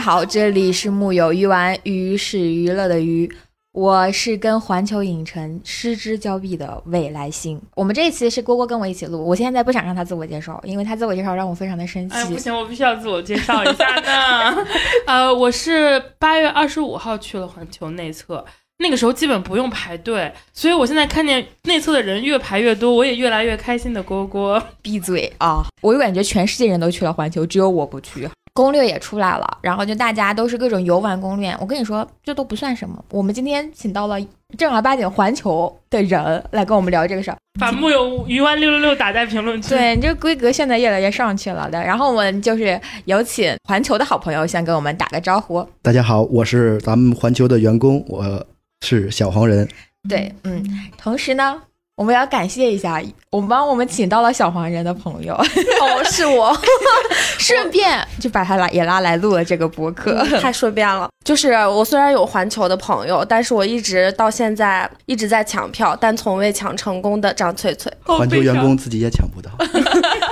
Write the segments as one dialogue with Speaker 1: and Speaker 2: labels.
Speaker 1: 好，这里是木有鱼丸，鱼是娱乐的鱼，我是跟环球影城失之交臂的未来星。我们这一期是郭郭跟我一起录，我现在不想让他自我介绍，因为他自我介绍让我非常的生气。
Speaker 2: 哎，不行，我必须要自我介绍一下呢。呃，我是八月二十五号去了环球内测，那个时候基本不用排队，所以我现在看见内测的人越排越多，我也越来越开心的郭郭。
Speaker 1: 闭嘴啊！我就感觉全世界人都去了环球，只有我不去。攻略也出来了，然后就大家都是各种游玩攻略。我跟你说，这都不算什么。我们今天请到了正儿八经环球的人来跟我们聊这个事儿。
Speaker 2: 把木有鱼丸六六六打在评论区。
Speaker 1: 对，你这个规格现在越来越上去了的。然后我们就是有请环球的好朋友，先跟我们打个招呼。
Speaker 3: 大家好，我是咱们环球的员工，我是小黄人。
Speaker 1: 对，嗯，同时呢，我们要感谢一下，我们帮我们请到了小黄人的朋友， 哦，是我，顺便就把他拉也拉来录了这个博客。
Speaker 4: 太顺便了。就是我虽然有环球的朋友，但是我一直到现在一直在抢票，但从未抢成功的张翠翠。
Speaker 2: 好
Speaker 3: 环球
Speaker 2: 悲
Speaker 3: 员
Speaker 2: 伤
Speaker 3: 工自己也抢不到，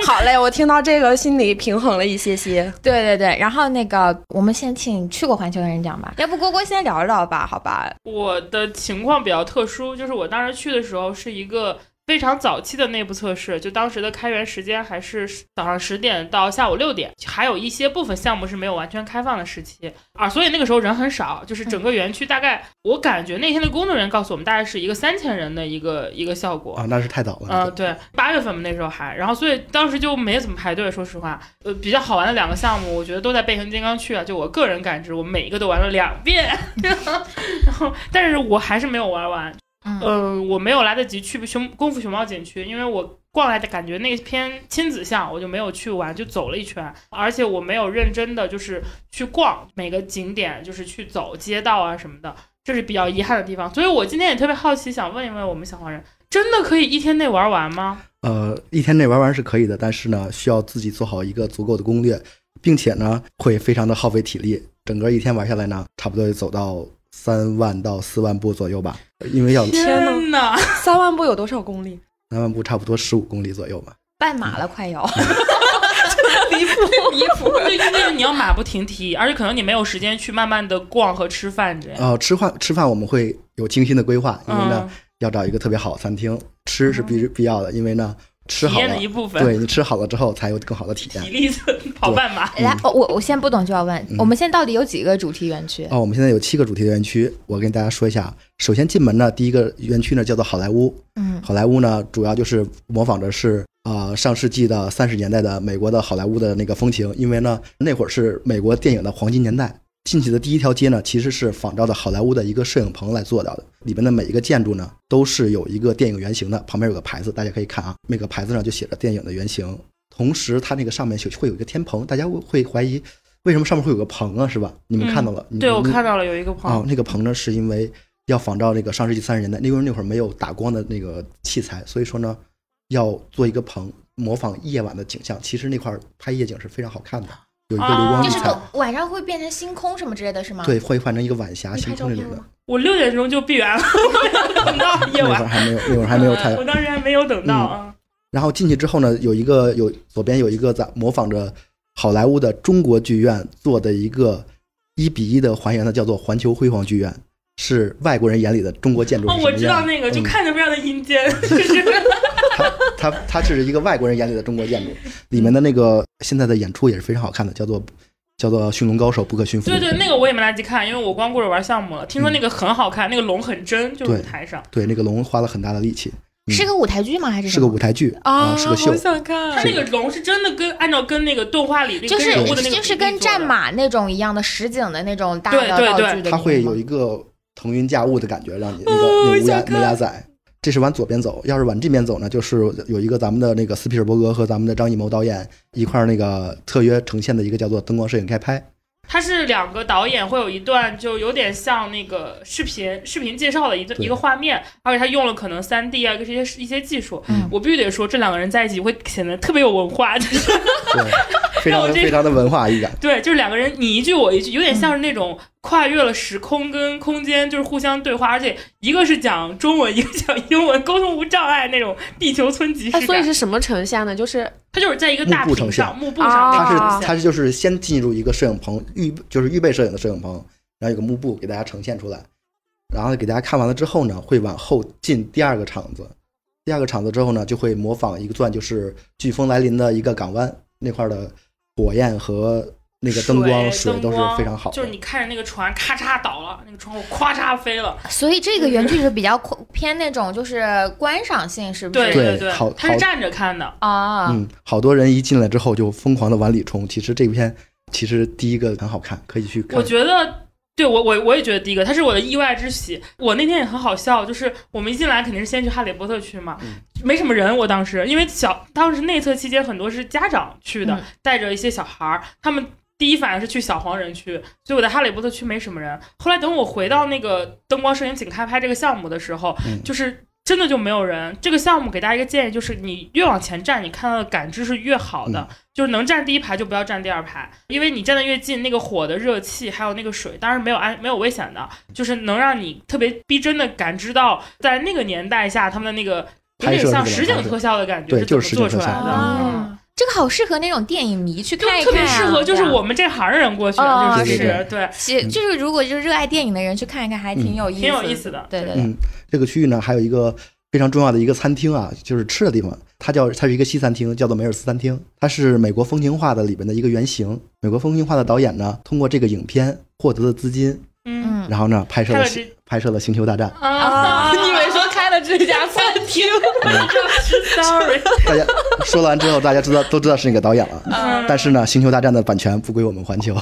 Speaker 4: 好嘞，我听到这个心里平衡了一些些。
Speaker 1: 对对对，然后那个我们先请去过环球的人讲吧，要不郭郭先聊聊吧，好吧？
Speaker 2: 我的情况比较特殊，就是我当时去的时候是一个非常早期的内部测试，就当时的开园时间还是早上十点到下午六点，还有一些部分项目是没有完全开放的时期啊，所以那个时候人很少，就是整个园区大概我感觉那天的工作人员告诉我们，大概是一个三千人的一个一个效果
Speaker 3: 啊，那是太早了。
Speaker 2: 嗯、对，八月份嘛那时候还，然后所以当时就没怎么排队，说实话，呃，比较好玩的两个项目，我觉得都在变形金刚去啊，就我个人感知，我每一个都玩了两遍， 然后但是我还是没有玩完，
Speaker 1: 嗯
Speaker 2: 呃，我没有来得及去熊功夫熊猫景区，因为我。逛来的感觉那篇亲子项我就没有去玩，就走了一圈，而且我没有认真的就是去逛每个景点，就是去走街道啊什么的，这是比较遗憾的地方。所以我今天也特别好奇，想问一问我们小黄人，真的可以一天内玩完吗？
Speaker 3: 呃，一天内玩完是可以的，但是呢，需要自己做好一个足够的攻略，并且呢，会非常的耗费体力。整个一天玩下来呢，差不多就走到三万到四万步左右吧，因为要
Speaker 4: 天呐
Speaker 2: 呐！
Speaker 4: 三万步有多少公里？
Speaker 3: 三万步差不多十五公里左右吧。
Speaker 1: 半马了，快要。
Speaker 4: 离谱，离谱！
Speaker 2: 对，因为你要马不停蹄，而且可能你没有时间去慢慢的逛和吃饭这样。
Speaker 3: 呃，吃饭吃饭我们会有精心的规划，因为呢，
Speaker 2: 嗯，
Speaker 3: 要找一个特别好的餐厅，吃是必必要的，因为呢，吃
Speaker 2: 体
Speaker 3: 好
Speaker 2: 验
Speaker 3: 了
Speaker 2: 的一，部分。
Speaker 3: 对你吃好了之后才有更好的体验
Speaker 2: 体。力的跑半马，
Speaker 1: 来，哦我我先不懂就要问，
Speaker 3: 嗯
Speaker 1: 我们现在到底有几个主题园区？
Speaker 3: 哦，我们现在有七个主题的园区，我跟大家说一下。啊首先进门呢，第一个园区呢叫做好莱坞。
Speaker 1: 嗯
Speaker 3: 好莱坞呢，主要就是模仿的是呃上世纪的三十年代的美国的好莱坞的那个风情，因为呢那会儿是美国电影的黄金年代。进去的第一条街呢，其实是仿照的好莱坞的一个摄影棚来做到的，里面的每一个建筑呢都是有一个电影原型的，旁边有个牌子，大家可以看啊，那个牌子上就写着电影的原型。同时，它那个上面就会有一个天棚，大家会怀疑为什么上面会有个棚啊，是吧？你们看到了？你
Speaker 2: 对我
Speaker 3: 你
Speaker 2: 看到了有一个朋
Speaker 3: 哦
Speaker 2: 友，，
Speaker 3: 那个棚呢，是因为要仿照那个上世纪三十年代，那因为那会儿没有打光的那个器材，所以说呢，要做一个棚，模仿夜晚的景象。其实那块儿拍夜景是非常好看的，有一个流光
Speaker 2: 啊
Speaker 3: 溢
Speaker 1: 就是
Speaker 3: 彩，
Speaker 1: 个晚上会变成星空什么之类的是吗？
Speaker 3: 对，会换成一个晚霞、
Speaker 4: 你拍
Speaker 3: 星
Speaker 4: 照
Speaker 3: 空那
Speaker 4: 片
Speaker 3: 种
Speaker 4: 了
Speaker 3: 的
Speaker 4: 吗。？
Speaker 2: 我六点钟就闭园了， 我没有等到夜
Speaker 3: 那会
Speaker 2: 晚
Speaker 3: 儿，还没有，那会儿还 没有太嗯
Speaker 2: 我当时还没有等到啊。
Speaker 3: 然后进去之后呢，有一个有左边有一个在模仿着好莱坞的中国剧院做的一个一比一的还原的，叫做环球辉煌剧院，是外国人眼里的中国建筑
Speaker 2: 哦
Speaker 3: 是什，么样的。
Speaker 2: 我知道那个，就
Speaker 3: 嗯
Speaker 2: 看着非常的阴间， 就是
Speaker 3: 它它只是一个外国人眼里的中国建筑，里面的那个现在的演出也是非常好看的，叫做叫做《驯龙高手不可驯服》。
Speaker 2: 对对，那个我也没来得及看，因为我光顾着玩项目了。听说
Speaker 3: 嗯
Speaker 2: 那个很好看，那个龙很真，就是
Speaker 3: 对
Speaker 2: 舞台
Speaker 1: 啊
Speaker 2: 上，
Speaker 3: 对那个龙花了很大的力气，嗯
Speaker 1: 是个舞台剧吗？还是
Speaker 3: 是
Speaker 1: 什
Speaker 3: 个
Speaker 1: 么
Speaker 3: 舞台剧
Speaker 2: 哦
Speaker 3: 啊、是个秀
Speaker 4: 好，想看
Speaker 2: 它那个龙是真的跟按照跟那个动画里那个
Speaker 1: 就
Speaker 2: 跟人物的
Speaker 1: 是
Speaker 2: 那个
Speaker 1: 就是
Speaker 2: 比例
Speaker 1: 跟
Speaker 2: 做的
Speaker 1: 战马那种一样的实景的那种大
Speaker 2: 对
Speaker 1: 的
Speaker 2: 对
Speaker 1: 道
Speaker 2: 对
Speaker 1: 具的，
Speaker 3: 它会有一个腾云驾雾的感觉，让你那个那个乌鸦那鸭仔。这是往左边走，要是往这边走呢，就是有一个咱们的那个斯皮尔伯格和咱们的张艺谋导演一块儿那个特约呈现的一个叫做灯光摄影开拍，
Speaker 2: 它是两个导演会有一段，就有点像那个视频视频介绍的一段
Speaker 3: 对
Speaker 2: 一个画面，而且他用了可能三 D 啊，跟这些一些技术。
Speaker 1: 嗯
Speaker 2: 我必须得说，这两个人在一起会显得特别有文化，就是
Speaker 3: 对，非常
Speaker 2: 让我
Speaker 3: 的
Speaker 2: 这
Speaker 3: 非常的文化一感。
Speaker 2: 对，就是两个人你一句我一句，有点像是那种跨越了时空跟空间，就是互相对话，而且一个是讲中文，一个讲英文，沟通无障碍那种地球村即视
Speaker 4: 哎，
Speaker 2: 感。
Speaker 4: 所以是什么城下呢？就是
Speaker 2: 它就是在一个大
Speaker 3: 幕布
Speaker 2: 屏
Speaker 3: 成
Speaker 2: 上，
Speaker 3: 像
Speaker 2: 幕布上那
Speaker 4: 啊
Speaker 2: 个
Speaker 3: 它
Speaker 2: 呈现，
Speaker 3: 是它是就是先进入一个摄影棚预就是预备摄影的摄影棚，然后有个幕布给大家呈现出来，然后给大家看完了之后呢，会往后进第二个场子，第二个场子之后呢，就会模仿一段就是飓风来临的一个港湾那块儿的火焰和那个灯光
Speaker 2: 水
Speaker 3: 水都
Speaker 2: 灯
Speaker 3: 是
Speaker 2: 光
Speaker 3: 非常好的，
Speaker 2: 就是你看着那个船咔嚓倒了，那个窗户咵嚓飞了，
Speaker 1: 所以这个原剧是比较偏那种就是观赏性，是不是？
Speaker 2: 对
Speaker 3: 对
Speaker 2: 对
Speaker 3: 好，
Speaker 2: 它是
Speaker 3: 好
Speaker 2: 站着看的。
Speaker 1: 啊，
Speaker 3: 嗯，好多人一进来之后就疯狂的往里冲。其实这片其实第一个很好看，可以去看
Speaker 2: 我。觉得。对我我我也觉得第一个，它是我的意外之喜。我那天也很好笑，就是我们一进来肯定是先去哈利波特区嘛，没什么人。我当时因为小当时内测期间很多是家长去的，
Speaker 1: 嗯
Speaker 2: 带着一些小孩儿，他们第一反应是去小黄人区，所以我在哈利波特区没什么人。后来等我回到那个灯光摄影请开拍这个项目的时候，
Speaker 3: 嗯
Speaker 2: 就是。真的就没有人。这个项目给大家一个建议，就是你越往前站，你看到的感知是越好的。
Speaker 3: 嗯
Speaker 2: 就是能站第一排就不要站第二排，因为你站得越近，那个火的热气还有那个水，当然没有安没有危险的，就是能让你特别逼真的感知到，在那个年代下他们的那个有
Speaker 3: 拍
Speaker 2: 点
Speaker 3: 摄
Speaker 2: 像
Speaker 3: 那种
Speaker 2: 实景
Speaker 3: 方式
Speaker 2: 特效的感觉
Speaker 3: 对
Speaker 2: 是怎么
Speaker 3: 就是实
Speaker 2: 做出
Speaker 3: 景
Speaker 2: 来
Speaker 3: 特效
Speaker 2: 的。嗯
Speaker 1: 啊，这个好适合那种电影迷去
Speaker 2: 就
Speaker 1: 看一看、啊，
Speaker 2: 特别适合，就是
Speaker 1: 这样
Speaker 2: 我。们这行人过去，
Speaker 1: 哦
Speaker 2: 就是
Speaker 3: 是
Speaker 2: 是对，
Speaker 1: 其
Speaker 3: 嗯
Speaker 1: 实就是如果就是热爱电影的人去看一看，还挺有意思，
Speaker 2: 挺有意思的。
Speaker 1: 对对对，
Speaker 3: 嗯，这个区域呢还有一个非常重要的一个餐厅啊，就是吃的地方，它叫它是一个西餐厅，叫做梅尔斯餐厅，它是美国风情画的里边的一个原型。美国风情画的导演呢，通过这个影片获得的资金，
Speaker 2: 嗯
Speaker 1: 嗯，
Speaker 3: 然后呢拍摄
Speaker 2: 拍
Speaker 3: 了
Speaker 2: 了这
Speaker 3: 拍摄了《星球大战
Speaker 1: 哦
Speaker 2: 啊，
Speaker 1: 你以为说
Speaker 2: 开了这家餐厅？Sorry，》。
Speaker 3: 大家说完之后，大家知道都知道是哪个导演了。
Speaker 2: 嗯
Speaker 3: 但是呢，《星球大战》的版权不归我们环球。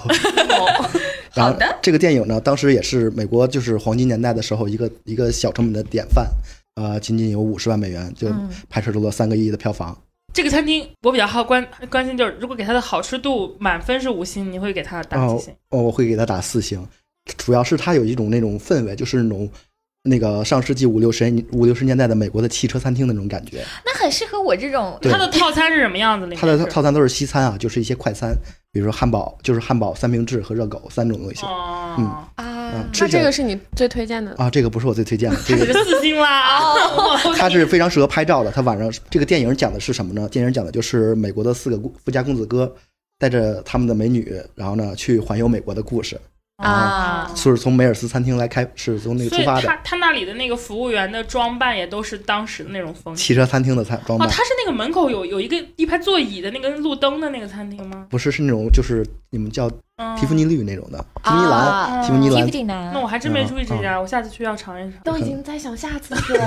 Speaker 3: 然后这个电影呢，当时也是美国就是黄金年代的时候一个一个小成本的典范，呃，仅仅有五十万美元就
Speaker 1: 嗯
Speaker 3: 拍摄出了三个亿的票房。
Speaker 2: 这个餐厅我比较好关关心就是，如果给它的好吃度满分是五星，你会给它打
Speaker 3: 然
Speaker 2: 几
Speaker 3: 后
Speaker 2: 星？
Speaker 3: 哦，我会给它打四星，主要是它有一种那种氛围，就是那种那个上世纪五六十五六十年代的美国的汽车餐厅的那种感觉。
Speaker 1: 那很适合我这种
Speaker 3: 对
Speaker 2: 它的套餐是什么样子？里面
Speaker 3: 它的
Speaker 2: 是
Speaker 3: 套餐都是西餐啊，就是一些快餐，比如说汉堡，就是汉堡、三明治和热狗三种东西。
Speaker 2: 哦，
Speaker 3: 嗯
Speaker 1: 啊
Speaker 3: 嗯，
Speaker 4: 那
Speaker 3: 吃起
Speaker 4: 这
Speaker 3: 来
Speaker 4: 个是你最推荐的？
Speaker 3: 啊，这个不是我最推荐的，这
Speaker 2: 它
Speaker 3: 个
Speaker 2: 只是四星 啦。
Speaker 3: 它 是非常适合拍照的。它晚上这个电影讲的是什么呢？电影讲的就是美国的四个公富家公子哥带着他们的美女，然后呢去环游美国的故事，
Speaker 1: 啊
Speaker 3: 就是从梅尔斯餐厅来开，是从那个
Speaker 2: 所
Speaker 3: 出
Speaker 2: 以
Speaker 3: 发的
Speaker 2: 他他那里的那个服务员的装扮也都是当时的那种风格。
Speaker 3: 汽车餐厅的餐装
Speaker 2: 哦，
Speaker 3: 扮，
Speaker 2: 他是那个门口有有一个一排座椅的那个路灯的那个餐厅吗？
Speaker 3: 不是是那种就是你们叫
Speaker 2: 嗯
Speaker 3: 蒂芙尼绿那种的，蒂芙尼蓝，
Speaker 1: 啊，
Speaker 3: 蒂芙尼
Speaker 1: 蒂
Speaker 3: 蓝
Speaker 1: 芙。尼
Speaker 2: 那
Speaker 1: 蓝
Speaker 2: 我还真没注意这家，
Speaker 3: 嗯
Speaker 2: 我下次去要尝一 尝。
Speaker 4: 都已经在想下次 了。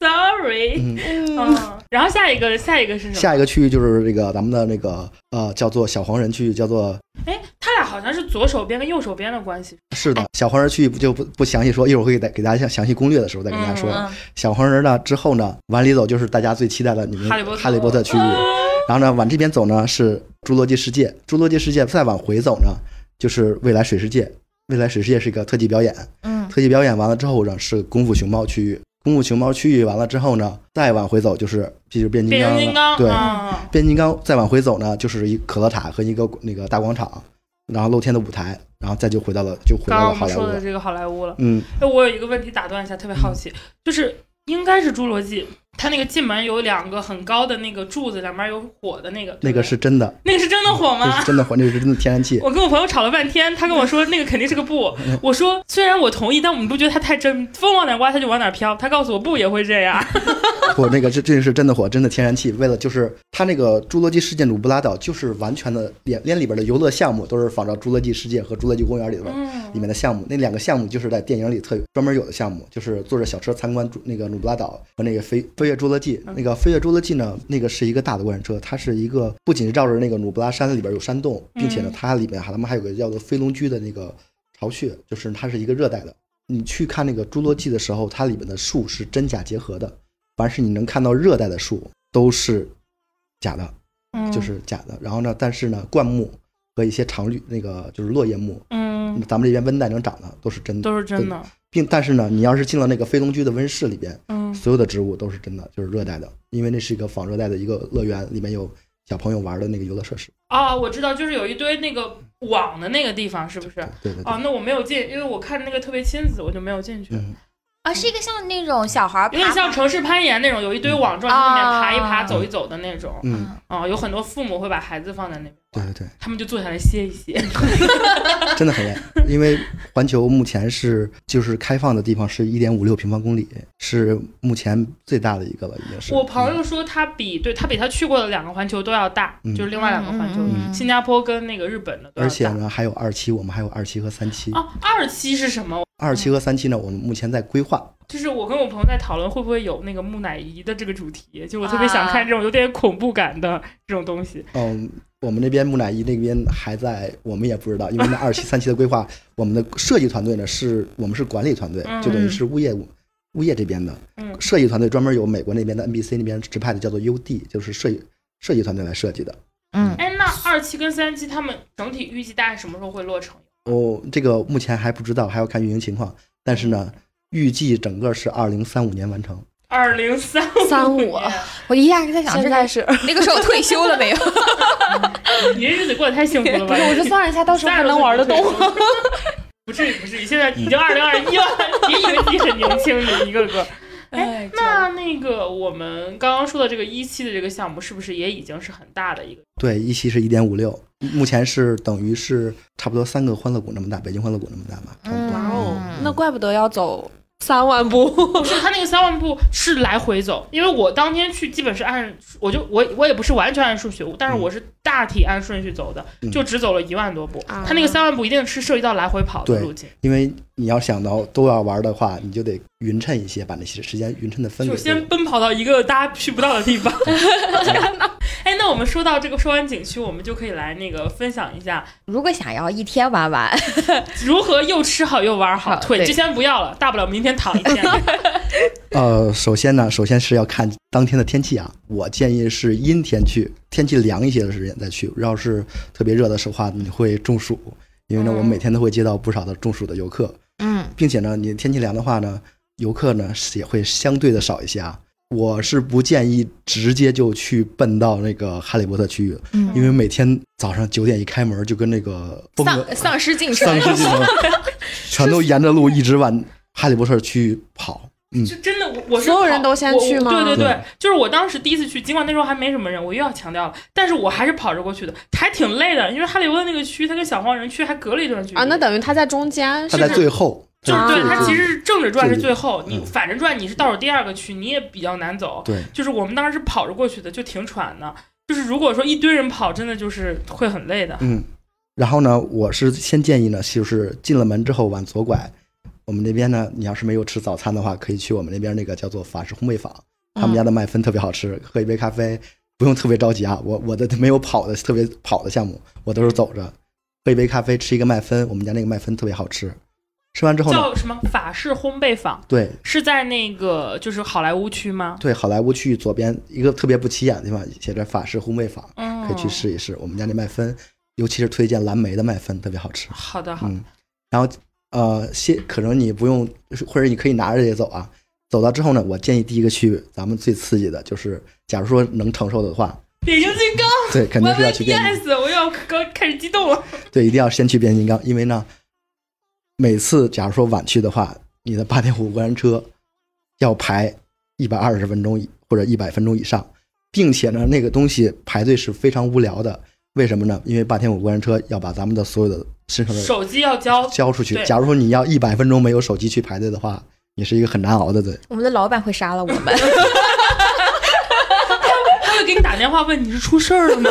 Speaker 2: Sorry，
Speaker 3: 嗯，
Speaker 4: 哦
Speaker 2: 嗯，然后下一个下一个是什么？
Speaker 3: 下一个区域就是这个咱们的那个呃叫做小黄人区域，叫做
Speaker 2: 哎，他俩好像是左手边跟右手边的关系。
Speaker 3: 是
Speaker 1: 哎
Speaker 3: 的小黄人区域不就不不详细说，一会儿会给给大家详细攻略的时候再跟大家说。
Speaker 1: 嗯
Speaker 3: 小黄人呢之后呢，往里走就是大家最期待的你们
Speaker 2: 哈利波特
Speaker 3: 哈利波特区域。
Speaker 1: 啊
Speaker 3: 然后呢，往这边走呢是侏罗纪世界，侏罗纪世界再往回走呢就是未来水世界。未来水世界是一个特技表演，
Speaker 1: 嗯，
Speaker 3: 特技表演完了之后呢是功夫熊猫区域，功夫熊猫区域完了之后呢，再往回走就是这就是变形金
Speaker 2: 变
Speaker 3: 刚
Speaker 2: 形
Speaker 3: 了。
Speaker 2: 金刚，
Speaker 3: 对，
Speaker 2: 嗯
Speaker 3: 变形金刚再往回走呢，就是一可乐塔和一个那个大广场，然后露天的舞台，然后再就回到了就回
Speaker 2: 刚刚我
Speaker 3: 到了好
Speaker 2: 们
Speaker 3: 莱坞
Speaker 2: 说的
Speaker 3: 了。
Speaker 2: 这个好莱坞了。
Speaker 3: 嗯，
Speaker 2: 哎，我有一个问题打断一下，特别好奇，就是应该是侏罗纪，它那个进门有两个很高的那个柱子，两边有火的那个，对
Speaker 3: 那
Speaker 2: 不对
Speaker 3: 个是真的，
Speaker 2: 那个是真的火
Speaker 3: 这
Speaker 2: 吗
Speaker 3: 是？真的环，那是真的天 然气。
Speaker 2: 我跟我朋友吵了半天，他跟我说那个肯定是个 不，我说虽然我同意，但我们都觉得它太真，风往哪儿刮它就往哪儿飘。他告诉我不也会这样，
Speaker 3: 不，那个这这是真的火，真的天然气。为了就是它那个《侏罗纪世界》鲁布拉岛，就是完全的连连里边的游乐项目都是仿照《侏罗纪世界》和《侏罗纪公园》里边里面的项目。那两个项目就是在电影里特有专门有的项目，就是坐着小车参观侏那个鲁布拉岛和那个飞飞越侏罗
Speaker 2: 嗯
Speaker 3: 纪。那个飞越侏罗纪呢，那个是一个大的过山车，它是一个不仅是绕着那个鲁布拉山里边有山洞，并且呢
Speaker 2: 嗯，
Speaker 3: 它里面还他们还有个叫做飞龙居的那个巢穴，就是它是一个热带的。你去看那个侏罗纪的时候，它里面的树是真假结合的，凡是你能看到热带的树都是假的，
Speaker 2: 嗯
Speaker 3: 就是假的。然后呢，但是呢，灌木和一些常绿那个就是落叶木，
Speaker 2: 嗯
Speaker 3: 咱们这边温带能长的都是真的，
Speaker 2: 都是真的，
Speaker 3: 并但是呢，你要是进了那个飞龙居的温室里边，
Speaker 2: 嗯
Speaker 3: 所有的植物都是真的，就是热带的，因为那是一个仿热带的一个乐园，里面有小朋友玩的那个游乐设施。
Speaker 2: 啊，我知道，就是有一堆那个网的那个地方，是不是？
Speaker 3: 对对对，
Speaker 2: 哦，那我没有进，因为我看那个特别亲子，我就没有进去。
Speaker 3: 嗯，
Speaker 1: 啊，是一个像那种小孩儿爬，
Speaker 2: 有点像城市攀岩那种，有一堆网状在那边爬一爬、
Speaker 1: 啊
Speaker 2: 走一走的那种。
Speaker 3: 嗯，
Speaker 2: 啊、有很多父母会把孩子放在那边，
Speaker 3: 对对对，
Speaker 2: 他们就坐下来歇一歇。
Speaker 3: 嗯真的很严，因为环球目前是就是开放的地方是一点五六平方公里，是目前最大的一个了，已经是。
Speaker 2: 我朋友说他比对他比他去过的两个环球都要大，
Speaker 3: 嗯
Speaker 2: 就是另外两个环球，
Speaker 1: 嗯嗯嗯
Speaker 2: 新加坡跟那个日本的都要大。
Speaker 3: 而且呢，还有二期，我们还有二期和三期。
Speaker 2: 啊，二期是什么？
Speaker 3: 二期和三期呢，我们目前在规划。
Speaker 2: 就是我跟我朋友在讨论会不会有那个木乃伊的这个主题，就我特别想
Speaker 1: 啊
Speaker 2: 看这种有点恐怖感的这种东西。
Speaker 3: 嗯，我们那边木乃伊那边还在，我们也不知道，因为那二期、三期的规划，我们的设计团队呢是我们是管理团队，就等于是物业物业这边的。
Speaker 2: 嗯
Speaker 3: 设计团队专门由美国那边的 NBC 那边指派的，叫做 UD，就是设计设计团队来设计的。
Speaker 1: 嗯，
Speaker 2: 哎，那二期跟三期他们整体预计大概什么时候会落成？
Speaker 3: 哦，这个目前还不知道，还要看运营情况。但是呢，预计整个是二零三五年完成。
Speaker 2: 二零三
Speaker 4: 三五，
Speaker 1: 我一下在想，
Speaker 4: 现
Speaker 1: 这
Speaker 4: 在
Speaker 1: 个
Speaker 4: 是
Speaker 1: 那个时候退休了 没有？
Speaker 2: 你这日子过得太幸福了吧？
Speaker 4: 我就算了一下，到时候
Speaker 2: 大
Speaker 4: 还
Speaker 2: 家都
Speaker 4: 能玩得动。
Speaker 2: 不至于，不至于，现在已经二零二一 了，别以为自己很年轻，你一个个。
Speaker 1: 哎，
Speaker 2: 那那个我们刚刚说的这个一期的这个项目，是不是也已经是很大的一个？
Speaker 3: 对，一期是一点五六，目前是等于是差不多三个欢乐谷那么大，北京欢乐谷那么大吧，差不多。
Speaker 1: 哇哦
Speaker 4: 那怪不得要走三万步。
Speaker 2: 不是，他那个三万步是来回走，因为我当天去基本是按，我就我我也不是完全按数学，但是我是大体按顺序走的，
Speaker 3: 嗯
Speaker 2: 就只走了一万多步。
Speaker 4: 啊
Speaker 2: 他那个三万步一定是涉及到来回跑的
Speaker 3: 对
Speaker 2: 路径，
Speaker 3: 因为你要想到都要玩的话，你就得匀称一些，把那些时间匀称的分
Speaker 2: 就
Speaker 3: 给。
Speaker 2: 先奔跑到一个大家去不到的地方。 哎，那我们说到这个说完景区，我们就可以来那个分享一下
Speaker 1: 如果想要一天玩完，
Speaker 2: 如何又吃好又玩好？
Speaker 1: 好
Speaker 2: 腿
Speaker 1: 对
Speaker 2: 就先不要了，大不了明天躺一 天。
Speaker 3: 呃，首先呢，首先是要看当天的天气啊。我建议是阴天去，天气凉一些的时间再去。要是特别热的时候话，你会中暑。因为呢，
Speaker 2: 嗯
Speaker 3: 我们每天都会接到不少的中暑的游客，
Speaker 1: 嗯，
Speaker 3: 并且呢，你天气凉的话呢，游客呢是也会相对的少一些啊。我是不建议直接就去奔到那个哈利波特区域，
Speaker 1: 嗯
Speaker 3: 因为每天早上九点一开门就跟那个疯了
Speaker 1: 丧丧尸进城
Speaker 3: 丧，尸进城， 全都沿着路一直往哈利波特区跑。嗯，
Speaker 2: 就真的，我我是
Speaker 4: 所有
Speaker 2: 跑
Speaker 4: 人都先
Speaker 2: 我
Speaker 4: 去吗
Speaker 2: 对对对
Speaker 3: 对，
Speaker 2: 就是我当时第一次去，尽管那时候还没什么人，我又要强调了，但是我还是跑着过去
Speaker 4: 嗯
Speaker 2: 的，还挺累的，因为哈利波特那个区，它跟小黄人区还隔了一段距离
Speaker 4: 啊，那等于他在中间
Speaker 3: 他
Speaker 4: 是
Speaker 3: 在最后，
Speaker 2: 就
Speaker 3: 他
Speaker 2: 是
Speaker 3: 在
Speaker 2: 对
Speaker 3: 最
Speaker 2: 它
Speaker 3: 后
Speaker 2: 其实是正着转是最后，
Speaker 3: 对
Speaker 2: 你
Speaker 3: 嗯
Speaker 2: 反着转你是倒数第二个区，你也比较难走。
Speaker 3: 对
Speaker 2: 就是我们当时跑着过去的，就挺喘的。就是如果说一堆人跑，真的就是会很累的。
Speaker 3: 嗯。然后呢，我是先建议呢，就是进了门之后往左拐。我们那边呢，你要是没有吃早餐的话，可以去我们那边那个叫做法式烘焙坊，
Speaker 2: 嗯
Speaker 3: 他们家的麦芬特别好吃。喝一杯咖啡，不用特别着急啊。我我的 没有跑的特别跑的项目，我都是走着，喝一杯咖啡，吃一个麦芬。我们家那个麦芬特别好吃。吃完之后呢，
Speaker 2: 叫什么法式烘焙坊？
Speaker 3: 对，
Speaker 2: 是在那个就是好莱坞区吗？
Speaker 3: 对，好莱坞区域左边一个特别不起眼的地方写着法式烘焙坊，
Speaker 2: 嗯，
Speaker 3: 可以去。试一试。我们家那麦芬，尤其是推荐蓝莓的麦芬，特别好吃。
Speaker 2: 好的，好的。
Speaker 3: 嗯，然后呃，先可能你不用，或者你可以拿着也走啊。走到之后呢，我建议第一个区域，咱们最刺激的就是，假如说能承受的话，
Speaker 2: 变形金刚，
Speaker 3: 对，肯定
Speaker 2: 我
Speaker 3: 是要去变形，
Speaker 2: yes，我要刚开始激动了。
Speaker 3: 对，一定要先去变形金刚，因为呢，每次假如说晚去的话，你的八点五过山车要排一百二十分钟以或者一百分钟以上，并且呢，那个东西排队是非常无聊的。为什么呢？因为八点五过山车要把咱们的所有的身上的
Speaker 2: 手机要交，
Speaker 3: 交出去
Speaker 2: 对。
Speaker 3: 假如说你要一百分钟没有手机去排队的话，你是一个很难熬的队。
Speaker 1: 我们的老板会杀了我们。
Speaker 2: 他会给你打电话问你是出事儿了 吗？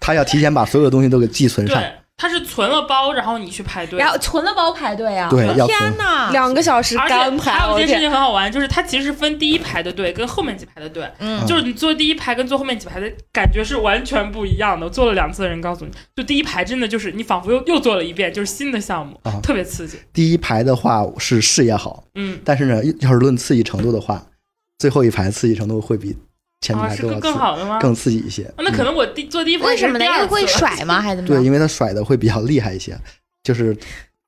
Speaker 3: 他要提前把所有的东西都给寄存上，
Speaker 2: 对，他是存了包，然后你去排队。
Speaker 1: 然后存了包排队啊！
Speaker 3: 对要存
Speaker 1: 天哪！
Speaker 4: 两个小时
Speaker 2: 而
Speaker 4: 干
Speaker 2: 且还
Speaker 4: 排，
Speaker 2: 有
Speaker 4: 我
Speaker 2: 一
Speaker 4: 的
Speaker 2: 件事
Speaker 4: 天！
Speaker 2: 情很好玩，就是它其实分第一排的队跟后面几排的队，
Speaker 1: 嗯
Speaker 2: 就是你坐第一排跟坐后面几排的感觉是完全不一样的。我坐了两次的人告诉你，就第一排真的就是你仿佛又又做了一遍，就是新的项目，
Speaker 3: 啊
Speaker 2: 特别刺激。
Speaker 3: 第一排的话是视野好，
Speaker 2: 嗯，
Speaker 3: 但是呢，要是论刺激程度的话，最后一排刺激程度会比前几
Speaker 2: 啊，
Speaker 3: 排
Speaker 2: 是
Speaker 3: 都要
Speaker 2: 更
Speaker 3: 刺
Speaker 2: 更好的吗？
Speaker 3: 更刺激一些。嗯
Speaker 2: 啊那可能我第坐第一排
Speaker 1: 为什么呢？因
Speaker 2: 是第
Speaker 1: 为会
Speaker 2: 二次
Speaker 1: 甩吗？还是怎么
Speaker 3: 对，
Speaker 1: 样？
Speaker 3: 因为它甩的会比较厉害一些，就是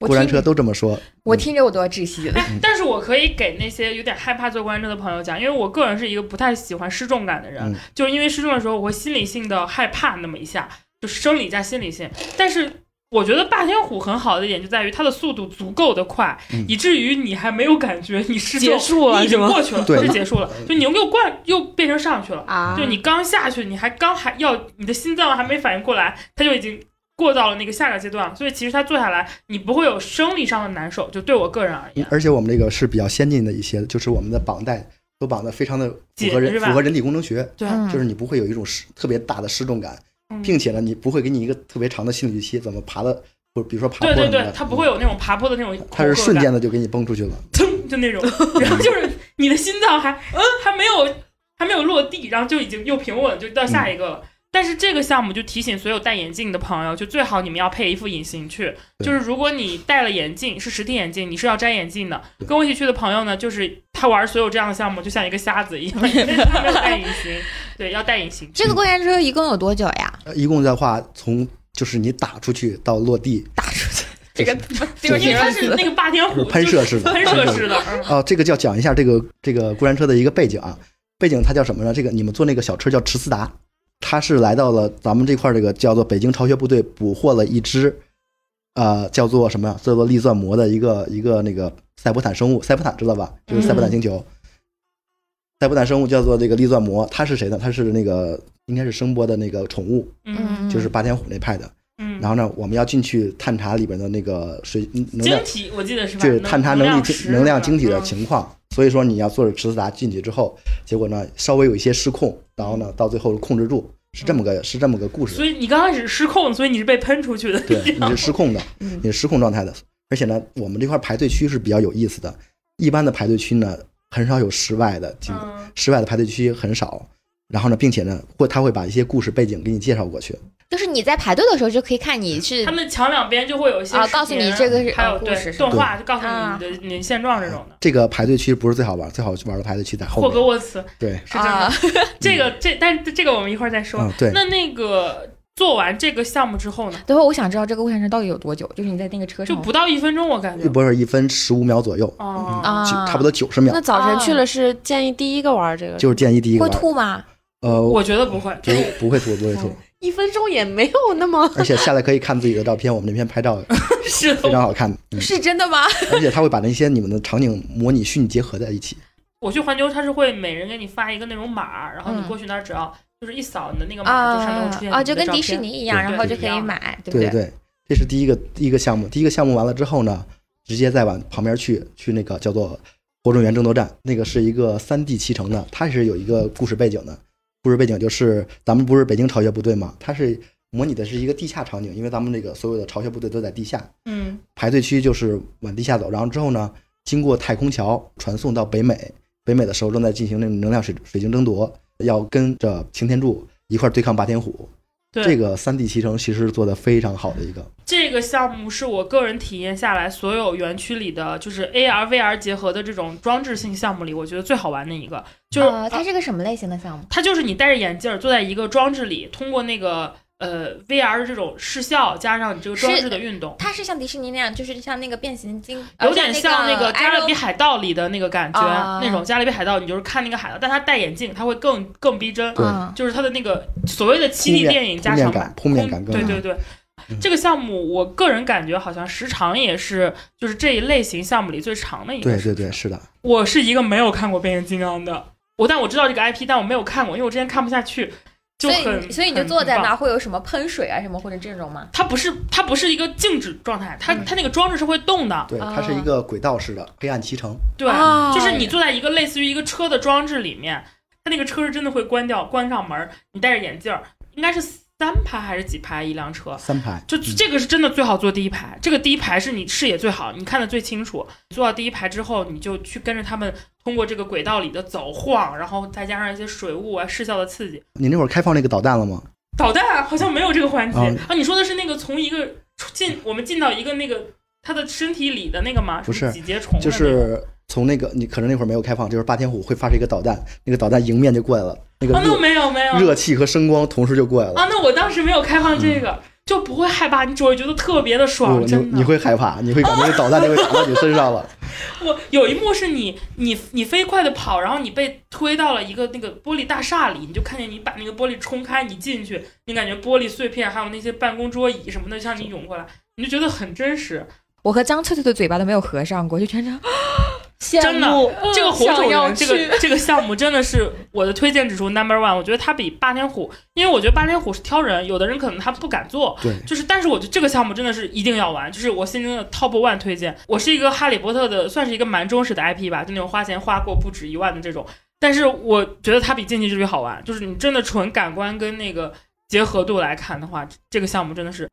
Speaker 1: 我
Speaker 3: 过山
Speaker 1: 听
Speaker 3: 车都这么说。
Speaker 1: 我
Speaker 3: 嗯
Speaker 1: 听着我都要窒息了。
Speaker 2: 哎，但是我可以给那些有点害怕坐过山车的朋友讲，因为我个人是一个不太喜欢失重感的人，
Speaker 3: 嗯
Speaker 2: 就是因为失重的时候，我会心理性的害怕那么一下。就是生理加心理线。但是我觉得霸天虎很好的一点就在于它的速度足够的快，
Speaker 3: 嗯
Speaker 2: 以至于你还没有感觉你是
Speaker 5: 结束了
Speaker 2: 你已经
Speaker 5: 是吗
Speaker 2: 过去了，
Speaker 3: 对
Speaker 2: 是结束了，就你又灌又变成上去了。
Speaker 1: 啊
Speaker 2: 就你刚下去，你还刚还要你的心脏还没反应过来，它就已经过到了那个下个阶段了。所以其实它坐下来，你不会有生理上的难受。就对我个人
Speaker 1: 哎
Speaker 2: 而言，
Speaker 3: 而且我们这个是比较先进的一些，就是我们的绑带都绑得非常的符合
Speaker 2: 紧是
Speaker 3: 人
Speaker 2: 吧
Speaker 3: 符合人体工程学，
Speaker 2: 对
Speaker 1: 嗯
Speaker 3: 就是你不会有一种失特别大的失重感，
Speaker 2: 嗯
Speaker 3: 并且呢，你不会给你一个特别长的心理预期，怎么爬的，或者比如说爬坡
Speaker 2: 对
Speaker 3: 什
Speaker 2: 对
Speaker 3: 么的，嗯
Speaker 2: 对，它不会有那种爬坡的那种恐
Speaker 3: 它是
Speaker 2: 吓
Speaker 3: 瞬
Speaker 2: 感
Speaker 3: 间的就给你蹦出去了。
Speaker 2: 噌就那种，然后就是你的心脏还嗯还没有还没有落地，然后就已经又平稳就到
Speaker 3: 嗯
Speaker 2: 下一个了。但是这个项目就提醒所有戴眼镜的朋友，就最好你们要配一副隐形去。
Speaker 3: 对
Speaker 2: 就是如果你戴了眼镜，是实体眼镜，你是要摘眼镜的。
Speaker 3: 对
Speaker 2: 跟我一起去的朋友呢，就是他玩所有这样的项目，就像一个瞎子一样， 因为他没有戴隐形。对，要戴隐 形。
Speaker 1: 这个过山车一共有多久呀？
Speaker 3: 呃一共的话，从就是你打出去到落地，
Speaker 1: 打出去
Speaker 3: 这个
Speaker 2: 就是因为它是那个霸天
Speaker 3: 就
Speaker 2: 虎
Speaker 3: 是喷
Speaker 2: 就是
Speaker 3: 射式的，
Speaker 2: 喷射式的，嗯
Speaker 3: 啊，这个就要讲一下这个这个过山车的一个背景啊，背景它叫什么呢？这个你们坐那个小车叫驰斯达，它是来到了咱们这块儿这个叫做北京巢穴部队捕获了一只，呃，叫做什么呀？叫做利钻魔的一个一个那个塞伯坦生物，塞伯坦知道吧？就是塞伯坦星球，塞伯坦生物叫做这个利钻魔，它是谁呢？它是那个应该是声波的那个宠物，
Speaker 2: 嗯
Speaker 3: 就是霸天虎那派的。
Speaker 2: 嗯，
Speaker 3: 然后呢，我们要进去探查里边的那个水嗯能量
Speaker 2: 晶体我记得是吧？
Speaker 3: 就是探查能力
Speaker 2: 石
Speaker 3: 晶能量晶体的
Speaker 2: 嗯
Speaker 3: 情况。所以说你要坐着驰斯达进去之后，结果呢稍微有一些失控，然后呢到最后控制住，是这么个是这么个故
Speaker 2: 嗯
Speaker 3: 事
Speaker 2: 所。以你刚开始失控，所以你是被喷出去的。
Speaker 3: 对，
Speaker 2: 你知
Speaker 3: 你
Speaker 2: 道吗
Speaker 3: 是失控的，
Speaker 1: 嗯
Speaker 3: 你是失控状态的。而且呢，我们这块排队区是比较有意思的，一般的排队区呢很少有室外的，就
Speaker 2: 嗯
Speaker 3: 室外的排队区很少。然后呢，并且呢，会他会把一些故事背景给你介绍过去。
Speaker 1: 就是你在排队的时候就可以看你是
Speaker 2: 他们墙两边就会有一些
Speaker 1: 啊
Speaker 2: 视，频
Speaker 1: 告诉你这个是
Speaker 2: 还有
Speaker 1: 哦故事是
Speaker 2: 对
Speaker 1: 吧
Speaker 2: 动画，就告诉
Speaker 1: 啊
Speaker 2: 你你的你的现状这种的。
Speaker 3: 这个排队区不是最好玩，最好玩的排队区在后
Speaker 2: 霍格
Speaker 3: 面。嗯
Speaker 2: 沃茨
Speaker 3: 对，
Speaker 2: 是真
Speaker 1: 啊
Speaker 2: 的，，这个这但这个我们一会儿再说。
Speaker 3: 嗯，对，
Speaker 2: 那那个做完这个项目之后呢，
Speaker 1: 最后我想知道这个过山车到底有多久，就是你在那个车
Speaker 2: 就
Speaker 1: 上
Speaker 2: 不到一分钟，我感觉
Speaker 3: 一。嗯波是一分十五秒左右，
Speaker 2: 哦
Speaker 1: 啊，
Speaker 3: 就差不多九十秒
Speaker 4: 那，早晨去了是建议第一个玩这个，
Speaker 3: 就是建议第一个
Speaker 1: 会
Speaker 3: 玩。
Speaker 1: 吐嗯吗？
Speaker 3: 呃，
Speaker 2: 我觉得不会，
Speaker 3: 不不会吐，不会吐，
Speaker 4: 一分钟也没有那么
Speaker 3: 而且下来可以看自己的照片，我们那边拍照
Speaker 2: 是
Speaker 3: 非常好看，嗯，
Speaker 1: 是真的吗？
Speaker 3: 而且他会把那些你们的场景模拟虚拟结合在一起，
Speaker 2: 我去环球，它是会每人给你发一个那种码，然后你
Speaker 1: 嗯
Speaker 2: 过去那儿只要就是一扫你的那个码，就上面会
Speaker 1: 啊
Speaker 2: 出现
Speaker 1: 啊，
Speaker 2: 你
Speaker 1: 就
Speaker 2: 的
Speaker 1: 跟
Speaker 2: 照
Speaker 1: 迪士
Speaker 2: 片
Speaker 1: 尼一样，
Speaker 3: 对
Speaker 1: 然后就
Speaker 2: 对
Speaker 1: 可
Speaker 2: 一
Speaker 1: 以
Speaker 2: 样
Speaker 1: 买，对不
Speaker 3: 对对对，这是第一个第一个项目，第一个项目完了之后呢，直接再往旁边去去那个叫做火种源争夺战，那个是一个三 D 骑乘的，它是有一个故事背景的，故事背景就是咱们不是北京巢穴部队嘛，它是模拟的是一个地下场景，因为咱们这个所有的巢穴部队都在地下，
Speaker 2: 嗯，
Speaker 3: 排队区就是往地下走，然后之后呢，经过太空桥传送到北美。北美的时候正在进行那种能量水水晶争夺，要跟着擎天柱一块儿对抗霸天虎。
Speaker 2: 对，
Speaker 3: 这个三 D 骑乘其实做的非常好的一个，
Speaker 2: 这个项目是我个人体验下来所有园区里的，就是 AR、VR 结合的这种装置性项目里，我觉得最好玩的一个，就是、
Speaker 1: 呃，它是个什么类型的项目？
Speaker 2: 它就是你戴着眼镜儿坐在一个装置里，通过那个呃 VR 的这种视效，加上你这个装置的运动，
Speaker 1: 它是像迪士尼那样，就是像那个变形金，
Speaker 2: 有点像那个《加勒比
Speaker 1: 海
Speaker 2: 海盗》里的那个感觉，
Speaker 1: 啊
Speaker 2: 那种《加勒比海盗》，你就是看那个海盗，但它戴眼镜，它会更更逼真，
Speaker 3: 对
Speaker 1: 嗯
Speaker 2: 就是它的那个所谓的七 D
Speaker 3: 面
Speaker 2: 电影加长版，
Speaker 3: 铺面感铺面感更
Speaker 2: 对
Speaker 3: 好
Speaker 2: 对对
Speaker 3: 嗯。
Speaker 2: 这个项目，我个人感觉好像时长也是，就是这一类型项目里最长的一个。
Speaker 3: 对对对，是的，
Speaker 2: 我是一个没有看过变形金刚的，我但我知道这个 IP，但我没有看过，因为我之前看不下去，就
Speaker 1: 所
Speaker 2: 很
Speaker 1: 以你所以你就
Speaker 2: 很
Speaker 1: 坐在
Speaker 2: 很
Speaker 1: 那
Speaker 2: 棒
Speaker 1: 儿，会有什么喷水啊什么或者这种吗？
Speaker 2: 它不是它不是一个静止状态，它
Speaker 1: 嗯
Speaker 2: 它那个装置是会动的，
Speaker 3: 对，
Speaker 1: 啊
Speaker 3: 它是一个轨道式的黑暗骑乘，
Speaker 2: 对，
Speaker 1: 啊
Speaker 2: 就是你坐在一个类似于一个车的装置里面，它那个车是真的会关掉关上门儿，你戴着眼镜儿，应该是三排还是几排一辆车？
Speaker 3: 三排，
Speaker 2: 就
Speaker 3: 嗯
Speaker 2: 这个是真的最好坐第一排，这个第一排是你视野最好，你看的最清楚。坐到第一排之后，你就去跟着他们通过这个轨道里的走晃，然后再加上一些水雾啊、视效的刺激。
Speaker 3: 嗯你那会儿开放那个导弹了吗？
Speaker 2: 导弹啊好像没有这个环节
Speaker 3: 啊
Speaker 2: 啊，你说的是那个从一个出进我们进到一个那个它的身体里的那个吗？
Speaker 3: 不是
Speaker 2: 什么几节虫的那个？
Speaker 3: 就是从那个你可能那会儿没有开放，就是霸天虎会发射一个导弹，那个导弹迎面就过来了，那个
Speaker 2: 啊，那
Speaker 3: 热
Speaker 2: 没有没有
Speaker 3: 热气和声光同时就过来了，
Speaker 2: 啊，那我当时没有开放这个，就不会害怕，你只会觉得特别的
Speaker 3: 嗯不
Speaker 2: 爽，
Speaker 3: 你
Speaker 2: 哦真的。
Speaker 3: 你会害怕，你会感觉那个导弹就会打到你身上了，
Speaker 2: 我有一幕是你你你飞快的跑，然后你被推到了一个那个玻璃大厦里，你就看见你把那个玻璃冲开，你进去，你感觉玻璃碎片还有那些办公桌椅什么的向你涌过来，你就觉得很真实。
Speaker 1: 我和张翠翠的嘴巴都没有合上过，就全程羡
Speaker 2: 真的
Speaker 1: 慕
Speaker 2: 这个火种
Speaker 1: 想要
Speaker 2: 人这个这个项目真的是我的推荐指数 number one，我觉得它比霸天虎，因为我觉得霸天虎是挑人，有的人可能他不敢做，
Speaker 3: 对，
Speaker 2: 就是，但是我觉得这个项目真的是一定要玩，就是我心中的 top one 推荐。我是一个哈利波特的，算是一个蛮忠实的 IP 吧，就那种花钱花过不止一万的这种。但是我觉得它比竞技之旅好玩，就是你真的纯感官跟那个结合度来看的话，这个项目真的是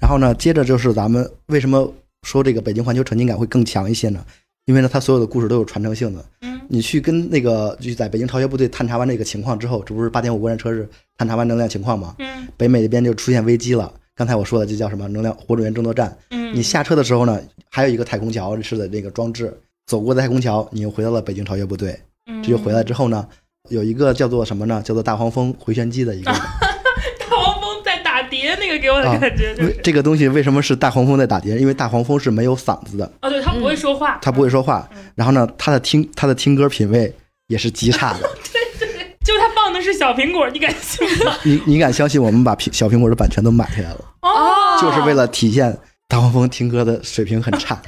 Speaker 3: 然后呢，接着就是咱们为什么说这个北京环球沉浸感会更强一些呢？因为呢，它所有的故事都有传承性的。
Speaker 2: 嗯，
Speaker 3: 你去跟那个就在北京超越部队探查完这个情况之后，这不是八点五过山车是探查完能量情况吗？
Speaker 2: 嗯
Speaker 3: 北美那边就出现危机了。刚才我说的这叫什么能量火种源争夺战？
Speaker 2: 嗯，
Speaker 3: 你下车的时候呢，还有一个太空桥似的那个装置，走过太空桥，你又回到了北京超越部队。
Speaker 2: 嗯
Speaker 3: 这就回来之后呢，有一个叫做什么呢？叫做大黄蜂回旋机的一个。
Speaker 2: 大黄蜂在打碟那个给我的
Speaker 3: 啊
Speaker 2: 感觉就
Speaker 3: 为
Speaker 2: 是，
Speaker 3: 这个东西为什么是大黄蜂在打碟？因为大黄蜂是没有嗓子的，
Speaker 2: 哦，对，他不会说话，
Speaker 3: 它不会说话
Speaker 2: 嗯嗯。
Speaker 3: 然后呢，它的听它的听歌品味也是极差 的。
Speaker 2: 就他放的是小苹果，你敢信吗？
Speaker 3: 你你敢相信我们把苹小苹果的版权都买下来了，
Speaker 2: 哦，
Speaker 3: 就是为了体现大黄蜂听歌的水平很 差。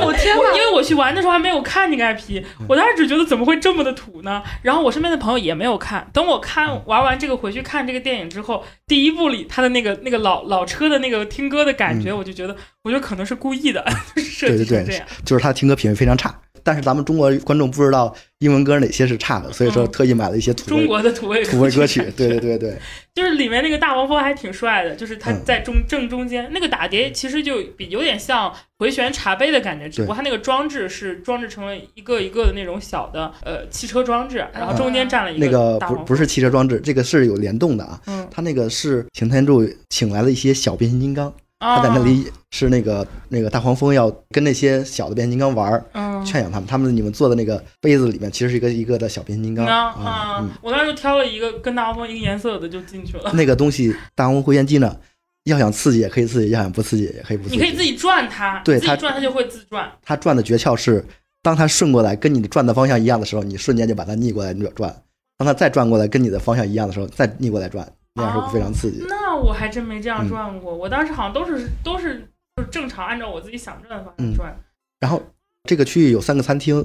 Speaker 2: 我哦天哪！因为我去玩的时候还没有看这个 IP，我
Speaker 3: 嗯
Speaker 2: 当时只觉得怎么会这么的土呢？然后我身边的朋友也没有看。等我看玩完这个回去看这个电影之后，第一部里他的那个那个老老车的那个听歌的感觉，我就觉得，我觉得可能是故意的， 就是设计
Speaker 3: 嗯对对
Speaker 2: 成这样。
Speaker 3: 就是他的听歌品味非常差。但是咱们中国观众不知道英文歌哪些是差的，所以说
Speaker 2: 嗯
Speaker 3: 特意买了一些土
Speaker 2: 中
Speaker 3: 味
Speaker 2: 国的土味
Speaker 3: 土味歌曲。对对对对，
Speaker 2: 就是里面那个大黄蜂还挺帅的，就是他
Speaker 3: 嗯
Speaker 2: 在中、正中间那个打碟，其实就比有点像回旋茶杯的感觉，只不过它那个装置是装置成了一个一个的那种小的呃汽车装置，然后中间站了一
Speaker 3: 嗯那个
Speaker 2: 大
Speaker 3: 不
Speaker 2: 黄
Speaker 3: 不
Speaker 2: 蜂。
Speaker 3: 是汽车装置，这个是有联动的啊。
Speaker 2: 嗯，
Speaker 3: 他那个是擎天柱请来了一些小变形金刚，
Speaker 2: 他
Speaker 3: 他在那
Speaker 2: 哦
Speaker 3: 里是那个那个大黄蜂要跟那些小的变形金刚玩儿，
Speaker 2: 嗯，
Speaker 3: 劝养他们。他们你们坐的那个杯子里面其实是一个一个的小变形金刚
Speaker 2: 啊
Speaker 3: 啊，嗯，
Speaker 2: 我当时就挑了一个跟大黄蜂一个颜色的就进去了。
Speaker 3: 那个东西大黄蜂回旋机呢，要想刺激也可以刺激，要想不刺激也可以不刺
Speaker 2: 你可以自
Speaker 3: 激。
Speaker 2: 己转它，
Speaker 3: 对
Speaker 2: 自己
Speaker 3: 它
Speaker 2: 转它就会自转。
Speaker 3: 它转的诀窍是，当它顺过来跟你的转的方向一样的时候，你瞬间就把它逆过来扭转；当它再转过来跟你的方向一样的时候，再逆过来转，那样是会非常刺激。
Speaker 2: 那我还真没这样转
Speaker 3: 嗯
Speaker 2: 过，我当时好像都是都是就是正常按照我自己想转的方
Speaker 3: 嗯
Speaker 2: 向转。
Speaker 3: 然后这个区域有三个餐厅，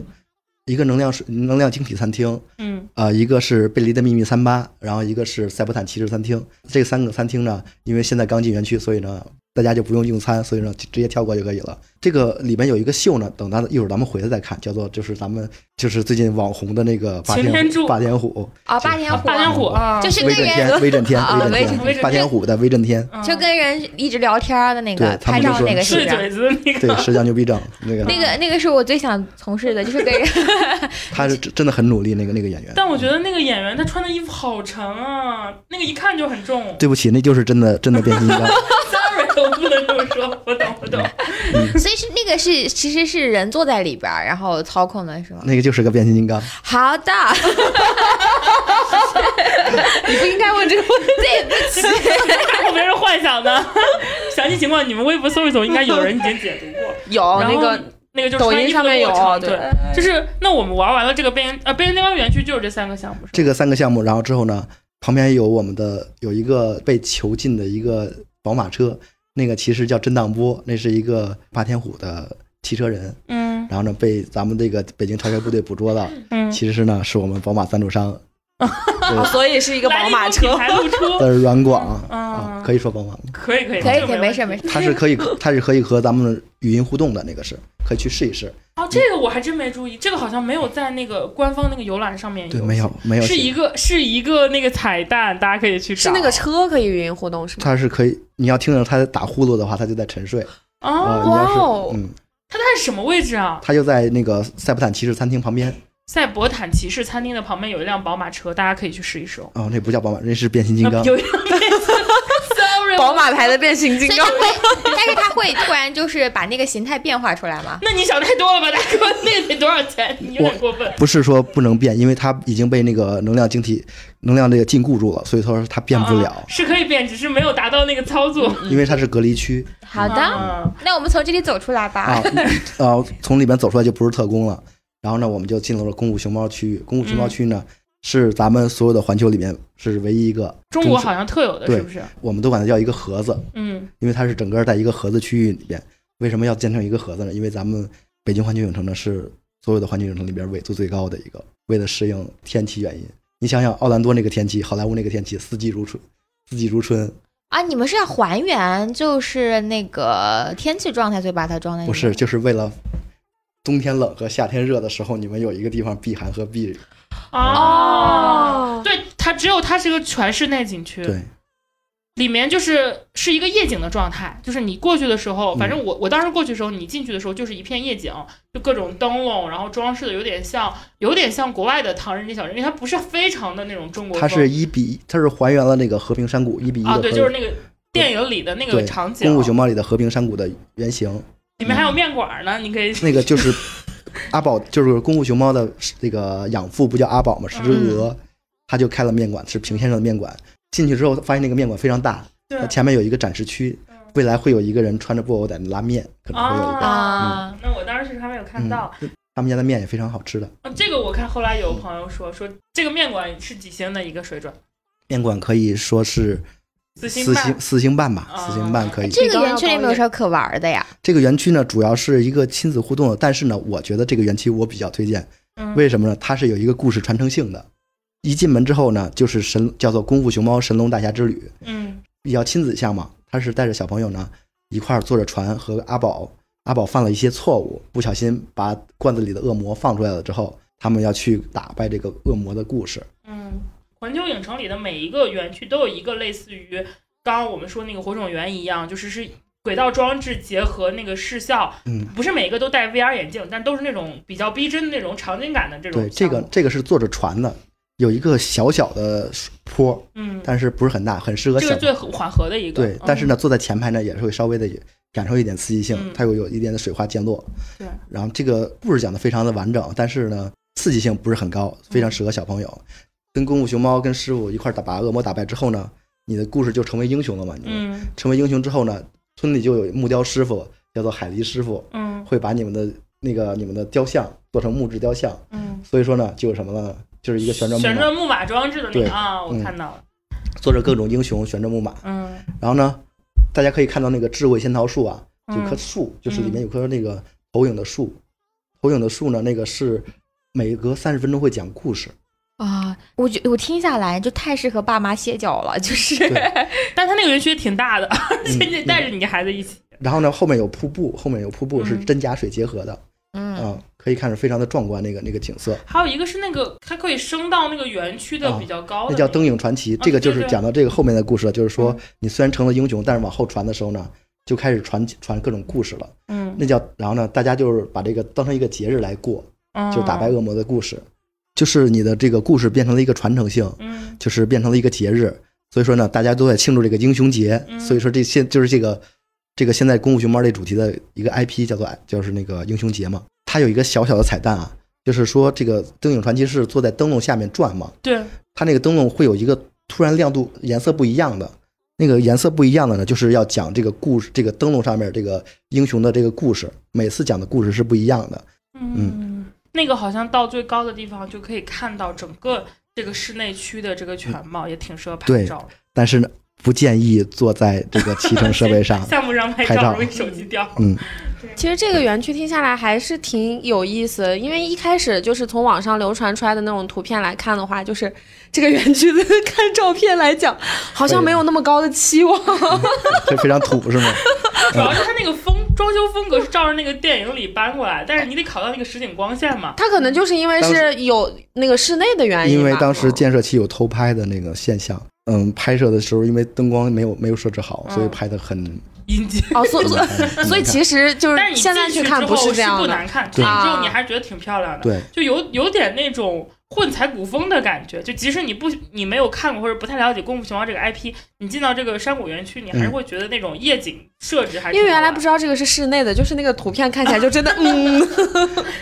Speaker 3: 一个能量水能量晶体餐厅，
Speaker 2: 嗯
Speaker 3: 呃，一个是贝利的秘密三八，然后一个是塞伯坦骑士餐厅。这三个餐厅呢，因为现在刚进园区，所以呢，大家就不用用餐，所以呢，直接跳过就可以了。这个里面有一个秀呢，等咱一会儿咱们回来再看，叫做就是咱们就是最近网红的那个霸
Speaker 2: 擎天
Speaker 3: 天
Speaker 2: 柱
Speaker 3: 虎，霸天虎，
Speaker 1: 啊！八天虎，
Speaker 2: 霸天虎啊，
Speaker 1: 就是
Speaker 3: 威
Speaker 1: 跟
Speaker 3: 震
Speaker 1: 人
Speaker 3: 天，威震天，
Speaker 1: 啊
Speaker 3: 威
Speaker 1: 威
Speaker 3: 震
Speaker 1: 震
Speaker 2: 天
Speaker 3: 天，霸天虎的威震天，
Speaker 2: 嗯
Speaker 1: 就跟人一直聊天儿的那个
Speaker 3: 对，他
Speaker 1: 拍
Speaker 3: 们就
Speaker 1: 照
Speaker 3: 说
Speaker 1: 那个是
Speaker 2: 碎
Speaker 1: 不是
Speaker 2: 嘴嗯子的那
Speaker 3: 对
Speaker 2: 个，，
Speaker 3: 蛇江牛逼症那个
Speaker 1: 那个那个是我最想从事的，就是跟 人
Speaker 3: 他是真的很努力，那个那个演员。。
Speaker 2: 但我觉得那个演员他穿的衣服好沉啊，那个一看就很重
Speaker 3: 对不起，那就是真的真的变形金刚。
Speaker 2: Sorry，我不能这么说，我懂 我懂。
Speaker 1: 所以是那个是其实是人坐在里边儿，然后操控的是吗？
Speaker 3: 那个就是个变形金刚，
Speaker 1: 好的， 你不应该问这个问题，对不起，
Speaker 2: 我别人幻想的，详细情况你们微博搜一搜，应该有人已经解读过。
Speaker 4: 有
Speaker 2: 然
Speaker 4: 哦那
Speaker 2: 后
Speaker 4: 个
Speaker 2: 那个就是
Speaker 4: 抖
Speaker 2: 穿
Speaker 4: 音
Speaker 2: 衣服
Speaker 4: 上
Speaker 2: 的
Speaker 4: 面
Speaker 2: 过
Speaker 4: 有哦
Speaker 2: 程
Speaker 4: 对
Speaker 2: 对，就是那我们玩完了这个变形呃变形金刚园区就是这三个项目是
Speaker 3: 这
Speaker 2: 吧？
Speaker 3: 个三个项目，然后之后呢，旁边有我们的有一个被囚禁的一个宝马车，那个其实叫震荡波，那是一个霸天虎的汽车人，
Speaker 2: 嗯
Speaker 3: 然后呢被咱们这个北京超越部队捕捉了，
Speaker 2: 嗯，
Speaker 3: 其实呢是我们宝马赞助商，对，
Speaker 4: 所以是一个宝马车
Speaker 2: 来一个品。牌露出，
Speaker 3: 但是软广
Speaker 2: 嗯
Speaker 3: 啊，可以说宝马吗，
Speaker 2: 可以可以
Speaker 1: 可以
Speaker 2: 这
Speaker 1: 可
Speaker 2: 个
Speaker 1: 以，没事没
Speaker 2: 事。
Speaker 1: 事。
Speaker 3: 它 是可以它是可以和咱们语音互动的那个是，可以去试一试，
Speaker 2: 哦，这个我还真没注意，这个好像没有在那个官方那个游览上面
Speaker 3: 对，没有没有
Speaker 2: 哎是一个是一个那个彩蛋，大家可以去
Speaker 4: 是
Speaker 2: 找。
Speaker 4: 那个车可以语音互动是吗？
Speaker 3: 它是可以，你要听着它打呼噜的话，它就在沉睡啊、
Speaker 2: 啊，
Speaker 3: 你要是
Speaker 4: 哇哦
Speaker 3: 嗯，
Speaker 2: 它在什么位置啊？
Speaker 3: 它就在那个塞伯坦骑士餐厅旁边。
Speaker 2: 在博坦骑士餐厅的旁边有一
Speaker 3: 啊
Speaker 2: 辆宝马车，大家可以去试一试哦。
Speaker 3: 哦，那不叫宝马，那是变形金刚。
Speaker 2: 有一辆 Sorry，我
Speaker 4: 宝马牌的变形金
Speaker 1: 所以
Speaker 4: 刚
Speaker 1: 他。会，但是他会突然就是把那个形态变化出来吗？
Speaker 2: 那你想太多了吧，大哥？那个得多少钱？你有点过分。
Speaker 3: 不是说不能变，因为它已经被那个能量晶体、能量这个禁锢住了，所以说它变不
Speaker 2: 啊
Speaker 3: 了，
Speaker 2: 是可以变，只是没有达到那个操作。
Speaker 3: 因为它是隔离区
Speaker 1: 好的，
Speaker 2: 啊
Speaker 1: 那我们从这里走出来吧。
Speaker 3: 啊，呃，从里面走出来就不是特工了。然后呢，我们就进入了公务熊猫区域。公务熊猫区呢，是咱们所有的环球里面是唯一一个
Speaker 2: 中国
Speaker 3: 真实
Speaker 2: 好像特有的，
Speaker 3: 对
Speaker 2: 是不是？
Speaker 3: 我们都管它叫一个盒子，
Speaker 2: 嗯，
Speaker 3: 因为它是整个在一个盒子区域里边。为什么要建成一个盒子呢？因为咱们北京环球影城呢是所有的环球影城里边纬度最高的一个，为了适应天气原因。你想想，奥兰多那个天气，好莱坞那个天气，四季如春，四季如春，
Speaker 1: 啊，你们是要还原就是那个天气状态，所以把它装
Speaker 2: 哎
Speaker 1: 在里
Speaker 3: 不
Speaker 1: 面
Speaker 3: 是就是为了冬天冷和夏天热的时候，你们有一个地方避寒和避
Speaker 2: 哦，对，它只有它是个全室内景区，
Speaker 3: 对，
Speaker 2: 里面就是是一个夜景的状态，就是你过去的时
Speaker 3: 嗯
Speaker 2: 候，反正我我当时过去的时候，你进去的时候就是一片夜景，就各种灯笼，然后装饰的有点像有点像国外的唐人街小镇，因为它不是非常的那种中国
Speaker 3: 它
Speaker 2: 风
Speaker 3: 是一比，它是还原了那个和平山谷一比一的
Speaker 2: 啊，
Speaker 3: 和
Speaker 2: 对，就是那个电影里的那个
Speaker 3: 对
Speaker 2: 场景
Speaker 3: 功，夫熊猫里的和平山谷的原型，
Speaker 2: 里面还有面馆呢，你可以
Speaker 3: 那个就是阿宝，就是功夫熊猫的那个养父不叫阿宝嘛，是只鹅，他就开了面馆，是平先生的面馆。进去之后，发现那个面馆非常大，
Speaker 2: 对
Speaker 3: 它前面有一个展示区，未来会有一个人穿着布偶在那拉面，可能会有一个。
Speaker 1: 啊，
Speaker 2: 那我当时确实还没有看
Speaker 3: 嗯
Speaker 2: 到，
Speaker 3: 他们家的面也非常好吃的，
Speaker 2: 啊这个我看后来有朋友说说这个面馆是几星的一个水准，
Speaker 3: 面馆可以说是
Speaker 2: 四星
Speaker 3: 四
Speaker 2: 半
Speaker 3: 星。四星半吧，
Speaker 2: 啊
Speaker 3: 四星半可以。
Speaker 1: 这个园区里面有什么可玩的呀？
Speaker 3: 这个园区呢，主要是一个亲子互动的，但是呢，我觉得这个园区我比较推荐，
Speaker 2: 嗯
Speaker 3: 为什么呢？它是有一个故事传承性的。一进门之后呢，就是神叫做《功夫熊猫神龙大侠之旅》，
Speaker 2: 嗯，
Speaker 3: 比较亲子项嘛。他是带着小朋友呢一块儿坐着船和阿宝，阿宝犯了一些错误，不小心把罐子里的恶魔放出来了之后，他们要去打败这个恶魔的故事。
Speaker 2: 嗯，环球影城里的每一个园区都有一个类似于刚刚我们说那个火种园一样，就是是轨道装置结合那个视效，
Speaker 3: 嗯，
Speaker 2: 不是每一个都戴 VR 眼镜，但都是那种比较逼真的那种场景感的这种
Speaker 3: 对，这个
Speaker 2: 项目，
Speaker 3: 这个是坐着船的，有一个小小的坡，
Speaker 2: 嗯，
Speaker 3: 但是不是很大，很适合
Speaker 2: 这
Speaker 3: 小
Speaker 2: 个最缓和的一个，
Speaker 3: 对，但是呢，坐在前排呢，也是会稍微的感受一点刺激性
Speaker 2: 嗯，
Speaker 3: 它又有一点的水花溅落。
Speaker 2: 对
Speaker 3: 然后这个故事讲的非常的完整，但是呢，刺激性不是很高，非
Speaker 2: 嗯
Speaker 3: 常适合小朋友。跟功夫熊猫跟师傅一块儿打把恶魔打败之后呢，你的故事就成为英雄了嘛？你们
Speaker 2: 嗯，嗯
Speaker 3: 成为英雄之后呢，村里就有木雕师傅，叫做海狸师傅，
Speaker 2: 嗯
Speaker 3: 会把你们的那个你们的雕像做成木质雕像。
Speaker 2: 嗯，
Speaker 3: 所以说呢，就有什么呢？就是一个旋转木
Speaker 2: 旋
Speaker 3: 马，
Speaker 2: 转木马装置的那
Speaker 3: 对
Speaker 2: 个啊，我
Speaker 3: 嗯
Speaker 2: 看到了，
Speaker 3: 坐着各种英雄旋转木马。
Speaker 2: 嗯，
Speaker 3: 然后呢，大家可以看到那个智慧仙桃树啊，有
Speaker 2: 嗯
Speaker 3: 棵树，就是里面有棵那个投影的树，投影的树呢，那个是每隔三十分钟会讲故事，
Speaker 1: 啊，我觉我听下来就太适合爸妈歇脚了，就是
Speaker 3: 对
Speaker 2: 但它那个园区也挺大的， 而且你得
Speaker 3: 嗯
Speaker 2: 带着你孩子一起，
Speaker 3: 然后呢，后面有瀑布，后面有瀑布
Speaker 2: 嗯
Speaker 3: 是真假水结合的，啊、
Speaker 1: 嗯，
Speaker 3: 可以看着非常的壮观，那个那个景色，
Speaker 2: 还有一个是那个它可以升到那个园区的
Speaker 3: 啊
Speaker 2: 比较高的
Speaker 3: 那
Speaker 2: 那
Speaker 3: 叫
Speaker 2: 个，
Speaker 3: 《灯影传奇》，
Speaker 2: 啊
Speaker 3: 这个就
Speaker 2: 对
Speaker 3: 是
Speaker 2: 对
Speaker 3: 讲到这个后面的故事了，就是说
Speaker 2: 嗯
Speaker 3: 你虽然成了英雄，但是往后传的时候呢，就开始传传各种故事了，
Speaker 2: 嗯，
Speaker 3: 那叫然后呢，大家就是把这个当成一个节日来过，
Speaker 2: 嗯，
Speaker 3: 就打败恶魔的故事，就是你的这个故事变成了一个传承性。
Speaker 2: 嗯，
Speaker 3: 就是变成了一个节日。所以说呢，大家都在庆祝这个英雄节。
Speaker 2: 嗯
Speaker 3: 所以说这现就是这个这个现在《功夫熊猫》这主题的一个 IP 叫做就是那个英雄节嘛。它有一个小小的彩蛋啊，就是说这个灯影传奇是坐在灯笼下面转嘛，
Speaker 2: 对，
Speaker 3: 它那个灯笼会有一个突然亮度颜色不一样的。那个颜色不一样的呢，就是要讲这个故事，这个灯笼上面这个英雄的这个故事，每次讲的故事是不一样的。
Speaker 2: 嗯，那个好像到最高的地方就可以看到整个这个室内区的这个全貌，也挺适合拍
Speaker 3: 对
Speaker 2: 照的。。
Speaker 3: 但是呢，不建议坐在这个骑乘设备 上
Speaker 2: 项目上拍
Speaker 3: 拍照
Speaker 2: 容易手机掉。
Speaker 3: 嗯，
Speaker 4: 其实这个园区听下来还是挺有意思的，因为一开始就是从网上流传出来的那种图片来看的话，就是这个园区的 看照片来讲，好像没有那么高的期望。
Speaker 3: 这非常土是吗？嗯
Speaker 2: 主要是它那个风装修风格是照着那个电影里搬过来，但是你得考到那个实景光线嘛。
Speaker 4: 它可能就是因为
Speaker 3: 当
Speaker 4: 是有那个室内的原因吧，
Speaker 3: 因为当时建设期有偷拍的那个现象，嗯，拍摄的时候因为灯光没有没有设置好，
Speaker 2: 嗯
Speaker 3: 所以拍的很
Speaker 2: 引进，
Speaker 4: 哦， 所所
Speaker 3: 难
Speaker 4: 所以其实就
Speaker 2: 但是
Speaker 4: 是
Speaker 2: 你
Speaker 4: 现在
Speaker 2: 进去
Speaker 4: 看
Speaker 2: 之
Speaker 4: 不
Speaker 2: 后
Speaker 4: 这样
Speaker 2: 不
Speaker 4: 的，啊
Speaker 2: 难看，进
Speaker 3: 对
Speaker 2: 去之后你还是觉得挺漂亮的，
Speaker 3: 对
Speaker 2: 就有有点那种混踩古风的感觉。就即使你不你没有看过或者不太了解《功夫熊猫》这个 IP，你进到这个山谷园区，你还是
Speaker 3: 嗯
Speaker 2: 会觉得那种夜景设置还是
Speaker 4: 因为原来不
Speaker 2: 是
Speaker 4: 知道这个是室内的，就是那个图片看起来就真的， 嗯，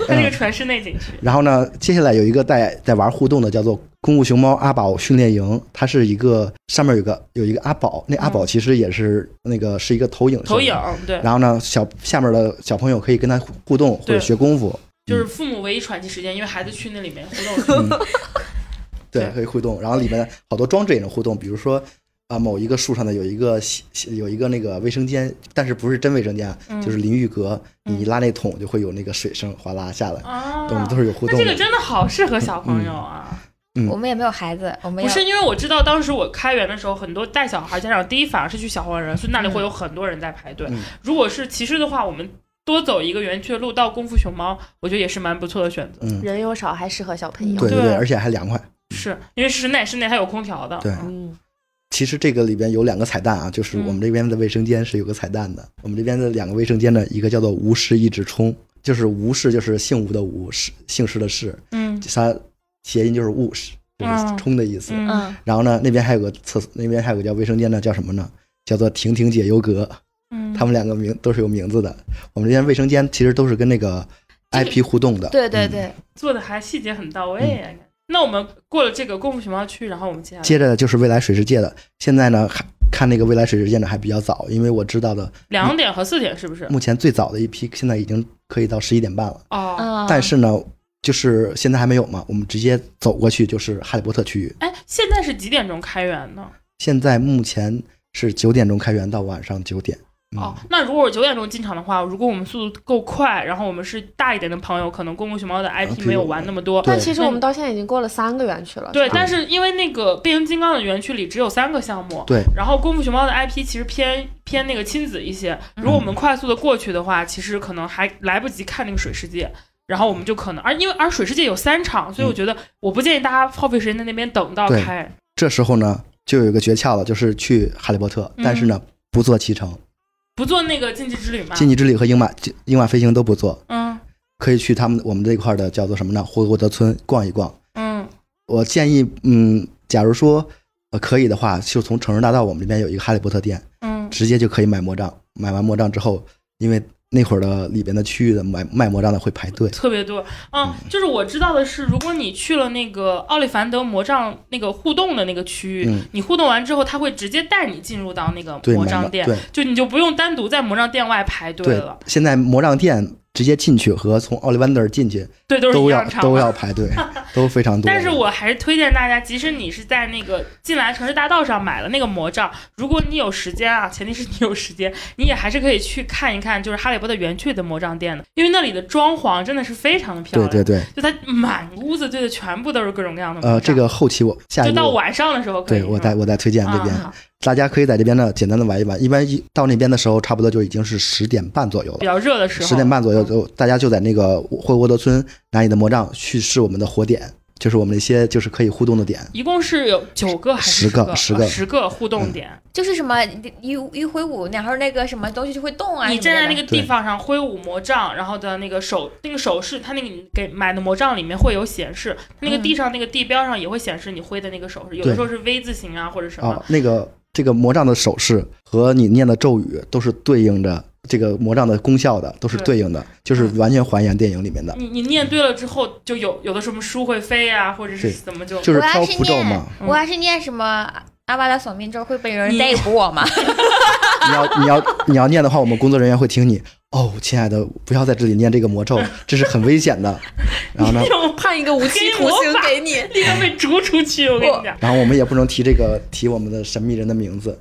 Speaker 2: 它那个全是内景区。
Speaker 3: 然后呢，接下来有一个带带玩互动的，叫做《功夫熊猫阿宝训练营》，它是一个上面有个有一个阿宝，那阿
Speaker 4: 嗯
Speaker 3: 宝其实也是、那个是一个投影，
Speaker 2: 投影。对，
Speaker 3: 然后呢，小下面的小朋友可以跟他互动或者
Speaker 2: 对
Speaker 3: 学功夫，
Speaker 2: 就是父母唯一喘气时间，因为孩子去那里面互 动。
Speaker 3: 对，
Speaker 2: 对
Speaker 3: 可以互动。然后里面好多装置也能互动，比如说啊、某一个树上的有一个洗洗有一个那个卫生间，但是不是真卫生间啊，
Speaker 2: 嗯
Speaker 3: 就是淋浴阁，
Speaker 2: 嗯
Speaker 3: 你一拉那桶就会有那个水声哗啦下来，
Speaker 2: 啊，
Speaker 3: 对我们都是有互
Speaker 2: 那
Speaker 3: 动
Speaker 2: 这个
Speaker 3: 的。嗯
Speaker 2: 真的好适合小朋友啊！
Speaker 1: 我们也没有孩子，我们
Speaker 2: 不
Speaker 1: 也
Speaker 2: 是因为我知道当时我开园的时候，很多带小孩家长第一反应是去小黄人，所以那里会有很多人在排队。
Speaker 3: 嗯
Speaker 2: 如果是骑士的话，我们多走一个园区的路到功夫熊猫，我觉得也是蛮不错的选择。
Speaker 3: 嗯，
Speaker 4: 人又少，还适合小朋友。
Speaker 3: 对
Speaker 2: 对
Speaker 3: 对，而且还凉快。
Speaker 2: 是因为室内室内它有空调的，
Speaker 3: 嗯对
Speaker 4: 嗯，
Speaker 3: 其实这个里边有两个彩蛋啊，就是
Speaker 2: 嗯
Speaker 3: 我们这边的卫生间是有个彩蛋的。我们这边的两个卫生间呢，一个叫做“无事一直冲”，就是“无事”就是姓吴的吴，是姓氏的氏，
Speaker 2: 嗯
Speaker 3: 它谐音就是“务实”，就是
Speaker 2: 嗯
Speaker 3: 冲的意思。
Speaker 2: 嗯，
Speaker 4: 嗯，
Speaker 3: 然后呢，那边还有个厕所，那边还有个叫卫生间的，叫什么呢？叫做“婷婷解忧阁”。
Speaker 2: 嗯
Speaker 3: 他们两个名都是有名字的。我们这边卫生间其实都是跟那个
Speaker 2: 这个
Speaker 3: IP 互动的。
Speaker 1: 对对
Speaker 3: 嗯
Speaker 1: 对，
Speaker 2: 做的还细节很到位啊。那我们过了这个功夫熊猫区，然后我们接下来
Speaker 3: 嗯接着就是未来水世界的，现在呢还看那个未来水世界呢还比较早，因为我知道的
Speaker 2: 两点和四点是不是？
Speaker 3: 目前最早的一批现在已经可以到十一点半了，
Speaker 2: 哦，
Speaker 1: 嗯，
Speaker 3: 但是呢，就是现在还没有嘛，我们直接走过去就是哈利波特区域。
Speaker 2: 哎，现在是几点钟开园呢？
Speaker 3: 现在目前是九点钟开园到晚上九点。嗯
Speaker 2: 哦，，那如果我九点钟进场的话，如果我们速度够快，然后我们是大一点的朋友，可能功夫熊猫的
Speaker 3: 啊可
Speaker 2: IP
Speaker 3: 以
Speaker 2: 没有玩那么多。
Speaker 3: 对嗯
Speaker 4: 但其实我们到现在已经过了三个园区了。
Speaker 2: 对，
Speaker 4: 吧
Speaker 2: 但是因为那个变形金刚的园区里只有三个项目，
Speaker 3: 对，
Speaker 2: 然后功夫熊猫的 IP 其实偏偏那个亲子一些。
Speaker 3: 嗯
Speaker 2: 如果我们快速的过去的话，其实可能还来不及看那个水世界，然后我们就可能而因为而水世界有三场，所以我觉得我不建议大家耗费时间在那边等到
Speaker 3: 嗯对
Speaker 2: 开。
Speaker 3: 这时候呢就有一个诀窍了，就是去哈利波特，
Speaker 2: 嗯
Speaker 3: 但是呢不坐骑乘，
Speaker 2: 不做那个禁忌之旅嘛？
Speaker 3: 禁忌之旅和鹰马鹰马飞行都不做，
Speaker 2: 嗯
Speaker 3: 可以去他们我们这块儿的叫做什么呢？霍格沃德村逛一逛。
Speaker 2: 嗯
Speaker 3: 我建议，嗯，假如说呃可以的话，就从成人大道我们这边有一个哈利波特店，
Speaker 2: 嗯
Speaker 3: 直接就可以买魔杖。买完魔杖之后，因为那会儿的里边的区域的买卖魔杖的会排队，
Speaker 2: 特别多，嗯，就是我知道的是，如果你去了那个奥利凡德魔杖那个互动的那个区域，
Speaker 3: 嗯
Speaker 2: 你互动完之后，他会直接带你进入到那个
Speaker 3: 对，
Speaker 2: 魔
Speaker 3: 买
Speaker 2: 杖
Speaker 3: 了
Speaker 2: 店，
Speaker 3: 对
Speaker 2: 就你就不用单独在魔杖店外排队
Speaker 3: 对
Speaker 2: 了，。
Speaker 3: 现在魔杖店直接进去和从奥利万德进去
Speaker 2: 对，都是一
Speaker 3: 都
Speaker 2: 样
Speaker 3: 要
Speaker 2: 长
Speaker 3: 都要
Speaker 2: 的。
Speaker 3: 排 队，都非常多。
Speaker 2: 但是我还是推荐大家，即使你是在那个进来城市大道上买了那个魔杖，如果你有时间啊，前提是你有时间，你也还是可以去看一看，就是哈利波特园区的魔杖店的，因为那里的装潢真的是非常的漂
Speaker 3: 对
Speaker 2: 亮，
Speaker 3: 对对，
Speaker 2: 就它满屋子堆的全部都是各种各嗯样的魔杖。
Speaker 3: 呃，这个后期我下
Speaker 2: 就
Speaker 3: 一
Speaker 2: 到
Speaker 3: 步。
Speaker 2: 晚上的时候可以。
Speaker 3: 对，我
Speaker 2: 是吧
Speaker 3: 再我再推荐这边，
Speaker 2: 嗯好
Speaker 3: 大家可以在这边呢简单的玩一玩。一般一到那边的时候，差不多就已经是十点半左右了
Speaker 2: 比。较热的时候，
Speaker 3: 十点半左右
Speaker 2: 嗯
Speaker 3: 就大家就在那个霍沃德村拿你的魔杖去试我们的火点，就是我们那些就是可以互动的点。
Speaker 2: 一共是有九个还是
Speaker 3: 十个
Speaker 2: 个？
Speaker 3: 十
Speaker 2: 十
Speaker 3: 个
Speaker 2: 十个互动点。
Speaker 1: 就是什么一一挥舞，然后那个什么东西就会动啊，
Speaker 2: 你站在那个
Speaker 3: 对
Speaker 2: 地方上挥舞魔杖，然后的那个手那个手势，它那个你给买的魔杖里面会有显示，它那个地上那个地标上也会显示你挥的那个手势，有的
Speaker 3: 对
Speaker 2: 时候是 V 字形啊或者什么。
Speaker 3: 啊，那个这个魔杖的手势和你念的咒语都是对应着这个魔杖的功效的，都是对应的，就是
Speaker 2: 嗯
Speaker 3: 完全还原电影里面的，
Speaker 2: 你你念对了之后，就有有的什么书会飞啊，或者是
Speaker 3: 对
Speaker 2: 怎么就
Speaker 3: 就是
Speaker 1: 我要
Speaker 3: 漂
Speaker 1: 是
Speaker 3: 符咒嘛。
Speaker 1: 我要是念什么阿巴达索命咒，会被人
Speaker 2: 你
Speaker 1: 逮捕我吗？
Speaker 3: 你要你要你要念的话，我们工作人员会听你。哦，亲爱的，不要在这里念这个魔咒， 这是很危险的。然后呢
Speaker 2: 那，种
Speaker 4: 判一个无期徒刑给你。
Speaker 2: 立刻被逐出去。我跟你讲，
Speaker 3: 然后我们也不能提这个提我们的神秘人的名字。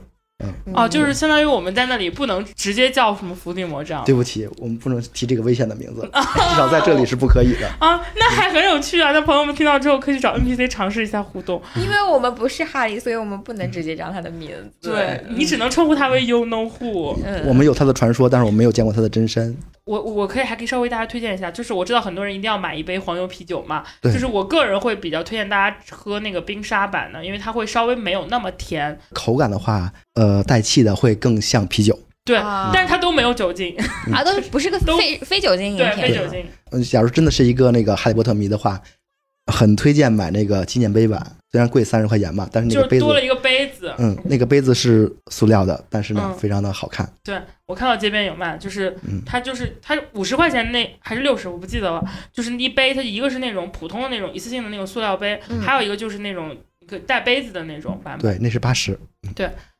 Speaker 2: 哦，就是相当于我们在那里不能直接叫什么伏地魔杖。
Speaker 3: 对不起，我们不能提这个危险的 名字，至少在这里是不可以的。
Speaker 2: 啊，那还很有趣啊！那朋友们听到之后，可以去找 NPC 尝试一下 互动。
Speaker 1: 因为我们不是哈利，所以我们不能直接叫他的名字。
Speaker 2: 你只能称呼他为 You Know Who。
Speaker 1: 嗯
Speaker 3: 我们有他的传说，但是我没有见过他的真身。
Speaker 2: 我我可以还可以稍微大家推荐一下，就是我知道很多人一定要买一杯黄油啤酒嘛，
Speaker 3: 对
Speaker 2: 就是我个人会比较推荐大家喝那个冰沙版的，因为它会稍微没有那么甜，
Speaker 3: 口感的话，呃，带气的会更像啤酒。
Speaker 2: 对，
Speaker 1: 啊
Speaker 2: 但是它都没有酒精，
Speaker 1: 啊，都是不是个
Speaker 2: 都
Speaker 1: 非非酒精饮
Speaker 2: 对，
Speaker 1: 品
Speaker 3: 呃
Speaker 2: 非，酒精。
Speaker 3: 嗯，假如真的是一个那个哈利波特迷的话，很推荐买那个纪念碑版，虽然贵三十块钱吧，但是那
Speaker 2: 就
Speaker 3: 个杯
Speaker 2: 是
Speaker 3: 子
Speaker 2: 多，了一个杯子。
Speaker 3: 嗯，那个杯子是塑料的，但是呢，
Speaker 2: 嗯
Speaker 3: 非常的好看。
Speaker 2: 对我看到街边有卖，就是
Speaker 3: 嗯
Speaker 2: 它就是它五十块钱那还是六十，我不记得了。就是一杯，它一个是那种普通的那种一次性的那种塑料杯，
Speaker 4: 嗯
Speaker 2: 还有一个就是那种一个带杯子的那种版本。
Speaker 3: 对，那是八十，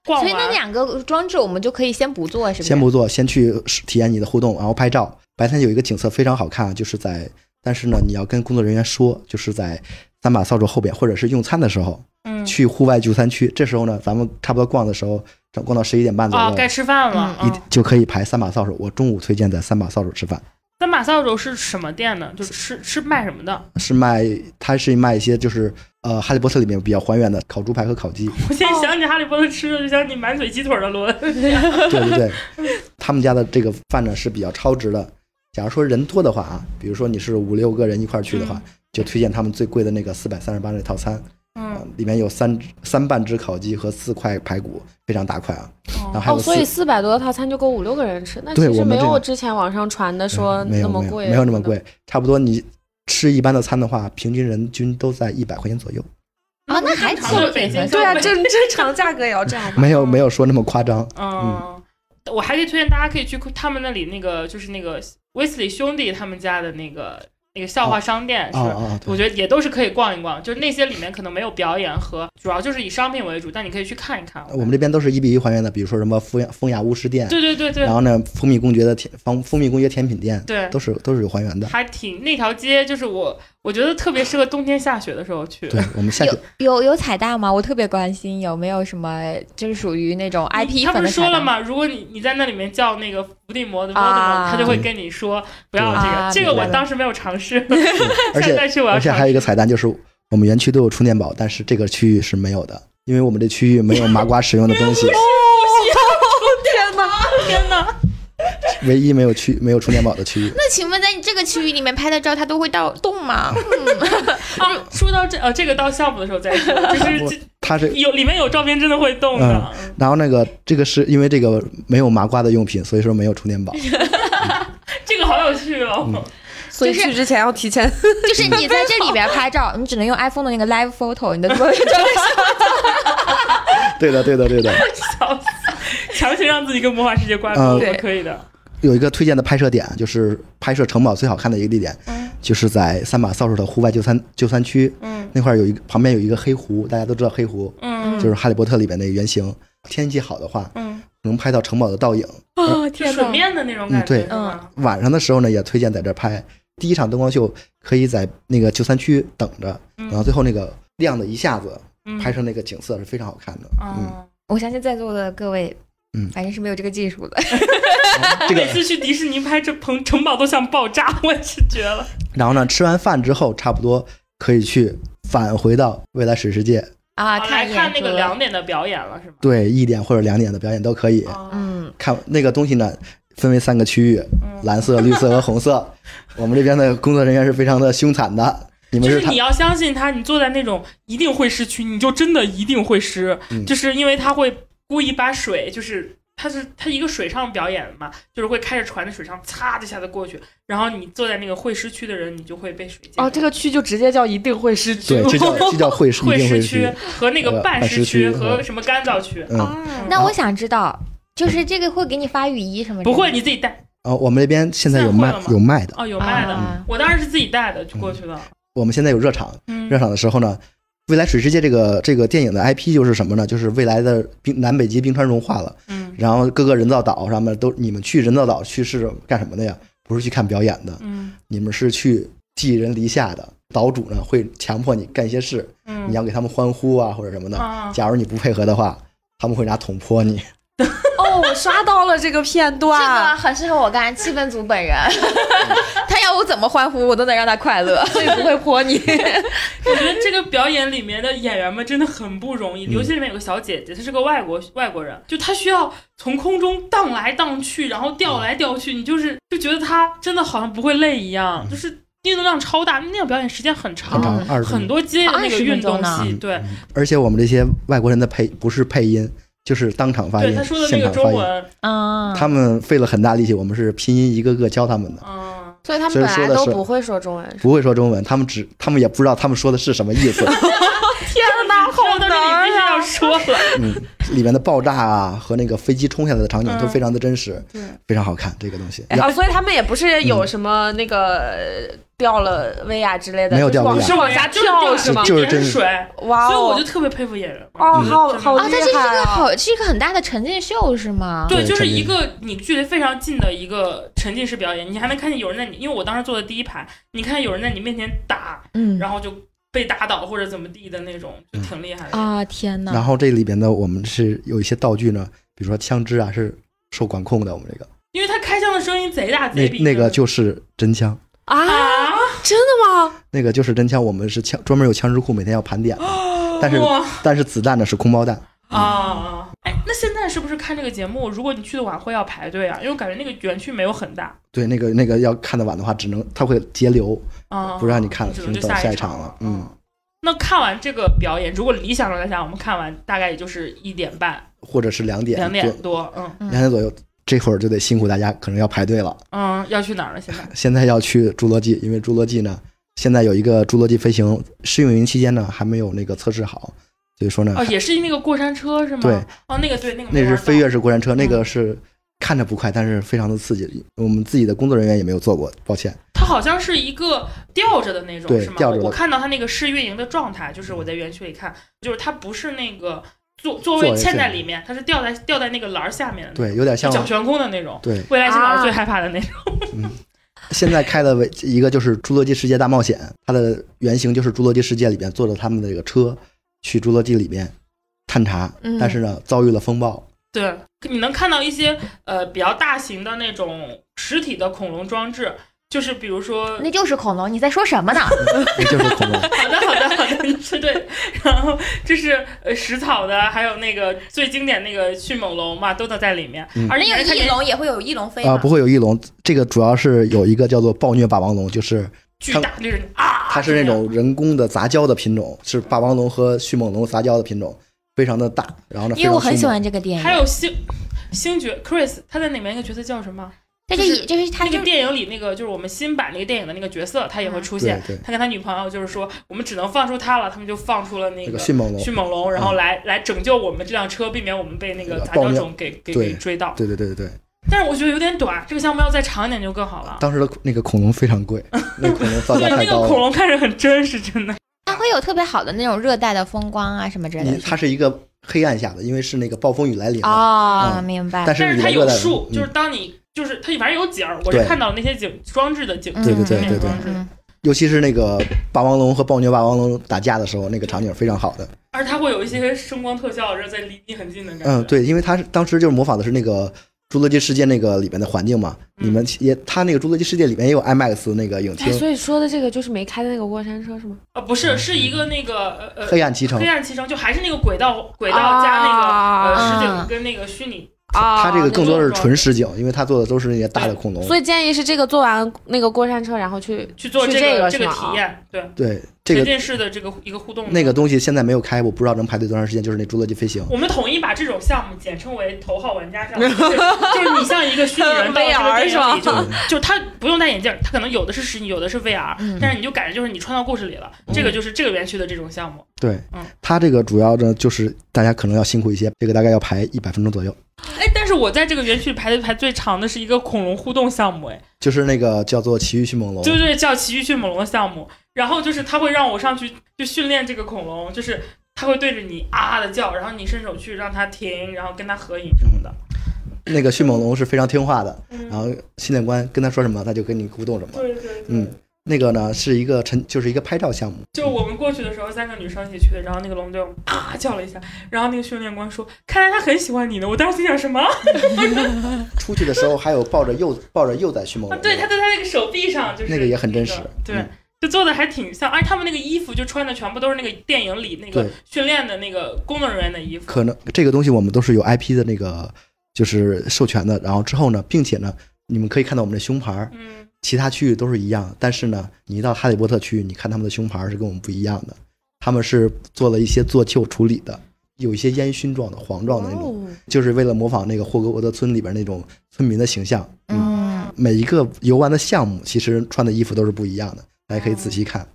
Speaker 2: 逛
Speaker 1: 所以
Speaker 2: 完
Speaker 1: 那两个装置我们就可以先不做，是不是？
Speaker 3: 先不做，先去试体验你的互动，然后拍照。白天有一个景色非常好看，就是在，但是呢，你要跟工作人员说，就是在三把扫帚后边，或者是用餐的时候，
Speaker 2: 嗯
Speaker 3: 去户外聚餐区。这时候呢，咱们差不多逛的时候，逛到十一点半左右，
Speaker 2: 啊，该吃饭了。
Speaker 3: 一
Speaker 2: 嗯
Speaker 3: 定就可以排三把扫帚。我中午推荐在三把扫帚吃饭，
Speaker 2: 三马扫帚是什么店呢？就是吃吃卖什么的？
Speaker 3: 是卖它是卖一些就是呃《哈利波特》里面比较还原的烤猪排和烤鸡，
Speaker 2: 我现
Speaker 1: 哦
Speaker 2: 在想起哈利波特吃的，就想起满嘴鸡腿的 罗恩。
Speaker 3: 对对对，他们家的这个饭呢是比较超值的。假如说人多的话啊，比如说你是五六个人一块儿去的话，
Speaker 4: 嗯
Speaker 3: 就推荐他们最贵的那个四百三十八那套餐，啊
Speaker 2: 嗯，
Speaker 3: 里面有三只三半只烤鸡和四块排骨，非常大块啊。然后
Speaker 2: 哦
Speaker 3: 还
Speaker 4: 哦，
Speaker 3: 有四、
Speaker 4: 所以四百多的套餐就够五六个人吃，那
Speaker 3: 对
Speaker 4: 其实
Speaker 3: 我们
Speaker 4: 没
Speaker 3: 这
Speaker 4: 有
Speaker 3: 个
Speaker 4: 之前网上传的
Speaker 3: 嗯
Speaker 4: 说
Speaker 3: 没
Speaker 4: 那
Speaker 3: 有
Speaker 4: 么
Speaker 3: 没有
Speaker 4: 贵，
Speaker 3: 没有那么。贵，差不多你吃一般的餐的话，平均人均都在一百块钱左右，
Speaker 1: 啊，那 还
Speaker 2: 正常的北京
Speaker 1: 挺
Speaker 2: 消
Speaker 4: 对啊，
Speaker 2: 费
Speaker 4: 正 正常价格也要这啊样吧？
Speaker 3: 没有没有说那么夸张。
Speaker 2: 嗯，我还可以推荐大家可以去他们那里那个，就是那个威斯利兄弟他们家的那个那个笑话商店，
Speaker 3: 啊
Speaker 2: 是
Speaker 3: 啊，
Speaker 2: 我
Speaker 3: 对，
Speaker 2: 觉得也都是可以逛一逛。就是那些里面可能没有表演和，主要就是以商品为主，但你可以去看一看。
Speaker 3: 我们这边都是一比一还原的，比如说什么风雅风雅巫师店，
Speaker 2: 对对对对
Speaker 3: 然后呢，蜂蜜公爵的甜蜂蜂蜜公爵甜品店，
Speaker 2: 对，
Speaker 3: 都是都是有还原的。
Speaker 2: 还挺那条街，就是我我觉得特别适合冬天下雪的时候去。
Speaker 3: 对我们下去
Speaker 1: 有有彩蛋吗？我特别关心有没有什么，就是属于那种 IP
Speaker 2: 嗯他
Speaker 1: 粉
Speaker 2: 不
Speaker 1: 的
Speaker 2: 是
Speaker 1: 彩
Speaker 2: 说
Speaker 1: 蛋
Speaker 2: 了？吗？如果你你在那里面叫那个伏地魔的 Voldemort，、
Speaker 1: 啊
Speaker 2: 他就会跟你说不要这个。
Speaker 1: 啊
Speaker 2: 这个我
Speaker 1: 明白
Speaker 2: 当时没有尝试，
Speaker 3: 而
Speaker 2: 现
Speaker 3: 且
Speaker 2: 在去我要
Speaker 3: 而且
Speaker 2: 尝
Speaker 3: 还
Speaker 2: 试。
Speaker 3: 有一个彩蛋就是，我们园区都有充电宝，但是这个区域是没有的，因为我们这区域没有麻瓜使用的东西，
Speaker 4: 天哪！
Speaker 2: 哦 天哪！
Speaker 3: 唯一没有区没有充电宝的区域。
Speaker 1: 那请问在这个区域里面拍的照，它都会到动 吗？嗯
Speaker 2: 啊， 说到这呃，这个到项目的时候再说，就是
Speaker 3: 我嗯
Speaker 2: 这
Speaker 3: 它是，
Speaker 2: 有里面有照片真的会动的。
Speaker 3: 然后那个这个是因为这个没有麻瓜的用品，所以说没有充电宝。
Speaker 2: 这个好有趣哦！
Speaker 3: 嗯
Speaker 4: 所以
Speaker 1: 就是
Speaker 4: 去之前要提前
Speaker 1: 就是你在这里边拍照，你只能用 iPhone 的那个 Live Photo，你的 所有照
Speaker 3: 对的，对的，对的。
Speaker 2: 笑死，强行让自己跟魔法世界挂钩，
Speaker 3: 嗯
Speaker 2: 我可以的。
Speaker 3: 有一个推荐的拍摄点，就是拍摄城堡最好看的一个地点，就是在三把扫帚的户外就餐就餐区
Speaker 2: 嗯
Speaker 3: 那块儿有一个旁边有一个黑湖，大家都知道黑湖
Speaker 2: 嗯
Speaker 3: 就是《哈利波特》里面那个原型。天气好的话，
Speaker 2: 嗯，
Speaker 3: 能拍到城堡的倒影。
Speaker 1: 啊，
Speaker 2: 就
Speaker 1: 天
Speaker 2: 水
Speaker 1: 哪！
Speaker 2: 面的那种感
Speaker 3: 嗯
Speaker 2: 觉
Speaker 3: 对，
Speaker 2: 是吗
Speaker 3: 晚上的时候呢，也推荐在这儿拍。第一场灯光秀可以在那个旧三区等着，
Speaker 2: 嗯
Speaker 3: 然后最后那个亮的一下子
Speaker 2: 嗯
Speaker 3: 拍成那个景色是非常好看 的。嗯，
Speaker 2: 啊。
Speaker 1: 我相信在座的各位，
Speaker 3: 嗯
Speaker 1: 反正是没有这个技术的。
Speaker 3: 这个
Speaker 2: 每，次去迪士尼拍这城城堡都想爆炸，我也是绝了。
Speaker 3: 然后呢，吃完饭之后差不多可以去返回到未来水世界，
Speaker 1: 啊，
Speaker 2: 啊来
Speaker 1: 一
Speaker 2: 看
Speaker 1: 眼
Speaker 2: 那个
Speaker 1: 说
Speaker 2: 两点的表演了是吗？
Speaker 3: 对一点或者两点的表演都可以。
Speaker 2: 哦
Speaker 1: 嗯，
Speaker 3: 看那个东西呢，分为三个区域，
Speaker 2: 嗯
Speaker 3: 蓝色、绿色和红色。我们这边的工作人员是非常的凶残的，你们
Speaker 2: 就是是
Speaker 3: 他
Speaker 2: 你要相信他，你坐在那种一定会湿区，你就真的一定会湿，
Speaker 3: 嗯
Speaker 2: 就是因为他会故意把水，就是他是他一个水上表演嘛，就是会开着船在水上擦一下子过去，然后你坐在那个会湿区的人，你就会被水溅。
Speaker 4: 哦，这个区就直接叫一定会失去。
Speaker 3: 对，这叫这 叫会师，一
Speaker 2: 会
Speaker 3: 定
Speaker 2: 湿
Speaker 3: 会
Speaker 2: 区
Speaker 3: 师。
Speaker 2: 和那个
Speaker 3: 呃
Speaker 2: 半
Speaker 3: 半
Speaker 2: 湿
Speaker 3: 湿
Speaker 2: 区
Speaker 3: 区
Speaker 2: 和
Speaker 3: 嗯
Speaker 2: 什么干燥区，
Speaker 3: 嗯，
Speaker 4: 啊
Speaker 1: 那我想知道，就是这个会给你发雨衣什么？
Speaker 2: 不会，你自己带
Speaker 3: 啊，我们这边现在有
Speaker 2: 现在会
Speaker 3: 卖
Speaker 2: 了吗
Speaker 3: 有卖的，嗯
Speaker 2: 哦，有
Speaker 1: 有
Speaker 2: 卖的。
Speaker 1: 啊
Speaker 2: 我当时是自己带的就过去的，
Speaker 3: 我们现在有热场，
Speaker 2: 嗯
Speaker 3: 热场的时候呢，未来水世界这个这个电影的 IP 就是什么呢？就是未来的冰南北极冰川融化了，
Speaker 2: 嗯
Speaker 3: 然后各个人造岛上面都，你们去人造岛去是干什么的呀？不是去看表演的，
Speaker 2: 嗯
Speaker 3: 你们是去寄人篱下的。岛主呢会强迫你干一些事，
Speaker 2: 嗯，
Speaker 3: 你要给他们欢呼啊或者什么的。
Speaker 2: 啊，
Speaker 3: 假如你不配合的话，他们会拿桶泼你。
Speaker 4: 哦，我刷到了这个片
Speaker 1: 这
Speaker 4: 段。
Speaker 1: 个很适合我干，气氛组 本人。他要我怎么欢呼，我都能让他快乐。
Speaker 4: 所以不会泼 你，
Speaker 2: 我觉得这个表演里面的演员们真的很不容
Speaker 3: 嗯
Speaker 2: 易，尤其里面有个小姐姐，她是个外国外国人，就她需要从空中荡来荡去，然后
Speaker 3: 嗯
Speaker 2: 掉来掉去，你就是就觉得她真的好像不会累一样，就是运动量超大，那个表演时间很
Speaker 3: 嗯很
Speaker 2: 长，
Speaker 3: 长二十
Speaker 2: 很多街的那个运
Speaker 1: 20
Speaker 2: 动戏，
Speaker 3: 分钟呢
Speaker 2: 对
Speaker 3: 而且我们这些外国人的配不是配音，就是当场发
Speaker 2: 对，
Speaker 3: 音
Speaker 2: 她说，的那
Speaker 3: 现
Speaker 2: 个
Speaker 3: 场
Speaker 2: 中
Speaker 3: 发音。
Speaker 2: 文，
Speaker 1: 啊
Speaker 3: 他们费了很大力气，我们是拼音一个个教他们的。
Speaker 2: 嗯，
Speaker 4: 所以他们
Speaker 3: 所以
Speaker 4: 本
Speaker 3: 说
Speaker 4: 来
Speaker 3: 的
Speaker 4: 都
Speaker 3: 是
Speaker 4: 不会说中文。
Speaker 3: 不会说中文，他们只他们也不知道他们说的是什么意 思。
Speaker 4: 天 哪，啊
Speaker 2: 后头你必须要说了，
Speaker 3: 嗯，里面的爆炸啊和那个飞机冲下来的场景都
Speaker 2: 嗯
Speaker 3: 非常的真实，
Speaker 2: 对
Speaker 3: 非常好看这个东西。
Speaker 4: 啊！所以他们也不是
Speaker 3: 嗯
Speaker 4: 有什么那个呃掉了威亚之类的，
Speaker 3: 没有掉威亚
Speaker 4: 往是往下跳
Speaker 2: 就是
Speaker 4: 是
Speaker 2: 掉
Speaker 4: 吗
Speaker 2: 了？
Speaker 3: 就是
Speaker 2: 一点
Speaker 3: 真
Speaker 2: 水，
Speaker 4: 哇
Speaker 2: 所以我
Speaker 4: 哦
Speaker 2: 就！特别佩服演员嘛。
Speaker 4: 哦，好
Speaker 2: 嗯
Speaker 4: 好
Speaker 1: 啊，这是
Speaker 4: 厉
Speaker 1: 一
Speaker 4: 害
Speaker 1: 个
Speaker 4: 啊！
Speaker 1: 好，是一个很大的沉浸秀是吗？
Speaker 2: 对，
Speaker 3: 对
Speaker 2: 就是
Speaker 3: 沉浸
Speaker 2: 一个你距离非常近的一个沉浸式表演，你还能看见有人在你，因为我当时坐的第一排，你看见有人在你面前打，
Speaker 1: 嗯
Speaker 2: 然后就被打倒或者怎么地的那种，就挺厉害的。
Speaker 1: 啊，天
Speaker 3: 然
Speaker 1: 哪！
Speaker 3: 后这里边的我们是有一些道具呢，比如说枪支啊是受管控的，我们这个
Speaker 2: 因为他开枪的声音贼大贼
Speaker 3: 那
Speaker 2: 逼真，
Speaker 3: 那个就是真枪，
Speaker 4: 啊，
Speaker 2: 啊，
Speaker 4: 真的吗？
Speaker 3: 那个就是真枪，我们是枪专门有枪支库，每天要盘点的。但是
Speaker 2: 哦哇
Speaker 3: 但是子弹呢是空包弹，
Speaker 2: 啊！哎，那现在是不是看这个节目，如果你去的晚会要排队啊？因为我感觉那个园区没有很大
Speaker 3: 对，那个那个要看的晚的话，只能它会截流，
Speaker 2: 啊，
Speaker 3: 不让你看了，
Speaker 2: 只
Speaker 3: 只
Speaker 2: 能
Speaker 3: 能
Speaker 2: 就
Speaker 3: 等
Speaker 2: 一哦
Speaker 3: 一场了。嗯，，
Speaker 2: 那看完这个表演，如果理想状态下我们看完，大概也就是一点半、
Speaker 3: 或者是两点
Speaker 2: 两
Speaker 3: 左
Speaker 2: 点多，嗯
Speaker 3: 两点左右，这会儿就得辛苦大家，可能要排队了。
Speaker 2: 嗯，要去哪儿了？现在
Speaker 3: 现在要去侏罗纪，因为侏罗纪呢，现在有一个侏罗纪飞行试运营期间呢，还没有那个测试好，所以说呢，
Speaker 2: 哦，也是那个过山车是吗？
Speaker 3: 嗯对，
Speaker 2: 哦，那个对，那个
Speaker 3: 那
Speaker 2: 没玩
Speaker 3: 是
Speaker 2: 到
Speaker 3: 飞跃式过山车，那
Speaker 1: 嗯
Speaker 3: 个是看着不快，但是非常的刺激。我们自己的工作人员也没有做过，抱歉。
Speaker 2: 它好像是一个吊着的那种，
Speaker 3: 对
Speaker 2: 是吗？
Speaker 3: 吊着的
Speaker 2: 我看到它那个试运营的状态，就是我在园区里看，就是它不是那个座座位
Speaker 3: 座位
Speaker 2: 嵌在
Speaker 3: 是
Speaker 2: 里面，它是吊在吊在那个栏儿下面的，，
Speaker 3: 对，有点像
Speaker 2: 脚悬空的那种。
Speaker 3: 对
Speaker 2: 未来星老师
Speaker 4: 啊
Speaker 2: 最害怕的那种，
Speaker 3: 现在开的为一个就是《侏罗纪世界大冒险》，它的原型就是《侏罗纪世界》里边坐着他们的这个车去侏罗纪里面探查
Speaker 1: 嗯，
Speaker 3: 但是呢遭遇了 风暴。
Speaker 2: 对，你能看到一些呃比较大型的那种实体的恐龙装置，就是比如说
Speaker 1: 那就是恐龙，你在说什么呢？
Speaker 3: 也就是恐龙，
Speaker 2: 好的，好的，好的，你说对的。然后这是呃食草的，还有那个最经典那个迅猛龙嘛，都能在里面。
Speaker 3: 嗯
Speaker 2: 而
Speaker 1: 那
Speaker 2: 且你还
Speaker 1: 有
Speaker 2: 看
Speaker 1: 翼
Speaker 2: 见
Speaker 1: 龙也会有翼龙飞
Speaker 3: 啊、
Speaker 1: 吗？
Speaker 3: 不会有翼龙，这个主要是有一个叫做暴虐霸王龙，就是
Speaker 2: 巨大那
Speaker 3: 嗯
Speaker 2: 种啊，
Speaker 3: 它是那种人工的杂交的品种，是霸王龙和迅猛龙杂交的品种，非常的大。然后呢，
Speaker 1: 因为我
Speaker 3: 非常
Speaker 1: 很喜
Speaker 3: 凶猛
Speaker 1: 欢这个电
Speaker 2: 还
Speaker 1: 影，
Speaker 2: 有星星爵 Chris，他在里面那个角色叫什么？
Speaker 1: 这
Speaker 2: 就是
Speaker 1: 是就是它
Speaker 2: 那
Speaker 1: 就
Speaker 2: 个电影里那个就是我们新版那个电影的那个角色，他也会出现
Speaker 3: 对。嗯对，
Speaker 2: 他跟他女朋友就是说，我们只能放出他了，他们就放出了那
Speaker 3: 这
Speaker 2: 个
Speaker 3: 个迅猛龙，
Speaker 2: 迅猛龙，然后来、来拯救我们这辆车，避免我们被那个
Speaker 3: 这个
Speaker 2: 杂交
Speaker 3: 爆料
Speaker 2: 种给给
Speaker 3: 对
Speaker 2: 给追到。
Speaker 3: 对对对对对，
Speaker 2: 但是我觉得有点短，这个项目要再长一点就更好了。
Speaker 3: 当时的那个恐龙非 常贵，那恐龙造
Speaker 2: 对，
Speaker 3: 价
Speaker 2: 那
Speaker 3: 太
Speaker 2: 个
Speaker 3: 高
Speaker 2: 恐
Speaker 3: 了。
Speaker 2: 龙看着很真实，真的。
Speaker 1: 它会有特别好的那种热带的风光啊什么之类
Speaker 3: 你
Speaker 1: 的。
Speaker 3: 嗯它是一个黑暗下的，因为是那个暴风雨来临了，
Speaker 1: 哦，
Speaker 3: 嗯
Speaker 1: 明白。
Speaker 3: 但是
Speaker 2: 啊但
Speaker 3: 里
Speaker 2: 它
Speaker 3: 面
Speaker 2: 有
Speaker 3: 热带的
Speaker 2: 树，
Speaker 3: 嗯
Speaker 2: 就是当你就是它反正有景儿，我是
Speaker 3: 对
Speaker 2: 看到了那些景装置的景，
Speaker 1: 嗯
Speaker 3: 对对对
Speaker 1: 嗯
Speaker 3: 对对
Speaker 1: 嗯嗯
Speaker 3: 尤其是那个霸王龙和暴虐霸王龙打架的时候，那个场景非常好的。
Speaker 2: 而它会有一些声光特效，然后在离你很近的感觉。
Speaker 3: 嗯，，对，因为它是当时就是模仿的是那个《侏罗纪世界》那个里面的环境嘛，
Speaker 2: 嗯
Speaker 3: 你们也它那个《侏罗纪世界》里面也有 IMAX 那个影
Speaker 4: 哎，
Speaker 3: 厅，
Speaker 4: 所以说的这个就是没开的那个过山车是吗？
Speaker 2: 呃，不是，是一个那个呃呃
Speaker 3: 嗯黑暗骑乘
Speaker 2: 黑。暗骑乘，就还是那个轨道轨道加那个呃实景
Speaker 1: 啊
Speaker 2: 跟那个虚拟。
Speaker 4: 啊，
Speaker 3: 它这个更多的是
Speaker 2: 那种
Speaker 3: 纯实景，因为它做的都是那些大的恐龙。
Speaker 4: 所以建议是这个做完那个过山车，然后去
Speaker 2: 去做
Speaker 4: 去
Speaker 2: 这个
Speaker 4: 这个是
Speaker 2: 个
Speaker 4: 吗
Speaker 2: 体验，对
Speaker 3: 对这个
Speaker 2: 沉浸式的这个一个互动。
Speaker 3: 那个，东西现在没有开，我不知道能排队多长时间。就是那《侏罗纪飞行》，
Speaker 2: 我们统一把这种项目简称为头号玩家项目，就是就是你像一个虚拟人到
Speaker 4: VR
Speaker 2: 这
Speaker 4: 是
Speaker 2: 个电影
Speaker 4: 吧
Speaker 2: 里就就是他不用戴眼镜儿，他可能有的是实景，有的是 VR，、
Speaker 1: 嗯
Speaker 2: 但是你就感觉就是你穿到故事里了。这个就是这个园区的这种项目，
Speaker 3: 对
Speaker 2: 嗯
Speaker 3: 它这个主要呢就是大家可能要辛苦一些，这个大概要排一百分钟左右。
Speaker 2: 哎，但是我在这个园区排队排最长的是一个恐龙互动项目，哎，
Speaker 3: 就是那个叫做《奇遇迅猛龙》，
Speaker 2: 对对，叫奇遇迅猛龙的项目。然后就是他会让我上去就训练这个恐龙，就是他会对着你啊啊的叫，然后你伸手去让它停，然后跟它合影什么的。
Speaker 3: 那个迅猛龙是非常听话的，然
Speaker 2: 嗯，
Speaker 3: 后训练官跟他说什么，他就跟你互动什么。
Speaker 2: 对对对。
Speaker 3: 嗯，那个呢是一个沉，就是一个拍照项目。
Speaker 2: 就我们过去的时候，三个女生一起去的，然后那个龙对我们啊叫了一下，然后那个训练官说：“看来他很喜欢你呢。”我当时心想什么？
Speaker 3: 出去的时候还有抱着幼抱着幼崽迅猛
Speaker 2: 啊，
Speaker 3: 龙，
Speaker 2: 对，他在他那个手臂上，就是
Speaker 3: 那个也很真实
Speaker 2: 那个对
Speaker 3: 嗯，
Speaker 2: 就做的还挺像，而且他们那个衣服就穿的全部都是那个电影里那个
Speaker 3: 对
Speaker 2: 训练的那个工作人员的衣服。
Speaker 3: 可能这个东西我们都是有 IP 的那个就是授权的，然后之后呢，并且呢，你们可以看到我们的胸牌儿，
Speaker 2: 嗯，
Speaker 3: 其他区域都是一样，但是呢，你一到哈利波特区域，你看他们的胸牌儿是跟我们不一样的，他们是做了一些做旧处理的，有一些烟熏状的、黄状的那种，
Speaker 4: 哦
Speaker 3: 就是为了模仿那个霍格沃德村里边那种村民的形象。嗯
Speaker 1: 嗯
Speaker 3: 每一个游玩的项目，其实穿的衣服都是不一样的，大家可以仔细看。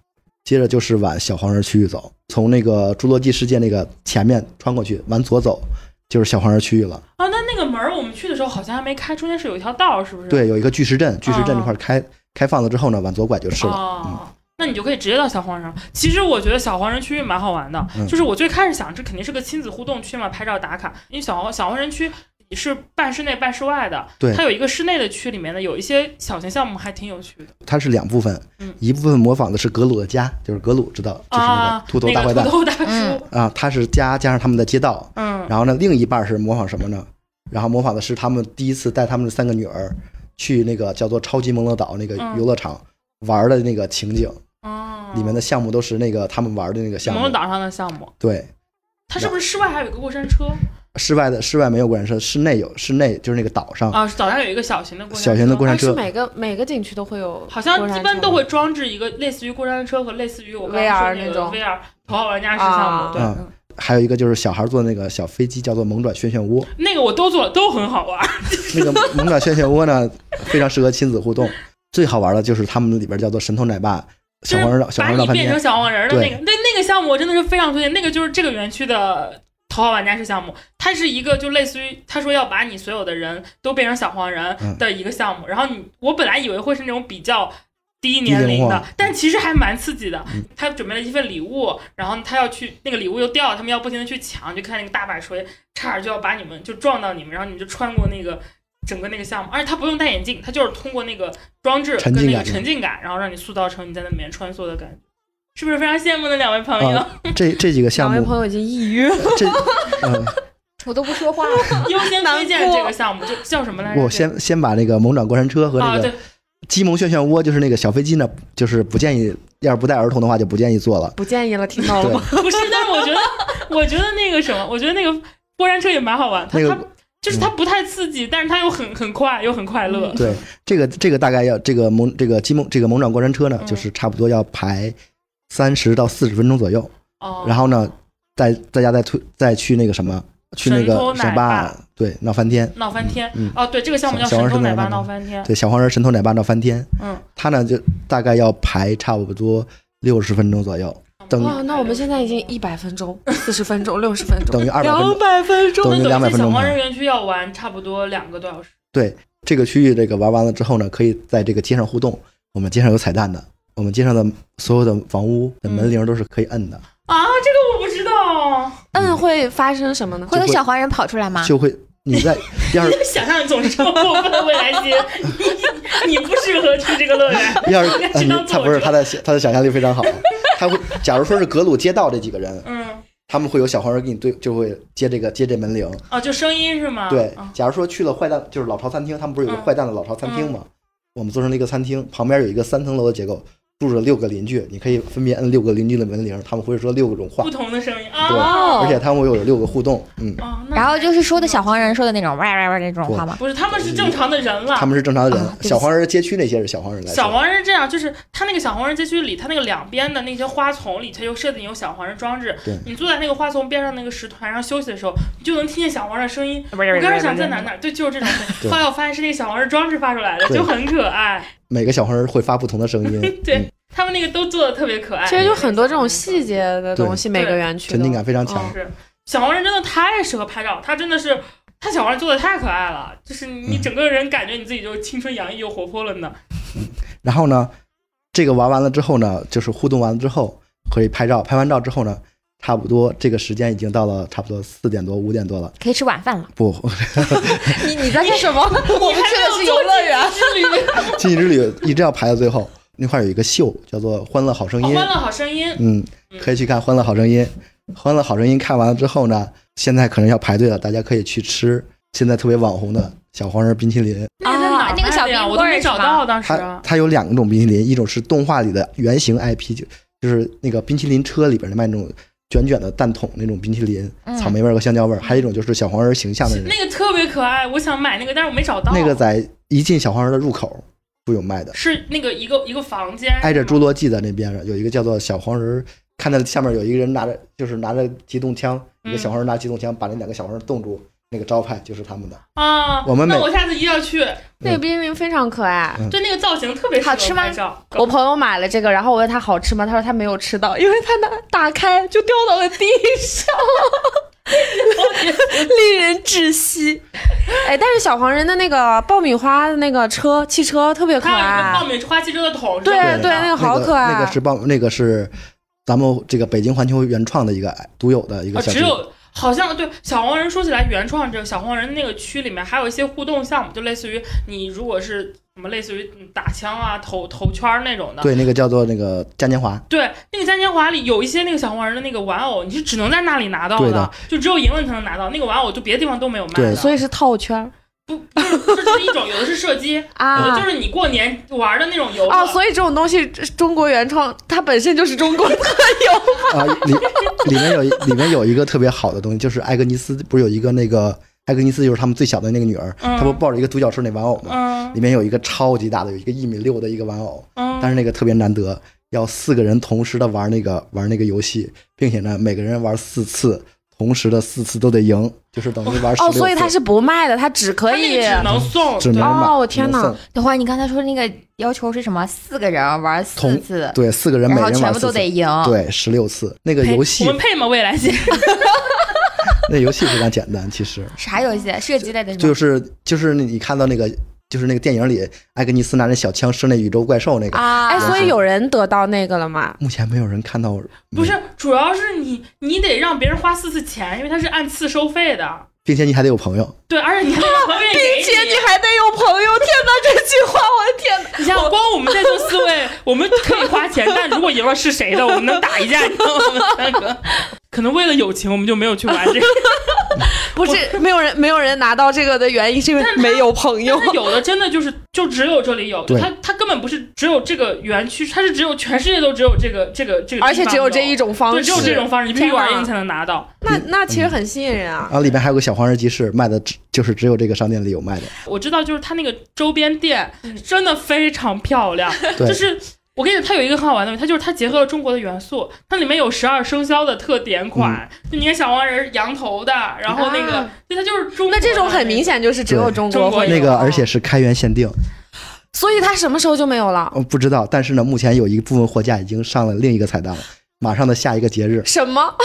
Speaker 3: 接着就是往小黄人区域走，从那个侏罗纪世界那个前面穿过去，往左走就是小黄人区域了。
Speaker 2: 哦，那那个门儿我们去的时候好像还没开，中间是有一条道儿，是不是？
Speaker 3: 对，有一个巨石阵，巨石阵这块
Speaker 2: 哦
Speaker 3: 开开放了之后呢，往左拐就是嗯了。
Speaker 2: 哦，那你就可以直接到小黄人。其实我觉得小黄人区域蛮好玩的，
Speaker 3: 嗯
Speaker 2: 就是我最开始想这肯定是个亲子互动区嘛，拍照打卡。因为小黄小黄人区是半室内半室外的，
Speaker 3: 对
Speaker 2: 它有一个室内的区里面的有一些小型项目还挺有趣的
Speaker 3: 它是两部分
Speaker 2: 嗯，
Speaker 3: 一部分模仿的是格鲁的家，就是格鲁知道，就是那
Speaker 2: 啊
Speaker 3: 个，秃头大坏
Speaker 2: 那
Speaker 3: 蛋
Speaker 2: 个、秃头大
Speaker 1: 嗯
Speaker 2: 叔，
Speaker 3: 啊，他是家加上他们的街道，
Speaker 2: 嗯
Speaker 3: 然后呢，另一半是模仿什么呢？然后模仿的是他们第一次带他们的三个女儿去那个叫做超级蒙乐岛那个
Speaker 2: 嗯
Speaker 3: 游乐场玩的那个情景，
Speaker 2: 哦，
Speaker 3: 里面的项目都是那个他们玩的那个项
Speaker 2: 蒙
Speaker 3: 目
Speaker 2: 乐。岛上的项目，
Speaker 3: 对，
Speaker 2: 它是不是室外还有一个过山车
Speaker 3: 室外的室外没有过山车，室内有，室内就是那个岛上，
Speaker 2: 啊？岛上有一个小型的过山车
Speaker 3: 小型的过山
Speaker 4: 而
Speaker 3: 车
Speaker 4: 是每个每个景区都会有，
Speaker 2: 好像一般都会装置一个类似于过山车和类似于我刚才
Speaker 4: VR
Speaker 2: 说那
Speaker 4: 那
Speaker 2: 个
Speaker 4: 种
Speaker 2: VR 头号玩家式项
Speaker 4: 啊
Speaker 2: 目，对，
Speaker 3: 嗯还有一个就是小孩坐那个小飞机，叫做猛转旋旋涡。
Speaker 2: 那个我都做了，都很好玩。
Speaker 3: 那个猛转旋漩涡呢，非常适合亲子互动。最好玩的就是他们里边叫做神偷奶爸、小黄人老小
Speaker 2: 把
Speaker 3: 黄人
Speaker 2: 你
Speaker 3: 老半
Speaker 2: 变成
Speaker 3: 天，
Speaker 2: 小黄人儿的那
Speaker 3: 对
Speaker 2: 个，那那个项目我真的是非常推荐，那个就是这个园区的头号玩家式项目，它是一个就类似于他说要把你所有的人都变成小黄人
Speaker 3: 嗯
Speaker 2: 的一个项目，然后你我本来以为会是那种比较。低
Speaker 3: 低龄
Speaker 2: 年龄的
Speaker 3: 化，
Speaker 2: 但其实还蛮刺激的
Speaker 3: 嗯。
Speaker 2: 他准备了一份礼物，然后他要去那个礼物又掉了，他们要不停的去抢，就看那个大摆锤差点就要把你们就撞到你们，然后你们就穿过那个整个那个项目，而且他不用戴眼镜，他就是通过那个装置
Speaker 3: 沉
Speaker 2: 跟
Speaker 3: 浸
Speaker 2: 那
Speaker 3: 感
Speaker 2: 个沉浸感，然后让你塑造成你在那里面穿梭的感觉，是不是非常羡慕的两位朋友？
Speaker 3: 啊这这几个项
Speaker 4: 两位
Speaker 3: 目，
Speaker 4: 朋友已经抑郁了，
Speaker 3: 这嗯，
Speaker 1: 我都不说话 了。
Speaker 2: 优先推荐
Speaker 4: 难过
Speaker 2: 这个项目，就叫什么来着？
Speaker 3: 我 先先把那个猛转过山车和
Speaker 2: 啊，
Speaker 3: 那
Speaker 2: 对
Speaker 3: 个，机萌旋漩涡，就是那个小飞机呢，就是不建议，要是不带儿童的话就不建议坐了。
Speaker 4: 不建议了，听
Speaker 2: 哦
Speaker 4: 到了
Speaker 3: 对
Speaker 4: 吗？，
Speaker 2: 不是，但是我觉得，我觉得那个什么，我觉得那个过山车也蛮好玩，它
Speaker 3: 那个嗯
Speaker 2: 它就是它不太刺激，但是它又很很快，又很快乐。
Speaker 3: 对，这个这个大概要这个猛这个机猛这个猛转过山车呢，
Speaker 2: 嗯
Speaker 3: 就是差不多要排三十到四十分钟左右。
Speaker 2: 哦，
Speaker 3: 然后呢，再大家再推再去那个什么，去那
Speaker 2: 神偷
Speaker 3: 个
Speaker 2: 奶
Speaker 3: 神
Speaker 2: 爸
Speaker 3: 爸对闹翻天，
Speaker 2: 闹翻天
Speaker 3: 嗯嗯。
Speaker 2: 哦，对，这个项目叫
Speaker 3: 小
Speaker 2: 神
Speaker 3: 王
Speaker 2: 偷
Speaker 3: 是
Speaker 2: 奶
Speaker 3: 奶
Speaker 2: 爸
Speaker 3: 爸
Speaker 2: 闹
Speaker 3: 闹
Speaker 2: 翻天。
Speaker 3: 对小黄人神偷奶爸闹翻天，
Speaker 2: 嗯，
Speaker 3: 他呢就大概要排差不多六十分钟左右，
Speaker 2: 哦
Speaker 3: 等
Speaker 4: 哇，那我们现在已经一百分钟、四十分钟、六十分钟
Speaker 3: 等于、二百分
Speaker 4: 两
Speaker 3: 钟。
Speaker 4: 百分钟，
Speaker 3: 等于
Speaker 2: 那
Speaker 3: 200
Speaker 2: 等于在
Speaker 3: 分钟
Speaker 2: 小黄
Speaker 3: 吧
Speaker 2: 人园区要玩差不多两个多小时。
Speaker 3: 对这个区域，这个玩完了之后呢，可以在这个街上互动。我们街上有彩蛋的，我们街上的所有的房屋的
Speaker 2: 嗯
Speaker 3: 门铃都是可以摁的，
Speaker 2: 啊，这个我不知道。
Speaker 4: 嗯，会发生什么呢？
Speaker 1: 会有小黄人跑出来
Speaker 2: 啊
Speaker 1: 吗？
Speaker 3: 就会你 在要是
Speaker 2: 想象力总是这么过分，未来姐，你不适合去这个乐园。
Speaker 3: 要是
Speaker 2: 你
Speaker 3: 呃
Speaker 2: 知
Speaker 3: 你
Speaker 2: 道
Speaker 3: 他
Speaker 2: 怎么
Speaker 3: 不是
Speaker 2: 着
Speaker 3: 他的他的想象力非常好，他会假如说是格鲁街道这几个人，
Speaker 2: 嗯，
Speaker 3: 他们会有小黄人给你对就会接这个接这门铃，
Speaker 2: 哦，就声音是吗？
Speaker 3: 对
Speaker 2: 啊，
Speaker 3: 假如说去了坏蛋，就是老巢餐厅，他们不是有个
Speaker 2: 嗯
Speaker 3: 坏蛋的老巢餐厅吗？我们做成了一个餐厅，旁边有一个三层楼的结构，住着六个邻居，你可以分别摁六个邻居的门铃，他们会说六种话
Speaker 2: 不，同的声音
Speaker 3: 对，
Speaker 2: 啊。
Speaker 1: 哦
Speaker 3: 而且他们会有六个互动，嗯，
Speaker 2: 哦，那
Speaker 1: 然后就是说的小黄人说的那种哇哇哇那种话吗？
Speaker 2: 不是他们是正常的人了。
Speaker 3: 他们是正常的 人
Speaker 1: 啊，对不起
Speaker 3: 小黄人街区那些是小黄人来说，
Speaker 2: 小黄人是这样，就是他那个小黄人街区里，他那个两边的那些花丛里，他就设定有小黄人装置
Speaker 3: 对。
Speaker 2: 你坐在那个花丛边上那个石团上休息的时候，你就能听见小黄人的声音。我刚才想在哪儿哪儿，对，就是这 种声音。
Speaker 3: 对
Speaker 2: 后来我发现是那个小黄人装置发出来的，
Speaker 3: 对
Speaker 2: 就很可爱。，
Speaker 3: 每个小黄人会发不同的声音 嗯
Speaker 2: 对他们那个都做的特别可爱。
Speaker 4: 其实就很多这种细节的东西，
Speaker 2: 对
Speaker 4: 每个园区
Speaker 3: 沉浸感非常
Speaker 4: 哦
Speaker 3: 强。
Speaker 2: 是小黄人真的太适合拍照，他真的是他小黄人做的太可爱了，就是你
Speaker 3: 嗯
Speaker 2: 整个人感觉你自己就青春洋溢又活泼了呢。
Speaker 3: 然后呢，这个玩完了之后呢，就是互动完了之后可以拍照，拍完照之后呢，差不多这个时间已经到了差不多四点多五点多了，
Speaker 1: 可以吃晚饭了。
Speaker 3: 不，
Speaker 1: 你你在干 什么？我们去的是游乐园。
Speaker 3: 禁忌之旅一定要排到最后。那块儿有一个秀叫做《欢乐好声
Speaker 2: 好
Speaker 3: 音》，
Speaker 2: 哦欢乐好声音，
Speaker 3: 嗯，可以去看《欢乐好声音》。《欢乐好声音》看完了之后呢，现在可能要排队了，大家可以去吃现在特别网红的小黄人冰淇淋。
Speaker 2: 那个在哪
Speaker 1: 啊
Speaker 2: 儿
Speaker 1: 那个小
Speaker 2: 拍的呀
Speaker 1: 冰
Speaker 2: 我都
Speaker 1: 棍儿
Speaker 2: 没
Speaker 1: 是
Speaker 2: 找
Speaker 1: 吧
Speaker 2: 到当时
Speaker 3: 它它有两种冰淇淋，一种是动画里的原型 IP，就就是那个冰淇淋车里边的卖那种卷卷的蛋筒那种冰淇淋，
Speaker 1: 嗯
Speaker 3: 草莓味儿和香蕉味儿；还有一种就是小黄人形象的那种，
Speaker 2: 那个特别可爱，我想买那个，但是我没找到。
Speaker 3: 那个在一进小黄人的入口就有卖的。
Speaker 2: 是那个一个一个房间，
Speaker 3: 挨着
Speaker 2: 是吗
Speaker 3: 侏罗纪的那边上有一个叫做小黄人儿，看到下面有一个人拿着就是拿着机动枪，
Speaker 2: 嗯
Speaker 3: 一个小黄人拿机动枪把那两个小黄人冻住，那个招牌就是他们的。
Speaker 2: 啊，
Speaker 3: 我们每嗯
Speaker 2: 那我下次一定要去。
Speaker 4: 那个冰淇淋非常可爱。
Speaker 2: 对，那个造型特别适合
Speaker 1: 好吃吗
Speaker 2: 拍照
Speaker 4: 我朋友买了这个，然后我问他好吃吗？他说他没有吃到，因为他拿打开就掉到了地上，令人窒息。哎，但是小黄人的那个爆米花的那个车汽车特别可
Speaker 2: 还有一个爆
Speaker 4: 爱，
Speaker 2: 米花汽车的桶，
Speaker 4: 对
Speaker 2: 是吧
Speaker 4: 对那个好可爱
Speaker 3: 那个是帮那个是咱们这个北京环球原创的一个独有的一
Speaker 2: 啊，
Speaker 4: 哦
Speaker 3: 个小吃。
Speaker 2: 只有好像对小黄人说起来，原创这个小黄人那个区里面还有一些互动项目，就类似于你如果是什么类似于嗯打枪啊、投投圈儿那种的。
Speaker 3: 对，那个叫做那个嘉年华，
Speaker 2: 对，那个嘉年华里有一些那个小黄人的那个玩偶，你是只能在那里拿到
Speaker 3: 对
Speaker 2: 的，
Speaker 3: 的
Speaker 2: 就只有赢了你才能拿到那个玩偶，就别的地方都没有卖
Speaker 3: 对
Speaker 2: 的。
Speaker 4: 所以是套圈儿
Speaker 2: 这就是一种，有的是射击，有的
Speaker 4: 啊
Speaker 2: 就是你过年玩的那种游乐。
Speaker 4: 啊！所以这种东西中国原创，它本身就是中国特有。
Speaker 3: 啊，里里面有一里面有一个特别好的东西，就是艾格尼斯不是有一个那个艾格尼斯就是他们最小的那个女儿，
Speaker 2: 嗯
Speaker 3: 她不抱着一个独角兽那玩偶吗？
Speaker 2: 嗯
Speaker 3: 里面有一个超级大的，有一个一米六的一个玩偶，
Speaker 2: 嗯，
Speaker 3: 但是那个特别难得，要四个人同时的玩那个玩那个游戏，并且呢每个人玩四次，同时的四次都得赢，就是等于玩十
Speaker 4: 哦，
Speaker 3: 六次。
Speaker 4: 所以它是不卖的，它只可以
Speaker 2: 它那个只能送，
Speaker 3: 嗯只能
Speaker 2: 对
Speaker 3: 买，
Speaker 4: 哦我
Speaker 3: 只能
Speaker 4: 天哪
Speaker 3: 送
Speaker 1: 等会儿你刚才说那个要求是什么？四个人玩四
Speaker 3: 同
Speaker 1: 次，
Speaker 3: 对，四个人每
Speaker 1: 然
Speaker 3: 人
Speaker 1: 后
Speaker 3: 玩四次，
Speaker 1: 全部都得赢。
Speaker 3: 对，十六次。 那个游戏嗯
Speaker 2: 我，们配吗？未来姐，
Speaker 3: 那游戏非常简单，其实
Speaker 1: 啥游戏？射击类的是
Speaker 3: 就
Speaker 1: 吗？
Speaker 3: 是就是你看到那个就是那个电影里艾格尼斯拿着小枪射那宇宙怪兽那个，
Speaker 1: 啊，
Speaker 4: 哎，所以有人得到那个了吗？
Speaker 3: 目前没有人看到。
Speaker 2: 不是，主要是你你得让别人花四次钱，因为它是按次收费的。
Speaker 3: 并且你还得有朋友，
Speaker 2: 对，而且你还得朋友 给
Speaker 4: 姐，你
Speaker 2: 你。
Speaker 4: 还得有朋友！天哪，这句话，我的天哪！
Speaker 2: 你像光我们在座四 位，我们可以花钱，但如果赢了是谁的，我们能打一架，你知道吗？我们三个可能为了友情，我们就没有去玩这个。
Speaker 4: 不是没有人没有人拿到这个的原因是因为没有朋友
Speaker 2: 但。是有的真的就是就只有这里有，就
Speaker 3: 对
Speaker 2: 它它根本不是只有这个园区，它是只有全世界都只有这个这个这个地方，
Speaker 4: 而且只有这一
Speaker 2: 种
Speaker 4: 种方
Speaker 2: 对，
Speaker 4: 式，
Speaker 2: 只有这种方式，你必须玩
Speaker 4: 天哪
Speaker 2: 赢才能拿到。
Speaker 4: 那那其实很吸引人啊
Speaker 3: 然。后里面还有个小黄人集市，卖的只就是只有这个商店里有卖的。
Speaker 2: 我知道，就是它那个周边店
Speaker 4: 嗯
Speaker 2: 真的非常漂亮，
Speaker 3: 对
Speaker 2: 就是我跟你讲，它有一个很好玩的东西，它就是它结合了中国的元素，它里面有十二生肖的特点款，就你看小黄人羊头的，然后那个，
Speaker 4: 啊
Speaker 2: 对，它就是中国的
Speaker 4: 那这种很明，显就是只有中
Speaker 2: 中
Speaker 4: 国
Speaker 2: 国啊
Speaker 4: 会有，
Speaker 3: 那个而且是开源限定，
Speaker 4: 所以它什么时候就没有了？
Speaker 3: 嗯，不知道。但是呢，目前有一部分货架已经上了另一个彩蛋了，马上的下一个节日，
Speaker 4: 什么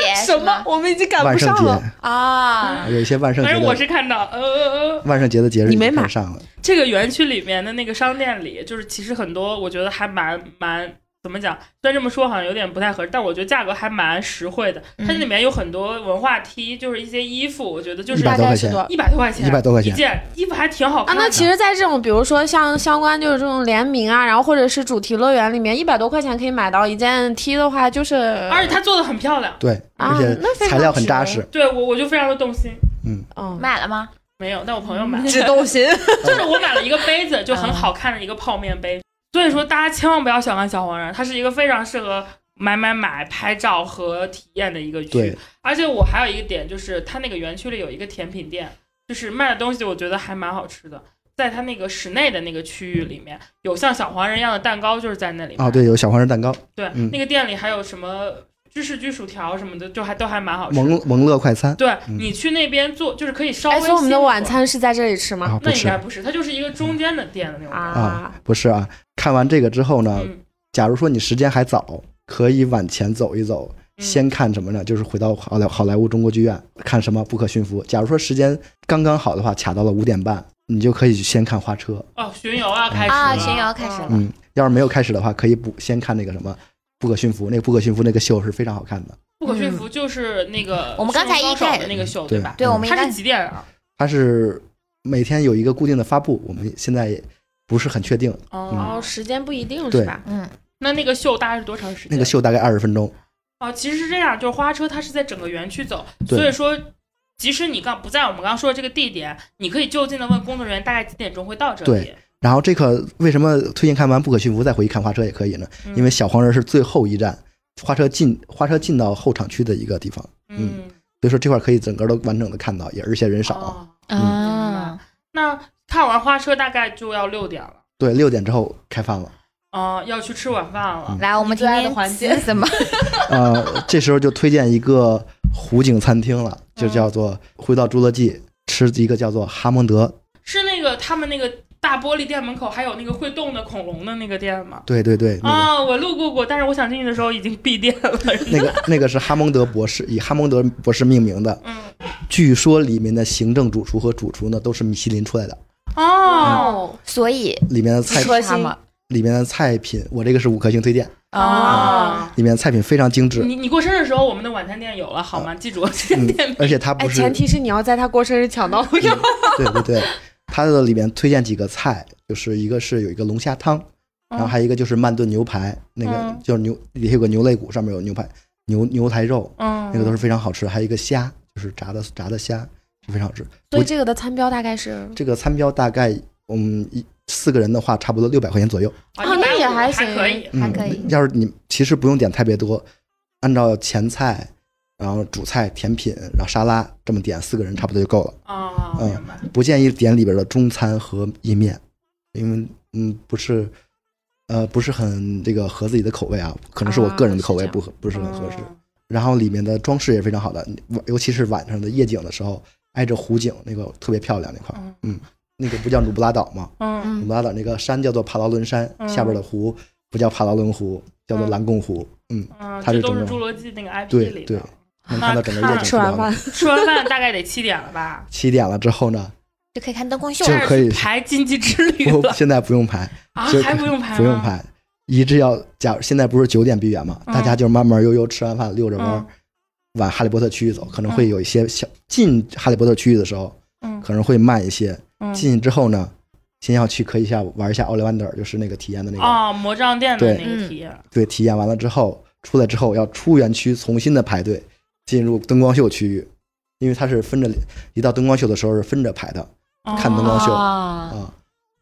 Speaker 1: 姐
Speaker 2: 哎
Speaker 1: 是
Speaker 4: 什么
Speaker 1: 吗？
Speaker 4: 我们已经赶
Speaker 3: 万
Speaker 4: 不
Speaker 3: 圣
Speaker 4: 上了。
Speaker 3: 节
Speaker 1: 啊？
Speaker 3: 有一些万圣
Speaker 2: 反
Speaker 3: 节
Speaker 2: 正我
Speaker 3: 的
Speaker 2: 是看到，呃呃呃，
Speaker 3: 万圣节的节日
Speaker 4: 你没
Speaker 3: 已经
Speaker 4: 买
Speaker 3: 开始上了，
Speaker 2: 这个园区里面的那个商店里，就是其实很多，我觉得还蛮蛮。怎么讲？虽然这么说好像有点不太合适，但我觉得价格还蛮实惠的。它
Speaker 1: 嗯
Speaker 2: 里面有很多文化 T，就是一些衣服，我觉得就是
Speaker 3: 一百多块
Speaker 4: 大概是
Speaker 3: 钱
Speaker 4: 多，少
Speaker 2: 一百多块钱，
Speaker 3: 100多块钱
Speaker 2: 一件衣服还挺好
Speaker 4: 啊，
Speaker 2: 看的。
Speaker 4: 那其实，在这种比如说像相关就是这种联名啊，然后或者是主题乐园里面，一百多块钱可以买到一件 T 的话，就是
Speaker 2: 而且它做的很漂亮，
Speaker 3: 对，
Speaker 4: 啊
Speaker 3: 而
Speaker 4: 那非
Speaker 3: 且材
Speaker 4: 常
Speaker 3: 料很扎
Speaker 4: 值
Speaker 3: 实。
Speaker 2: 对我我就非常的动心。
Speaker 4: 嗯，
Speaker 1: 买了吗？
Speaker 2: 没有，但我朋友买，
Speaker 4: 只动心。
Speaker 2: 就是我买了一个杯子，就
Speaker 4: 嗯
Speaker 2: 很好看的一个泡面杯。所以说，大家千万不要小看小黄人，它是一个非常适合买买买、拍照和体验的一个区
Speaker 3: 对。，
Speaker 2: 而且我还有一个点，就是它那个园区里有一个甜品店，就是卖的东西我觉得还蛮好吃的。在它那个室内的那个区域里面，有像小黄人一样的蛋糕，就是在那里卖
Speaker 3: 啊，对，有小黄人蛋糕，
Speaker 2: 对，
Speaker 3: 嗯
Speaker 2: 那个店里还有什么芝士焗薯条什么的，就还都还蛮好吃的。
Speaker 3: 蒙蒙乐快餐
Speaker 2: 对
Speaker 3: 嗯
Speaker 2: 你去那边做，就是可以稍微
Speaker 4: 哎，
Speaker 2: 辛苦。
Speaker 4: 所以我们的晚餐是在这里吃吗？
Speaker 3: 啊，不
Speaker 2: 那应
Speaker 3: 吃
Speaker 2: 该不是，它就是一个中间的店的那种感觉。
Speaker 4: 啊
Speaker 3: 啊，不是啊。看完这个之后呢，
Speaker 2: 嗯，
Speaker 3: 假如说你时间还早，可以往前走一走，
Speaker 2: 嗯
Speaker 3: 先看什么呢？就是回到好莱好莱坞中国剧院看什么《不可驯服》。假如说时间刚刚好的话，卡到了五点半，你就可以先看花车。
Speaker 2: 哦，巡游要开始
Speaker 1: 啊，
Speaker 2: 了
Speaker 1: 巡游开始了。
Speaker 3: 嗯，要是没有开始的话，可以补先看那个什么《不可驯服》。那个《不可驯服》那个秀是非常好看的。
Speaker 2: 不可驯服就是那个
Speaker 1: 嗯我们刚才一
Speaker 2: 驯服高手
Speaker 1: 开
Speaker 2: 的那个秀
Speaker 3: 对
Speaker 2: 吧？
Speaker 1: 对，
Speaker 3: 嗯
Speaker 1: 我们应
Speaker 2: 它
Speaker 1: 该
Speaker 2: 是几点啊？
Speaker 3: 它是每天有一个固定的发布，我们现在也不是很确定。
Speaker 4: 哦，
Speaker 3: 嗯
Speaker 2: 哦，
Speaker 4: 时间不一定是
Speaker 3: 对
Speaker 4: 吧？
Speaker 1: 嗯，
Speaker 2: 那那个秀大概是多长时间？
Speaker 3: 那个秀大概二十分钟，
Speaker 2: 哦，其实是这样，就是花车它是在整个园区走，
Speaker 3: 对
Speaker 2: 所以说。即使你刚不在我们刚刚说的这个地点，你可以就近的问工作人员大概几点钟会到这里。
Speaker 3: 对然后这个为什么推荐看完《不可驯服》再回去看花车也可以呢？
Speaker 2: 嗯
Speaker 3: 因为小黄人是最后一站，花车进花车进到后场区的一个地方，
Speaker 2: 嗯，
Speaker 3: 所以说这块可以整个都完整的看到，也而且人少。
Speaker 2: 哦
Speaker 3: 嗯
Speaker 1: 啊，
Speaker 2: 那看完花车大概就要六点了，
Speaker 3: 对，六点之后开饭了，
Speaker 2: 啊、要去吃晚饭了
Speaker 3: 嗯。
Speaker 1: 来，我们
Speaker 4: 最
Speaker 1: 今
Speaker 4: 爱的
Speaker 1: 天
Speaker 4: 环节
Speaker 1: 吃什么？
Speaker 3: 呃，这时候就推荐一个湖景餐厅了，
Speaker 2: 嗯
Speaker 3: 就叫做《回到侏罗纪》，吃一个叫做哈蒙德。
Speaker 2: 是那个他们那个大玻璃店门口还有那个会动的恐龙的那个店吗？
Speaker 3: 对对对，那个、
Speaker 2: 啊，我路过过，但是我想进去的时候已经闭店了。
Speaker 3: 那个那个是哈蒙德博士，以哈蒙德博士命名的。
Speaker 2: 嗯，
Speaker 3: 据说里面的行政主厨和主厨呢都是米其林出来的，
Speaker 2: 哦，
Speaker 4: 哦，
Speaker 1: 所以
Speaker 3: 里面的菜
Speaker 4: 说
Speaker 1: 他们
Speaker 3: 里面的菜品，我这个是五颗星推荐，
Speaker 1: 啊，
Speaker 3: 里面的菜品非常精致，
Speaker 2: 你你过生日的时候，我们的晚餐店有了好吗？记住， 这家
Speaker 3: 嗯
Speaker 2: 店名，
Speaker 3: 而且它
Speaker 4: 哎，
Speaker 3: 不是
Speaker 4: 前提是你要在他过生日抢 到。
Speaker 3: 对对对，它的里面推荐几个菜，就是一个是有一个龙虾汤，然后还有一个就是慢炖牛排，那个
Speaker 2: 嗯
Speaker 3: 就是牛里头有个牛肋骨，上面有牛排牛牛排肉，
Speaker 2: 嗯，
Speaker 3: 那个都是非常好吃，还有一个虾，就是炸的炸的虾，非常好吃。
Speaker 4: 所以这个的餐标大概是
Speaker 3: 这个餐标大概嗯一四个人的话，差不多六百块钱左右。
Speaker 2: 啊，
Speaker 4: 那也
Speaker 2: 150还
Speaker 4: 还行
Speaker 2: 可以。
Speaker 3: 嗯
Speaker 1: 还可以
Speaker 3: 要是你其实不用点特别多，按照前菜，然后主菜、甜品，然后沙拉这么点，四个人差不多就够了。
Speaker 2: 啊，
Speaker 3: 嗯
Speaker 2: 明白。
Speaker 3: 不建议点里边的中餐和意面，因为嗯不是，呃不是很这个合自己的口味啊，可能是我
Speaker 4: 啊
Speaker 3: 个人的口味
Speaker 4: 是这样
Speaker 3: 不合、不是很合适。
Speaker 2: 嗯
Speaker 3: 然后里面的装饰也非常好的，晚尤其是晚上的夜景的时候，挨着湖景那个特别漂亮那块儿
Speaker 2: 嗯，
Speaker 3: 嗯，那个不叫努布拉岛吗？
Speaker 2: 嗯，
Speaker 3: 努
Speaker 1: 嗯
Speaker 3: 布拉岛那个山叫做帕劳伦山，
Speaker 2: 嗯
Speaker 3: 下边的湖不叫帕劳伦湖，叫做蓝贡湖，嗯，
Speaker 2: 嗯，
Speaker 3: 它
Speaker 2: 这
Speaker 3: 是
Speaker 2: 都
Speaker 3: 整
Speaker 2: 是
Speaker 3: 个
Speaker 2: 侏罗纪那个 IP
Speaker 3: 对
Speaker 2: 里
Speaker 3: 对
Speaker 2: 的。
Speaker 3: 能看到整个夜景
Speaker 2: 那看
Speaker 3: 是
Speaker 4: 吃
Speaker 3: 非
Speaker 4: 完
Speaker 3: 常好
Speaker 4: 饭
Speaker 3: 的。？
Speaker 2: 吃完饭大概得七点了吧
Speaker 3: 七点了之 后呢，
Speaker 1: 就可以看灯光秀
Speaker 3: 就
Speaker 1: 了。
Speaker 3: 可以
Speaker 2: 排经济之旅
Speaker 3: 不
Speaker 2: 了
Speaker 3: 现在不用排，
Speaker 2: 啊，
Speaker 3: 就
Speaker 2: 还不用排吗？
Speaker 3: 不用排，一直要假如现在不是九点闭园嘛，
Speaker 2: 嗯
Speaker 3: 大家就慢慢悠悠吃完饭，溜着弯儿
Speaker 2: 嗯
Speaker 3: 往哈利波特区域走，可能会有一些小进哈利波特区域的时候
Speaker 2: 嗯
Speaker 3: 可能会慢一些，
Speaker 2: 嗯
Speaker 3: 进去之后呢，先要去可以一下玩一下奥利万德尔，就是那个体验的那个，
Speaker 2: 啊，魔杖店的
Speaker 3: 对
Speaker 2: 那个体验，
Speaker 3: 对，体验完了之后，出来之后要出园区重新的排队进入灯光秀区域，因为它是分着一到灯光秀的时候是分着排的
Speaker 2: 哦
Speaker 3: 看灯光秀
Speaker 1: 啊，
Speaker 3: 啊。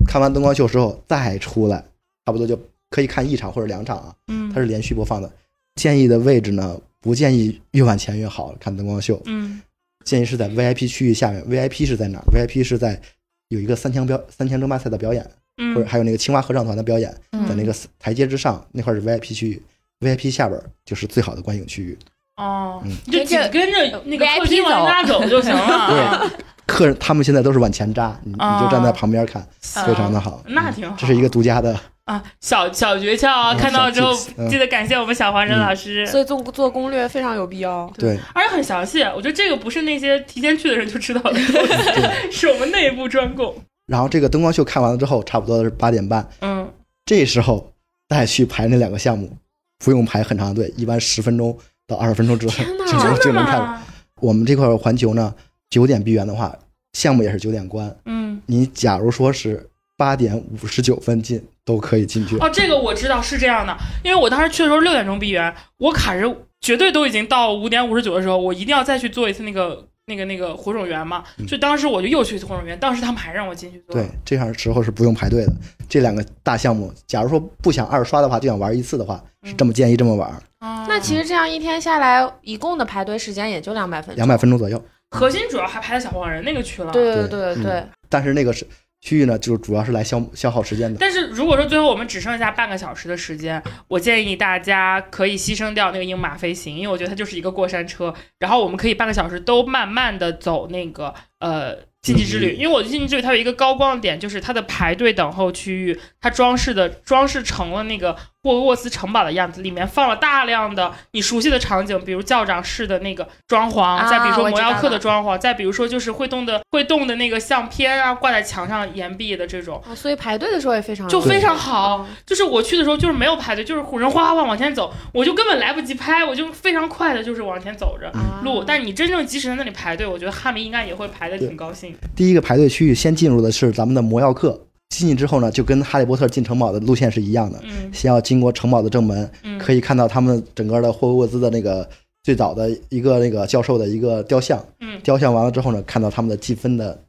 Speaker 3: 看完灯光秀之后再出来，差不多就可以看一场或者两场啊，
Speaker 2: 嗯，
Speaker 3: 它是连续播放的。建议的位置呢，不建议越往前越好看灯光秀，
Speaker 2: 嗯
Speaker 3: 建议是在 VIP 区域下面。VIP 是在哪儿？VIP 是在有一个三强标三强争霸赛的表演，
Speaker 2: 嗯，
Speaker 3: 或者还有那个青蛙合唱团的表演，
Speaker 1: 嗯
Speaker 3: 在那个台阶之上那块是 VIP 区域，VIP 下边就是最好的观影区域。
Speaker 2: 哦
Speaker 3: 嗯，
Speaker 2: 你就紧跟着那个
Speaker 1: VIP
Speaker 2: 客厅往那走就行 了啊，
Speaker 3: 客人他们现在都是往前扎，你你
Speaker 2: 啊
Speaker 3: 就站在旁边看，非常的好，
Speaker 2: 那
Speaker 3: 嗯
Speaker 2: 挺好
Speaker 3: 这是一个独家的，
Speaker 2: 啊，小小诀窍啊，
Speaker 3: 嗯
Speaker 2: 看到之后
Speaker 3: 小 tips，嗯嗯
Speaker 2: 记得感谢我们小黄人老师，
Speaker 4: 所以做做攻略非常有必要。
Speaker 3: 对
Speaker 2: 而且很详细，我觉得这个不是那些提前去的人就知道的东西， 是我们内部专供。
Speaker 3: 然后这个灯光秀看完了之后，差不多是八点半，
Speaker 2: 嗯，
Speaker 3: 这时候再去排那两个项目，不用排很长的队，一般十分钟到二十分钟之后
Speaker 4: 天哪
Speaker 3: 就
Speaker 4: 真
Speaker 3: 能
Speaker 2: 真的
Speaker 3: 就能看完。
Speaker 2: 吗？
Speaker 3: 我们这块环球呢，九点闭园的话，项目也是九点关。
Speaker 2: 嗯，
Speaker 3: 你假如说是八点五十九分进，都可以进去。
Speaker 2: 哦，这个我知道是这样的，因为我当时去的时候六点钟闭园，我卡着绝对都已经到五点五十九的时候，我一定要再去做一次那个那个那个火种园嘛，所以当时我就又去火种园，当时他们还让我进去做。
Speaker 3: 对，这样时候是不用排队的。这两个大项目，假如说不想二刷的话，就想玩一次的话，是这么建议这么玩，
Speaker 2: 哦，
Speaker 4: 那其实这样一天下来，一共的排队时间也就两百分钟。
Speaker 3: 两百分钟左右。
Speaker 2: 核心主要还排在小黄人那个区了。
Speaker 4: 对对
Speaker 3: 对
Speaker 4: 对对对
Speaker 3: 嗯，但是那个是区域呢，就是主要是来消消耗时间的。
Speaker 2: 但是如果说最后我们只剩下半个小时的时间，我建议大家可以牺牲掉那个鹰马飞行，因为我觉得它就是一个过山车。然后我们可以半个小时都慢慢的走那个呃禁忌之旅，
Speaker 3: 嗯
Speaker 2: 因为我觉得禁忌之旅它有一个高光点，就是它的排队等候区域，它装饰的装饰成了那个霍格沃茨城堡的样子，里面放了大量的你熟悉的场景，比如教长室的那个装潢，
Speaker 1: 啊
Speaker 2: 再比如说
Speaker 1: 我
Speaker 2: 魔
Speaker 1: 知道
Speaker 2: 药克的
Speaker 1: 了
Speaker 2: 装潢，再比如说就是会动的会动的那个相片啊，挂在墙上岩壁的这种。
Speaker 4: 啊，所以排队的时候也非常
Speaker 2: 就
Speaker 4: 有
Speaker 2: 非
Speaker 4: 必要
Speaker 2: 常好。就是我去的时候就是没有排队，就是人哗哗哗往前走，我就根本来不及拍，我就非常快的就是往前走着
Speaker 4: 啊
Speaker 2: 路。但你真正即使在那里排队，我觉得哈迷应该也会排的挺高兴。
Speaker 3: 第一个排队区域先进入的是咱们的魔药课，进去之后呢，就跟哈利波特进城堡的路线是一样的，
Speaker 2: 嗯
Speaker 3: 先要经过城堡的正门，
Speaker 2: 嗯，
Speaker 3: 可以看到他们整个的霍格沃兹的那个最早的一个那个教授的一个雕像，
Speaker 2: 嗯
Speaker 3: 雕像完了之后呢，看到他们的积分的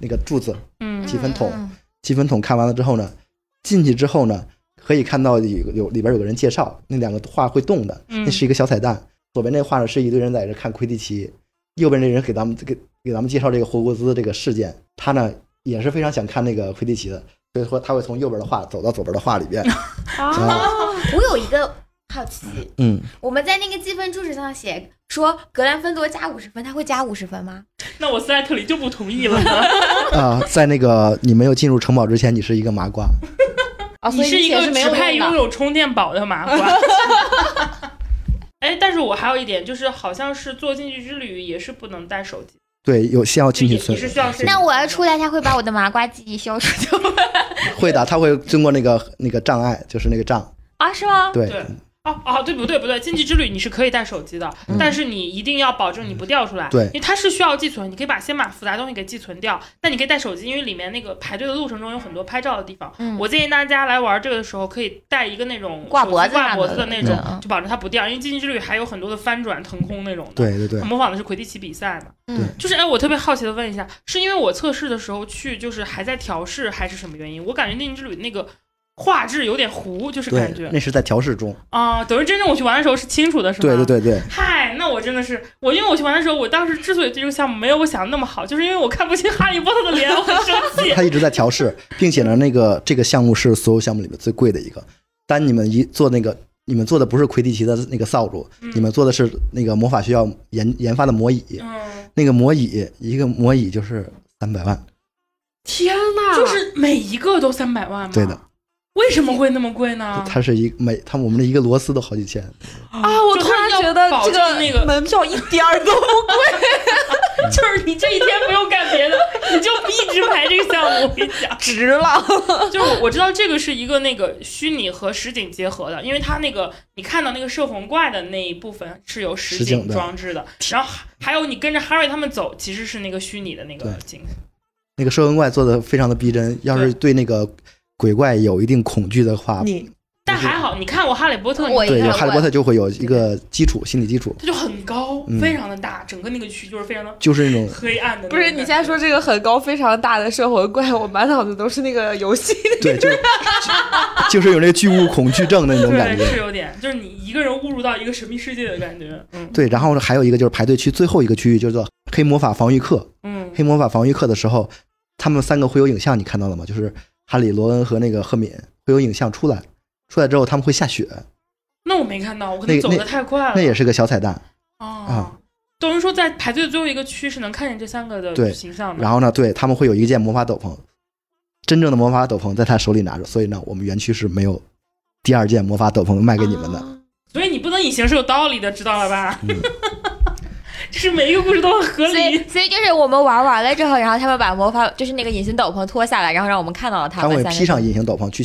Speaker 3: 那个柱子，
Speaker 2: 嗯
Speaker 3: 积分桶
Speaker 1: 嗯
Speaker 3: 积分桶看完了之后呢，进去之后呢，可以看到有有里边有个人介绍，那两个画会动的，
Speaker 2: 嗯
Speaker 3: 那是一个小彩蛋。左边那画呢是一堆人在这看魁地奇，右边那人给咱们给给咱们介绍这个霍格沃兹这个事件，他呢也是非常想看那个魁地奇的，所以说他会从右边的画走到左边的画里边。
Speaker 4: 啊。
Speaker 1: 我有一个
Speaker 5: 好奇，
Speaker 3: 嗯，
Speaker 5: 我们在那个积分柱子上写说格兰芬多加五十分，他会加五十分吗？
Speaker 2: 那我斯莱特里就不同意了。
Speaker 3: 啊、在那个你没有进入城堡之前，你是一个麻瓜，
Speaker 4: 啊，所
Speaker 2: 你
Speaker 4: 以
Speaker 2: 是一
Speaker 4: 写
Speaker 2: 个
Speaker 4: 是没
Speaker 2: 只
Speaker 4: 有
Speaker 2: 派
Speaker 4: 用
Speaker 2: 拥
Speaker 4: 的。
Speaker 2: 有充电宝的 麻瓜。哎，但是我还有一点，就是好像是做禁忌之旅也是不能带手机，
Speaker 3: 对，有先要进去
Speaker 2: 就
Speaker 3: 存
Speaker 2: 也，是需要申请。
Speaker 5: 那我要出来，他会把我的麻瓜记忆消除掉吗？
Speaker 3: 会的，他会经过那个那个障碍，就是那个障，
Speaker 5: 啊，是吗？
Speaker 3: 对，
Speaker 2: 对哦哦，对不对？不对，禁忌之旅你是可以带手机的，但是你一定要保证你不掉出来。
Speaker 3: 嗯对
Speaker 2: 因为它是需要寄存，你可以把先把复杂东西给寄存掉，但你可以带手机，因为里面那个排队的路程中有很多拍照的地方。
Speaker 5: 嗯
Speaker 2: 我建议大家来玩这个的时候，可以带一个那种
Speaker 5: 挂
Speaker 2: 手机
Speaker 5: 脖子上
Speaker 2: 挂脖
Speaker 5: 的
Speaker 2: 子的那
Speaker 3: 那
Speaker 2: 种，
Speaker 5: 种嗯
Speaker 2: 就保证它不掉。因为禁忌之旅还有很多的翻转、腾空那种的。
Speaker 3: 对对对
Speaker 2: 它，模仿的是魁地奇比赛嘛。
Speaker 5: 嗯，
Speaker 2: 就是哎，我特别好奇的问一下，是因为我测试的时候去，就是还在调试，还是什么原因？我感觉《电竞之旅》那个画质有点糊，就是感
Speaker 3: 对，
Speaker 2: 觉
Speaker 3: 那是在调试中，
Speaker 2: 啊、等于真正我去玩的时候是清楚的，是吗？
Speaker 3: 对对。对对，
Speaker 2: 嗨，那我真的是我，因为我去玩的时候，我当时之所以对这个项目没有我想的那么好，就是因为我看不清 哈利波特的脸，我很生气。
Speaker 3: 他一直在 调试，并且呢，那个这个项目是所有项目里面最贵的一个。当你们一做那个，你们做的不是魁地奇的那个扫帚，
Speaker 2: 嗯
Speaker 3: 你们做的是那个魔法学校研研发的魔椅，
Speaker 2: 嗯，
Speaker 3: 那个魔椅一个魔椅就是三百万，
Speaker 4: 天哪！
Speaker 2: 就是每一个都三百万吗？
Speaker 3: 对的，
Speaker 2: 为什么会那么贵呢？
Speaker 3: 它是一每他们我们的一个螺丝都好几千，
Speaker 4: 啊，我
Speaker 2: 就
Speaker 4: 突
Speaker 2: 他
Speaker 4: 然
Speaker 2: 要
Speaker 4: 觉得
Speaker 2: 保
Speaker 4: 这
Speaker 2: 证那个
Speaker 4: 门票一点儿都不贵。
Speaker 2: 就是你这一天不用干别的，你就一直排这个项目。我跟你 讲，
Speaker 4: 值了。
Speaker 2: 就是我我知道这个是一个那个虚拟和实景结合的，因为它那个你看到那个摄魂怪的那一部分是有实
Speaker 3: 实景
Speaker 2: 景
Speaker 3: 的
Speaker 2: 装置的，然后还还有你跟着哈瑞他们走，其实是那个虚拟的那个
Speaker 3: 对
Speaker 2: 景。
Speaker 3: 那个摄魂怪做的非常的逼真，要是对那个鬼怪有一定恐惧的话，
Speaker 4: 你
Speaker 2: 但还好，你看我哈利波特，
Speaker 5: 我也
Speaker 3: 对有
Speaker 5: 要
Speaker 3: 哈利波特就会有一个基础心理基础，
Speaker 2: 它就很高，
Speaker 3: 嗯
Speaker 2: 非常的大，整个那个区就是非常的
Speaker 3: 就是那种
Speaker 2: 黑暗的那种感觉。
Speaker 4: 不是你现在说这个很高非常大的摄魂怪，我满脑子都是那个游戏。
Speaker 3: 对就 就是有那个巨物恐惧症的那种感觉
Speaker 2: 对，。是有点，就是你一个人误入到一个神秘世界的感觉。嗯
Speaker 3: 对，然后还有一个就是排队区最后一个区域叫做黑魔法防御课。
Speaker 2: 嗯
Speaker 3: 黑魔法防御课的时候，他们三个会有影像，你看到了吗？就是哈里、罗恩和那个赫敏会有影像出来，出来之后他们会下雪，
Speaker 2: 那我没看到，我可
Speaker 3: 那
Speaker 2: 能
Speaker 3: 个
Speaker 2: 走
Speaker 3: 那
Speaker 2: 的太快了。
Speaker 3: 那也是啊个小彩蛋。
Speaker 2: 哦，等于说在排队的最后一个区是能看见这三个的
Speaker 3: 对
Speaker 2: 形象的。
Speaker 3: 然后呢，对他们会有一件魔法斗篷，真正的魔法斗篷在他手里拿着，所以呢，我们园区是没有第二件魔法斗篷卖给你们的。
Speaker 2: 啊嗯 所以你不能隐形是有道理的，知道了吧？
Speaker 3: 嗯
Speaker 2: 就是每一个故事都很合
Speaker 1: 所
Speaker 2: 理。
Speaker 1: 以，所以就是我们玩完了之后，然后他们把魔法，就是那个隐形斗篷脱下来，然后让我们看到了
Speaker 3: 他
Speaker 1: 他们
Speaker 3: 会
Speaker 1: 三个
Speaker 3: 披上隐形斗篷去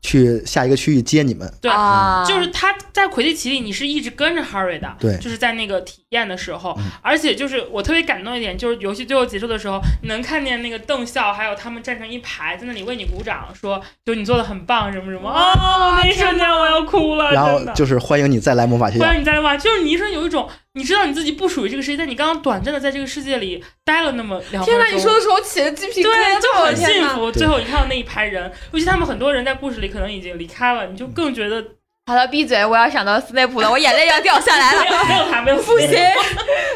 Speaker 3: 去下一个区域接你们。
Speaker 2: 对
Speaker 1: 啊，
Speaker 2: 就是他在魁地奇里，你是一直跟着 Harry 的，
Speaker 3: 对嗯
Speaker 2: 就是在那个体验的时候，而且就是我特别感动一点，就是游戏最后结束的时候，你能看见那个邓校还有他们站成一排，在那里为你鼓掌，说就你做的很棒，什么什么哦，那一瞬间我要哭了，
Speaker 3: 然后
Speaker 2: 啊真的
Speaker 3: 就是欢迎你再来魔法学
Speaker 2: 不
Speaker 3: 校
Speaker 2: 然，你在干嘛？就是你一瞬间有一种，你知道你自己不属于这个世界，但你刚刚短暂的在这个世界里待了那么两分钟。
Speaker 4: 天哪！你说的时候起了鸡皮疙
Speaker 2: 对，
Speaker 4: 瘩，
Speaker 2: 就
Speaker 4: 我
Speaker 2: 很
Speaker 4: 的天
Speaker 2: 幸
Speaker 4: 哪。
Speaker 2: 福。
Speaker 3: 对
Speaker 2: 最后你看到那一排人，尤其他们很多人在故事里可能已经离开了，你就 更觉得
Speaker 1: 好了，闭嘴！我要想到斯内普了，我眼泪要掉下来 了
Speaker 2: 没。有没有他，没有不
Speaker 1: 不行，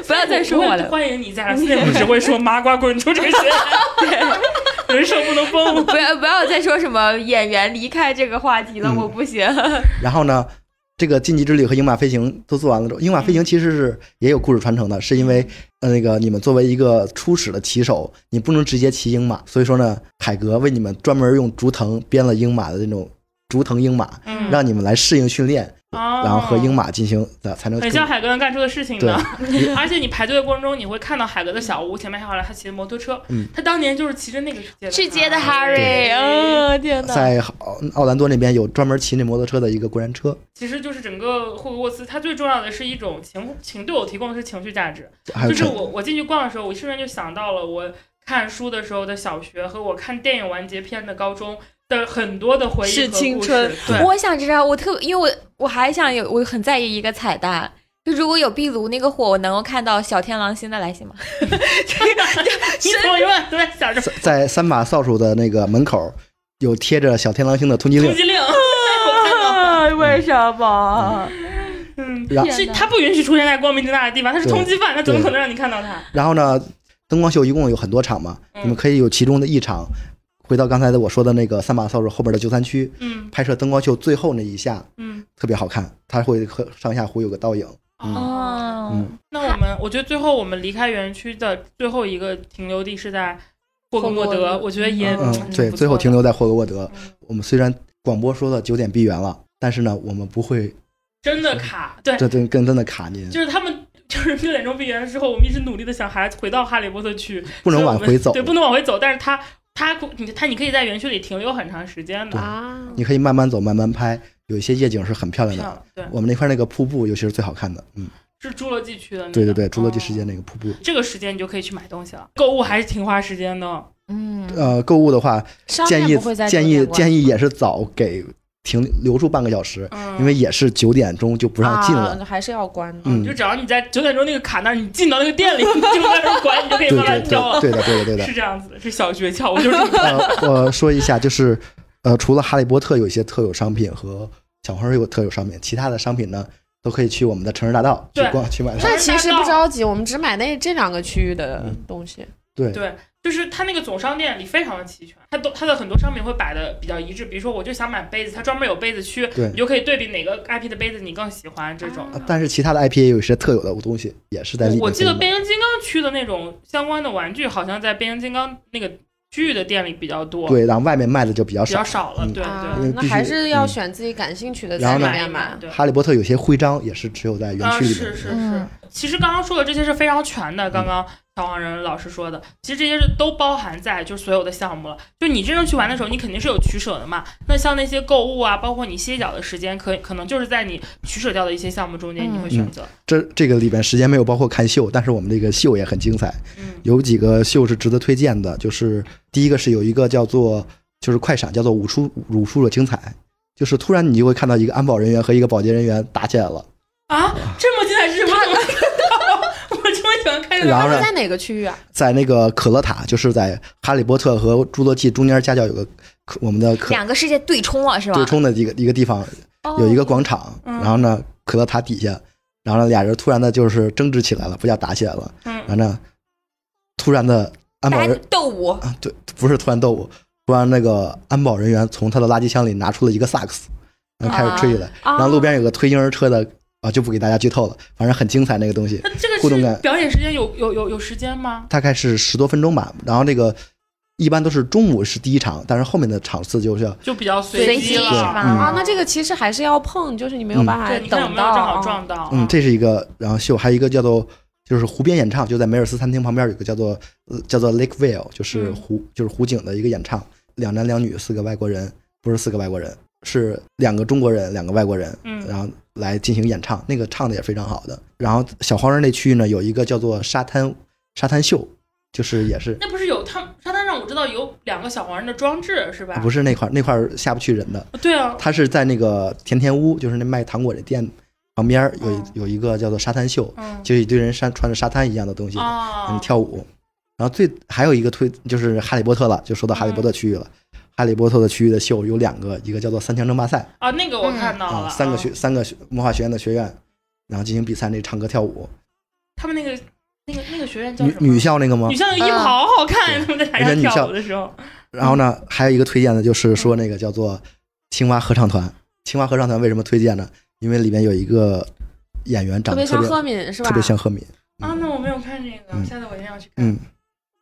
Speaker 1: 不要再说我了。
Speaker 2: 欢迎你在斯内普只会说“麻瓜滚出这 个学院”，人设不能崩。
Speaker 1: 不要不要再说什么演员离开这个话题了，
Speaker 3: 嗯
Speaker 1: 我不行。
Speaker 3: 然后呢，这个晋级之旅和鹰马飞行都做完了之后，鹰马飞行
Speaker 2: 嗯
Speaker 3: 其实是也有故事传承的，是因为呃那个你们作为一个初始的骑手，你不能直接骑鹰马，所以说呢，海格为你们专门用竹藤编了鹰马的那种竹藤鹰马，
Speaker 2: 嗯
Speaker 3: 让你们来适应训练，
Speaker 2: 然
Speaker 3: 然后和鹰马进行的才能
Speaker 2: 很像海哥能干出的事情
Speaker 3: 对
Speaker 2: 呢。 而且你排队的过程中，你会看到海哥的小屋前面还有他骑的摩托车
Speaker 3: 嗯，
Speaker 2: 他当年就是骑着那个
Speaker 1: 去接的
Speaker 2: 的
Speaker 1: Harry，
Speaker 2: 嗯，
Speaker 1: 嗯，天哪！
Speaker 3: 在奥奥兰多那边有专门骑那摩托车的一个过山车，
Speaker 2: 其实就是整个霍格沃茨，它最重要的是一种情情对我提供的是情绪价值。
Speaker 3: 还有
Speaker 2: 就是我我进去逛的时候，我瞬间就想到了我看书的时候的小学和我看电影完结篇的高中的很多的回忆
Speaker 4: 是
Speaker 2: 和
Speaker 4: 青
Speaker 2: 故事
Speaker 4: 春
Speaker 2: 对。
Speaker 1: 我想知道，我特因为我我还想有，我很在意一个彩蛋。就如果有壁炉那个火，我能够看到小天狼星的来信吗？
Speaker 2: 你怎么永远都在想着
Speaker 3: 在在三把扫帚的那个门口有贴着小天狼星的通缉
Speaker 2: 突
Speaker 3: 令，
Speaker 2: 击啊令？我看到了
Speaker 4: 哎为什么？
Speaker 2: 嗯，
Speaker 3: 然
Speaker 2: 是他不允许出现在光明正大的地方，他是通缉犯，他怎么可能让你看到他？
Speaker 3: 然后呢，灯光秀一共有很多场嘛，
Speaker 2: 嗯
Speaker 3: 你们可以有其中的一场回到刚才的我说的那个三马扫帚后边的九三区，
Speaker 2: 嗯
Speaker 3: 拍摄灯光秀最后那一下
Speaker 2: 嗯，
Speaker 3: 特别好看，它会和上下湖有个倒影。
Speaker 2: 哦。
Speaker 3: 嗯，
Speaker 2: 那我们我觉得最后我们离开园区的最后一个停留地是在霍格莫
Speaker 4: 霍格莫
Speaker 2: 德，
Speaker 4: 德
Speaker 2: 我觉得也
Speaker 3: 嗯，
Speaker 2: 挺
Speaker 3: 对，
Speaker 2: 不错
Speaker 3: 最后
Speaker 2: 的
Speaker 3: 停留在霍格沃德
Speaker 2: 嗯。
Speaker 3: 我们虽然广播说了九点闭园了，但是呢，我们不会
Speaker 2: 真的卡，对，
Speaker 3: 这真跟真的卡您，
Speaker 2: 就是他们就是六点钟闭园之后，我们一直努力的想孩子回到哈利波特区，
Speaker 3: 不能往回走
Speaker 2: 对，。不能往回走，但是他他你他你可以在园区里停留很长时间的，
Speaker 4: 啊，
Speaker 3: 你可以慢慢走，慢慢拍，有一些夜景是很漂亮
Speaker 2: 漂
Speaker 3: 的。
Speaker 2: 亮，对，
Speaker 3: 我们那块那个瀑布，尤其是最好看的。嗯，
Speaker 2: 是侏罗纪区的，
Speaker 3: 对对，对，侏罗纪世界那个瀑布。
Speaker 2: 这个时间你就可以去买东西了，购物还是挺花时间的，
Speaker 1: 嗯，
Speaker 3: 呃，购物的话，
Speaker 4: 商
Speaker 3: 建
Speaker 4: 店
Speaker 3: 议
Speaker 4: 不会在
Speaker 3: 建
Speaker 4: 酒
Speaker 3: 议
Speaker 4: 店关
Speaker 3: 建议也是早给停留住半个小时，
Speaker 2: 嗯，
Speaker 3: 因为也是九点钟就不让进了。
Speaker 4: 啊，还是要关的。
Speaker 3: 嗯
Speaker 2: 就只要你在九点钟那个卡那儿，你进到那个店里，你就在那儿管，你就可以
Speaker 3: 对
Speaker 2: 慢
Speaker 3: 对
Speaker 2: 慢挑
Speaker 3: 对，
Speaker 2: 了。
Speaker 3: 对的对的对的
Speaker 2: 是。这样子的，是小诀窍，我就是这么
Speaker 3: 呃，我说一下，就是呃，除了哈利波特有一些特有商品和小黄人有特有商品，其他的商品呢都可以去我们的城市大道去
Speaker 2: 对
Speaker 3: 逛去买。
Speaker 4: 但其实不着急，我们只买那这两个区域的
Speaker 3: 嗯
Speaker 4: 东西。
Speaker 3: 对，
Speaker 2: 对，就是它那个总商店里非常的齐全，它都它的很多商品会摆的比较一致。比如说，我就想买杯子，它专门有杯子区，
Speaker 3: 对
Speaker 2: 你就可以对比哪个 IP 的杯子你更喜欢这种。
Speaker 3: 呃但是其他的 IP 也有一些特有的东西，也是在里面
Speaker 2: 我
Speaker 3: 可以
Speaker 2: 记得
Speaker 3: 买
Speaker 2: 变形金刚区的那种相关的玩具，好像在变形金刚那个区域的店里比较多，
Speaker 3: 对，然后外面卖的就比较
Speaker 2: 比较少
Speaker 3: 少。
Speaker 2: 了。
Speaker 3: 嗯
Speaker 2: 对
Speaker 4: 啊
Speaker 3: 因
Speaker 2: 对，
Speaker 3: 为
Speaker 4: 那
Speaker 3: 必须
Speaker 4: 还是要
Speaker 3: 嗯
Speaker 4: 选自己感兴趣的
Speaker 3: 然后
Speaker 4: 在里
Speaker 3: 呢
Speaker 2: 买
Speaker 4: 面
Speaker 2: 一
Speaker 4: 买。
Speaker 2: 对。
Speaker 3: 哈利波特有些徽章也是只有在园
Speaker 2: 啊，
Speaker 3: 区里
Speaker 2: 是
Speaker 3: 面。嗯
Speaker 2: 是是
Speaker 1: 嗯，
Speaker 2: 其实刚刚说的这些是非常全的，刚刚小黄人老师说的，其实这些是都包含在就是所有的项目了。就你真正去玩的时候，你肯定是有取舍的嘛。那像那些购物啊，包括你歇脚的时间，可可能就是在你取舍掉的一些项目中间，
Speaker 1: 嗯
Speaker 2: 你会选择。
Speaker 3: 这这个里边时间没有包括看秀，但是我们这个秀也很精彩，
Speaker 2: 嗯
Speaker 3: 有几个秀是值得推荐的。就是第一个是有一个叫做就是快闪，叫做舞出舞出的精彩，就是突然你就会看到一个安保人员和一个保洁人员打起来了。
Speaker 2: 啊，这么精彩是什么？ 我没看到，我这么喜欢看这
Speaker 3: 然后
Speaker 4: 他
Speaker 3: 呢
Speaker 4: 们在哪个区域啊？
Speaker 3: 在那个可乐塔，就是在《哈利波特》和《侏罗纪》中间夹角有个可我们的可
Speaker 5: 两个世界对冲了是吧？
Speaker 3: 对冲的一个一个地方，
Speaker 1: 哦
Speaker 3: 有一个广场，
Speaker 2: 嗯
Speaker 3: 然后呢可乐塔底下，然后呢俩人突然的就是争执起来了，不叫打起来了，
Speaker 2: 嗯
Speaker 3: 然后呢突然的安保
Speaker 5: 大家
Speaker 3: 人
Speaker 5: 斗舞，
Speaker 3: 啊，对，不是突然斗殴，突然那个安保人员从他的垃圾箱里拿出了一个萨克斯，然后开始吹起来，然后路边有个推婴儿车的啊，就不给大家剧透了，反正很精彩那个东西。
Speaker 2: 那这个
Speaker 3: 互动
Speaker 2: 是
Speaker 3: 感
Speaker 2: 表演时间有有有有时间吗？
Speaker 3: 大概是十多分钟吧。然后这个一般都是中午是第一场，但是后面的场次就是
Speaker 2: 就比较
Speaker 5: 随
Speaker 2: 机
Speaker 5: 机
Speaker 2: 了
Speaker 5: 是吧？
Speaker 3: 嗯
Speaker 4: 啊，那这个其实还是要碰，就是你没有办法
Speaker 2: 对，你看有
Speaker 4: 等
Speaker 2: 没有正好
Speaker 4: 到。啊
Speaker 2: 撞到？
Speaker 3: 嗯，这是一个，然后秀还有一个叫做就是湖边演唱，就在梅尔斯餐厅旁边有一个叫做、呃叫做 Lake Vale，就是
Speaker 2: 嗯
Speaker 3: 湖、就是湖景的一个演唱，两男两女四个外国人，不是四个外国人，是两个中国人两个外国人，
Speaker 2: 嗯
Speaker 3: 然后来进行演唱，那个唱的也非常好的。然后小黄人那区域呢有一个叫做沙滩沙滩秀，就是也是。
Speaker 2: 那不是有他们沙滩上我知道有两个小黄人的装置是吧？
Speaker 3: 不是那块儿那块儿下不去人的，
Speaker 2: 对啊，
Speaker 3: 它是在那个甜甜屋，就是那卖糖果的店旁边有一
Speaker 2: 嗯
Speaker 3: 有一个叫做沙滩秀，
Speaker 2: 嗯
Speaker 3: 就一堆人山穿着沙滩一样的东西，
Speaker 2: 啊
Speaker 3: 嗯，，跳舞。然后最还有一个推就是哈利波特了，就说到哈利波特区域了。哈利波特的区域的秀有两个，一个叫做三强争霸赛
Speaker 2: 啊，那个
Speaker 1: 嗯
Speaker 2: 我看到
Speaker 3: 啊，
Speaker 2: 了，
Speaker 3: 三个
Speaker 2: 啊
Speaker 3: 学三个学魔法学院的学院，然后进行比赛，那唱歌跳舞，
Speaker 2: 他们那个那个那个学院叫
Speaker 3: 女
Speaker 2: 什么？
Speaker 3: 女校那个吗
Speaker 2: 女？校的衣
Speaker 1: 嗯
Speaker 2: 服好好看，他们在台
Speaker 3: 而且
Speaker 2: 上
Speaker 3: 女
Speaker 2: 跳
Speaker 3: 校嗯
Speaker 2: 舞的时候，
Speaker 3: 然后呢，还有一个推荐的就是说那个叫做青蛙合唱团。青蛙合唱团为什么推荐呢？因为里面有一个演员长
Speaker 4: 特
Speaker 3: 得
Speaker 4: 别
Speaker 3: 特
Speaker 4: 像
Speaker 3: 别
Speaker 4: 赫敏是吧？
Speaker 3: 特别像赫敏。
Speaker 2: 啊，那我没有看这个，
Speaker 3: 嗯
Speaker 2: 下次我一定要去看
Speaker 3: 嗯。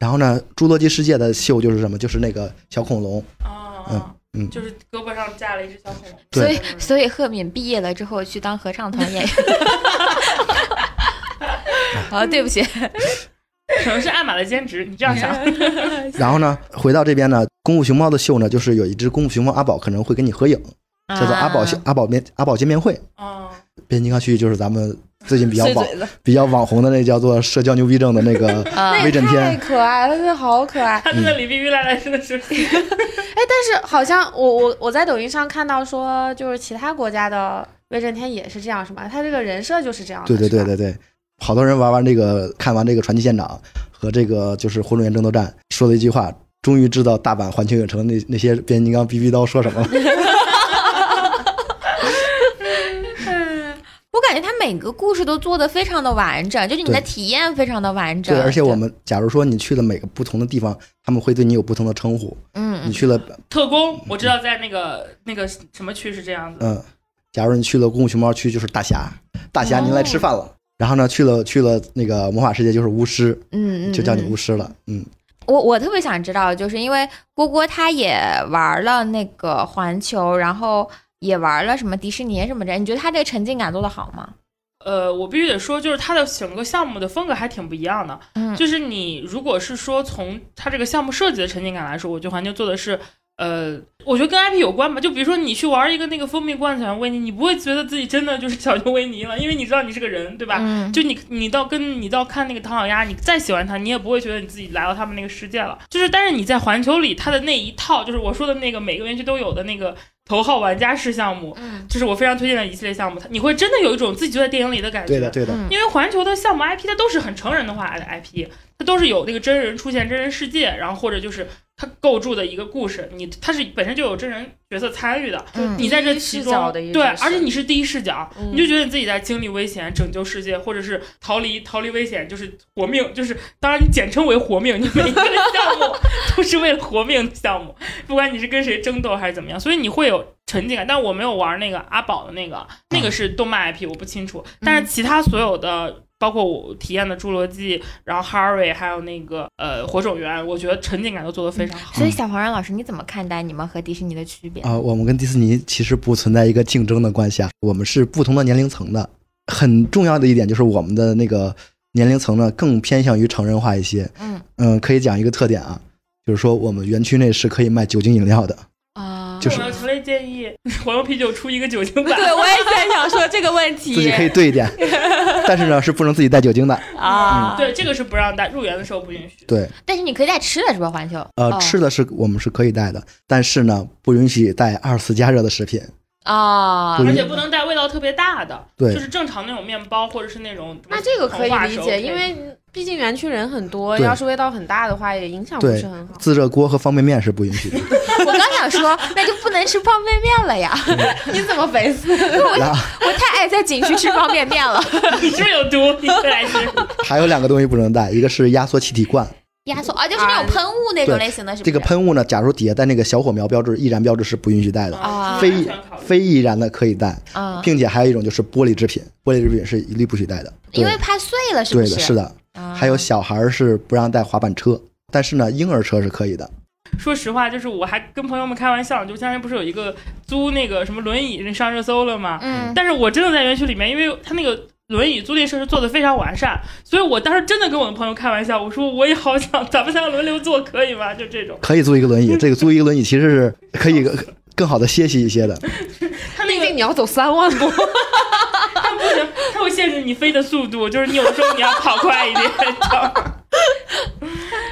Speaker 3: 然后呢，《侏罗纪世界》的秀就是什么？就是那个小恐龙，
Speaker 2: 啊。啊
Speaker 3: 嗯嗯
Speaker 2: 就是胳膊上架了一只小恐龙，
Speaker 3: 对
Speaker 1: 所以所以赫敏毕业了之后去当合唱团 演员。好，哦对不起，
Speaker 2: 可能是艾玛的兼职，你这样想，
Speaker 1: 嗯
Speaker 3: 然后呢，回到这边呢，功夫熊猫的秀呢，就是有一只功夫熊猫阿宝可能会跟你合影，
Speaker 1: 啊
Speaker 3: 叫做阿宝秀、阿宝面阿宝见面会。
Speaker 2: 啊，
Speaker 3: 变形金刚区域就是咱们最近比较
Speaker 4: 碎
Speaker 3: 网
Speaker 4: 嘴子，
Speaker 3: 比较网红的那叫做社交牛逼症的那个
Speaker 1: 啊
Speaker 3: 威震
Speaker 4: 太
Speaker 3: 天，
Speaker 4: 可爱了，真的好可爱。
Speaker 2: 他在
Speaker 3: 嗯
Speaker 2: 那里逼逼赖赖，真的是，
Speaker 4: 哎，但是好像我我我在抖音上看到说，就是其他国家的威震天也是这样，是吗？他这个人设就是这样的。
Speaker 3: 对对对
Speaker 4: 是
Speaker 3: 对
Speaker 4: 吧，
Speaker 3: 对，好多人玩完这个，看完这个传奇现场和这个就是火种源争夺战，说了一句话，终于知道大阪环球影城那那些变形金刚逼逼叨说什么了。
Speaker 4: 嗯
Speaker 1: 我感感觉它每个故事都做得非常的完整，就是你的
Speaker 3: 对
Speaker 1: 体验非常的完整。
Speaker 3: 对，而且我们假如说你去了每个不同的地方，他们会对你有不同的称呼。
Speaker 1: 嗯，
Speaker 3: 你去了，
Speaker 2: 特工，我知道在那个那个什么区是这样子，
Speaker 3: 嗯，假如你去了功夫熊猫区，就是大侠，大侠您来吃
Speaker 1: 哦
Speaker 3: 饭了。然后呢，去了去了那个魔法世界，就是巫师，
Speaker 1: 嗯嗯，
Speaker 3: 就叫你
Speaker 1: 嗯
Speaker 3: 巫师了。嗯，
Speaker 1: 我我特别想知道，就是因为郭郭他也玩了那个环球，然后也玩了什么迪士尼什么的，你觉得他这个沉浸感做得好吗？
Speaker 2: 呃，我必须得说，就是它的整个项目的风格还挺不一样的。
Speaker 1: 嗯
Speaker 2: 就是你如果是说从它这个项目设计的沉浸感来说，我觉得环球做的是，呃，我觉得跟 IP 有关吧。就比如说你去玩一个那个蜂蜜罐小牛维尼，你不会觉得自己真的就是小牛维尼了，因为你知道你是个人，对吧？
Speaker 1: 嗯，
Speaker 2: 就你，你到跟你到看那个唐老鸭，你再喜欢它，你也不会觉得你自己来到他们那个世界了。就是，但是你在环球里，它的那一套，就是我说的那个每个园区都有的那个头号玩家式项目，
Speaker 1: 嗯
Speaker 2: 就是我非常推荐的一系列项目，它你会真的有一种自己就在电影里的感觉。
Speaker 3: 对的，对的。
Speaker 1: 嗯
Speaker 2: 因为环球的项目 IP 它都是很成人的话的 IP，它都是有那个真人出现、真人世界，然后或者就是它构筑的一个故事，你它是本身就有真人角色参与的，
Speaker 1: 嗯
Speaker 2: 你在这其
Speaker 4: 第一视角
Speaker 2: 中
Speaker 4: 的一个
Speaker 2: 对，
Speaker 4: 故事
Speaker 2: 而且你是第一视角，
Speaker 4: 嗯
Speaker 2: 你就觉得你自己在经历危险、拯救世界，或者是逃离逃离危险，就是活命，就是当然你简称为活命，你每一个项目 都是为了活命的项目，不管你是跟谁争斗还是怎么样，所以你会有沉浸感。但我没有玩那个阿宝的那个，那个是动漫 IP，我不清楚，但是其他所有的。包括我体验的《侏罗纪》，然后《Harry》，还有那个呃《火种园》，我觉得沉浸感都做得非常好。
Speaker 1: 所以小黄人老师，你怎么看待你们和迪士尼的区别？
Speaker 3: 啊、我们跟迪士尼其实不存在一个竞争的关系啊，我们是不同的年龄层的。很重要的一点就是我们的那个年龄层呢，更偏向于成人化一些。
Speaker 1: 嗯
Speaker 3: 嗯，可以讲一个特点啊，就是说我们园区内是可以卖酒精饮料的。
Speaker 1: 啊
Speaker 3: 就是
Speaker 2: 我强烈建议 黄油啤酒出一个酒精版，
Speaker 3: 哦
Speaker 4: 对，我也在想说这个问题
Speaker 3: 自己可以兑 一点，但是呢是不能自己带酒精的。
Speaker 4: 啊，
Speaker 2: 对，这个是不让带，入园的时候不允许。
Speaker 3: 对，
Speaker 1: 但是你可以带吃的，是吧？环球
Speaker 3: 呃，
Speaker 1: 哦
Speaker 3: 吃的是我们是可以带的，但是呢不允许带二次加热的食品。
Speaker 1: 啊
Speaker 3: 不
Speaker 2: 而
Speaker 3: 是
Speaker 2: 且不能带味道特别大的，
Speaker 3: 嗯对
Speaker 2: 就是正常那种面包或者是那种。
Speaker 4: 那这个可以理解，因
Speaker 2: 膨化是 OK 的
Speaker 4: 为毕竟园区人很多，
Speaker 3: 对
Speaker 4: 要是味道很大的话，也影响不
Speaker 3: 对
Speaker 4: 是很好。
Speaker 3: 自热锅和方便面是不 允许的。
Speaker 1: 我刚想说，那就不能吃方便面了呀？
Speaker 3: 嗯
Speaker 4: 你怎么肥死？
Speaker 3: 然后
Speaker 1: 我太爱在景区吃方便面了。
Speaker 2: 你是不是有毒，你回 来吃。
Speaker 3: 还有两个东西不能带，一个是压缩气体罐，
Speaker 1: 压缩啊，就是那种喷雾那种类型的，是不
Speaker 3: 这
Speaker 1: 是？
Speaker 3: 个喷雾呢，假如底下带那个小火苗标志、易燃标志是不允许带的，
Speaker 1: 啊
Speaker 3: 非
Speaker 2: 安全考虑
Speaker 3: 非易燃的可以带，
Speaker 1: 啊，
Speaker 3: 并且还有一种就是玻璃制品，玻璃制品是一律不许带的。
Speaker 1: 因
Speaker 3: 对
Speaker 1: 为怕碎了，是不
Speaker 3: 对的，是的，
Speaker 1: 啊
Speaker 3: 还有小孩儿是不让带滑板车，但是呢，婴儿车是可以的。
Speaker 2: 说实话，就是我还跟朋友们开玩笑，就前两天不是有一个租那个什么轮椅上热搜了吗？
Speaker 1: 嗯，
Speaker 2: 但是我真的在园区里面，因为他那个轮椅租赁设施做的非常完善，所以我当时真的跟我的朋友开玩笑，我说我也好想，咱们三个轮流坐可以吗？就这种，
Speaker 3: 可以租一个轮椅，这个租一个轮椅其实是可以更好的歇息一些的。
Speaker 2: 他那
Speaker 4: 毕
Speaker 2: 个
Speaker 4: 竟你要走三万步，
Speaker 2: 但不行，它会限制你飞的速度，就是你有时候你要跑快一点。你知道 吗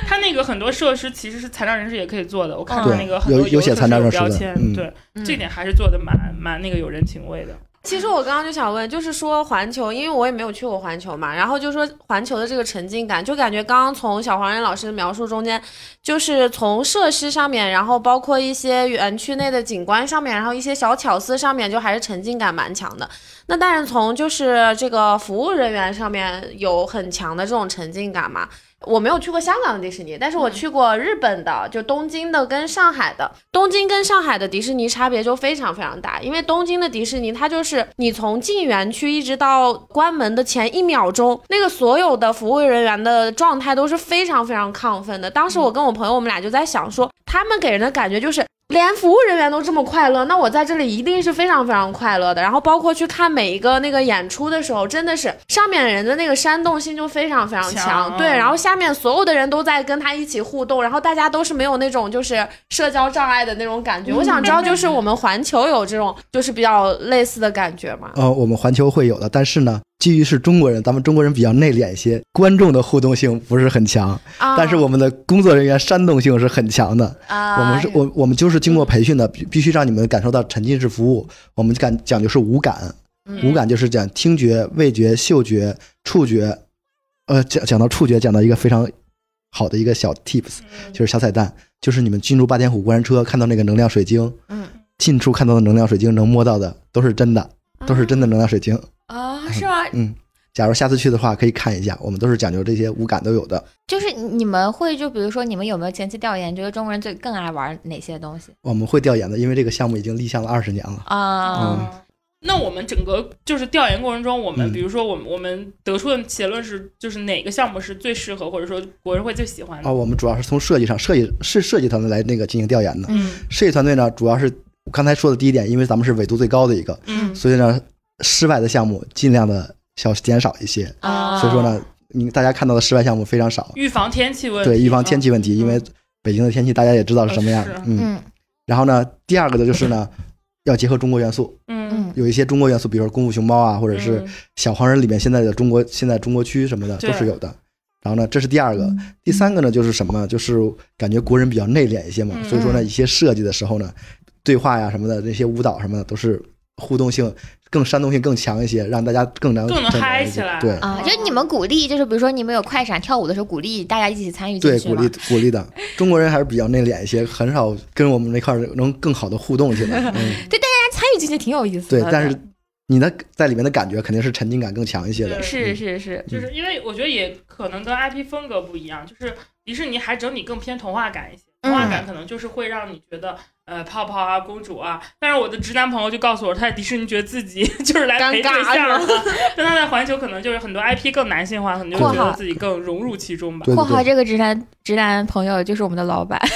Speaker 2: 它那个很多设施其实是残障人士也可以做的，我看到
Speaker 3: 对
Speaker 2: 那个很多
Speaker 3: 有有写
Speaker 2: 的
Speaker 3: 残障
Speaker 2: 有
Speaker 3: 人士
Speaker 2: 标
Speaker 3: 的
Speaker 2: 签，
Speaker 3: 嗯
Speaker 2: 对，这点还是做的蛮蛮那个有人情味的。
Speaker 4: 其实我刚刚就想问，就是说环球，因为我也没有去过环球嘛，然后就说环球的这个沉浸感，就感觉刚刚从小黄人老师的描述中间，就是从设施上面，然后包括一些园区内的景观上面，然后一些小巧思上面，就还是沉浸感蛮强的。那但是从就是这个服务人员上面有很强的这种沉浸感嘛。我没有去过香港的迪士尼，但是我去过日本的，就东京的跟上海的。东京跟上海的迪士尼差别就非常非常大，因为东京的迪士尼它就是你从进园区一直到关门的前一秒钟，那个所有的服务人员的状态都是非常非常亢奋的。当时我跟我朋友我们俩就在想说，他们给人的感觉就是连服务人员都这么快乐，那我在这里一定是非常非常快乐的。然后包括去看每一个那个演出的时候，真的是上面人的那个煽动性就非常非常强，
Speaker 2: 强
Speaker 4: 对。然后下面所有的人都在跟他一起互动，然后大家都是没有那种就是社交障碍的那种感觉。
Speaker 2: 嗯
Speaker 4: 我想知道，就是我们环球有这种就是比较类似的感觉吗？
Speaker 3: 呃，我们环球会有的，但是呢，基于是中国人，咱们中国人比较内敛一些，观众的互动性不是很强，
Speaker 4: 啊，
Speaker 3: 但是我们的工作人员煽动性是很强的。
Speaker 4: 啊，
Speaker 3: 我们是我我们就是经过培训的，必必须让你们感受到沉浸式服务。我们讲讲究是五感，
Speaker 4: 嗯
Speaker 3: 五感就是讲听觉、味觉、嗅觉、触觉。呃，讲讲到触觉，讲到一个非常好的一个小 tips，就是
Speaker 4: 嗯
Speaker 3: 小彩蛋，就是你们进入霸天虎过山车看到那个能量水晶，
Speaker 1: 嗯，
Speaker 2: 啊
Speaker 3: 近处看到的能量水晶能摸到的都是真的，都是真的能量水晶。
Speaker 1: 啊，是吗？
Speaker 3: 嗯，假如下次去的话，可以看一下，我们都是讲究这些五感都有的。
Speaker 1: 就是你们会就比如说你们有没有前期调研，觉得中国人最更爱玩哪些东西
Speaker 3: 我们会调研的，因为这个项目已经立项了二十年了。
Speaker 2: 哦
Speaker 1: 啊？
Speaker 3: 嗯
Speaker 2: 那我们整个就是调研过程中，我们
Speaker 3: 嗯
Speaker 2: 比如说我们我们得出的结论是，就是哪个项目是最适合，或者说国人会最喜欢
Speaker 3: 啊，
Speaker 2: 的。
Speaker 3: 我们主要是从设计上，设计是设计团队来那个进行调研的。
Speaker 1: 嗯
Speaker 3: 设计团队呢，主要是我刚才说的第一点，因为咱们是纬度最高的一个，
Speaker 2: 嗯
Speaker 3: 所以呢，室外的项目尽量的小减少一些。
Speaker 1: 啊
Speaker 3: 所以说呢，你大家看到的室外项目非常少，
Speaker 2: 预防天气问题，
Speaker 3: 对，预防天气问题，
Speaker 2: 嗯哦
Speaker 3: 因为北京的天气大家也知道是什么样
Speaker 2: 是啊
Speaker 3: 的，嗯。
Speaker 1: 嗯
Speaker 3: 然后呢，第二个的就是呢，要结合中国元素，
Speaker 2: 嗯，
Speaker 1: 嗯
Speaker 3: 有一些中国元素，比如说功夫熊猫啊，或者是
Speaker 2: 嗯
Speaker 3: 小黄人里面现在的中国现在中国区什么的
Speaker 2: 对嗯
Speaker 3: 都是有的。然后呢，这是第二个，第三个呢就是什么呢？就是感觉国人比较内敛一些嘛，
Speaker 2: 嗯
Speaker 3: 所以说呢，一些设计的时候呢，对话呀什么的，那些舞蹈什么的都是互动性更煽动性更强一些，让大家更能
Speaker 2: 更能
Speaker 3: 整个
Speaker 2: 嗨
Speaker 3: 一些
Speaker 2: 起来
Speaker 3: 对
Speaker 1: 啊，就是你们鼓励，就是比如说你们有快闪跳舞的时候，鼓励大家一起参与进
Speaker 3: 对，
Speaker 1: 去
Speaker 3: 鼓励
Speaker 1: 吗？
Speaker 3: 鼓励的中国人还是比较内敛一些，很少跟我们那块儿能更好的互动起来。
Speaker 1: 大
Speaker 3: 嗯，
Speaker 1: 家参与进去挺有意思
Speaker 3: 对
Speaker 1: 的。，
Speaker 3: 但是你的在里面的感觉肯定是沉浸感更强一些的嗯
Speaker 2: 对。
Speaker 1: 是是是，
Speaker 2: 就是因为我觉得也可能跟 IP 风格不一样，就是迪士尼还整体更偏童话感一些，童话感可能就是会让你觉得。呃，泡泡啊，公主啊，但是我的直男朋友就告诉我，他在迪士尼觉得自己 就是来陪对
Speaker 4: 尴尬
Speaker 2: 象了， 但他在环球可能就是很多 IP 更男性化，可能就
Speaker 1: 括
Speaker 2: 觉
Speaker 1: 号
Speaker 2: 得自己更融入其中吧。
Speaker 3: 对
Speaker 1: 括
Speaker 3: 对
Speaker 1: 号
Speaker 3: 对，
Speaker 1: 这个直男直男朋友就是我们的老板，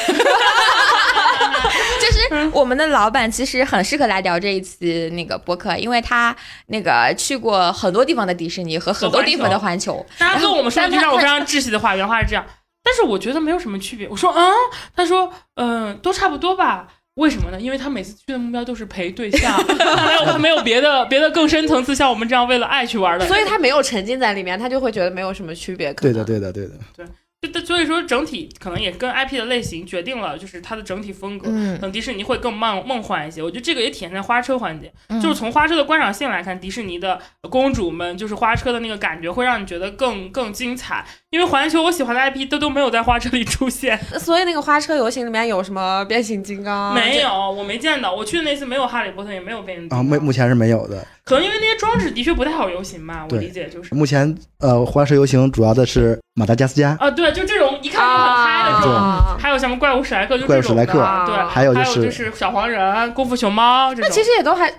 Speaker 1: 就是我们的老板其实很适合来聊这一期那个播客，因为他那个去过很多地方的迪士尼和很多地方的环球，
Speaker 2: 大家跟我们说一句
Speaker 1: 然
Speaker 2: 让
Speaker 1: 后但
Speaker 2: 我非
Speaker 1: 他
Speaker 2: 常窒息的话，原话是这样，但是我觉得没有什么区别。我说嗯，他说嗯、都差不多吧。为什么呢？因为他每次去的目标都是陪对象， 他没有他没有别的别的更深层次，像我们这样为了爱去玩的。
Speaker 4: 所以他没有沉浸在里面，他就会觉得没有什么区别。可
Speaker 3: 对
Speaker 4: 能
Speaker 3: 的，对的，对的。
Speaker 2: 就他所以说整体可能也跟 IP 的类型决定了，就是它的整体风格。
Speaker 1: 嗯
Speaker 2: 可，能迪士尼会更梦梦幻一些，我觉得这个也体现在花车环节。
Speaker 1: 嗯
Speaker 2: 就是从花车的观赏性来看，迪士尼的公主们就是花车的那个感觉，会让你觉得更更精彩。因为环球我喜欢的 IP 都都没有在花车里出现，
Speaker 4: 所以那个花车游行里面有什么变形金
Speaker 1: 哦
Speaker 4: 刚？
Speaker 2: 没有，我没见到。我去的那次没有哈利波特，也没有变形金刚
Speaker 3: 啊，
Speaker 1: 嗯
Speaker 3: 目目前是没有的。
Speaker 2: 可能因为那些装置的确不太好游行吧，我
Speaker 3: 对
Speaker 2: 理解就是。
Speaker 3: 目前呃，花车游行主要的是马达加斯加，
Speaker 2: 啊，对，就这种一
Speaker 4: 这
Speaker 2: 看就很嗨
Speaker 1: 哦
Speaker 2: 的这种。
Speaker 4: 啊。
Speaker 2: 还有什么怪物史莱克，就
Speaker 3: 怪
Speaker 2: 这
Speaker 3: 物史
Speaker 2: 种
Speaker 3: 莱
Speaker 2: 的，
Speaker 3: 克
Speaker 2: 对，
Speaker 4: 啊
Speaker 2: 还
Speaker 3: 还有就
Speaker 2: 有就是是小黄人、功夫熊猫这
Speaker 4: 那
Speaker 2: 种。
Speaker 4: 其实也都还感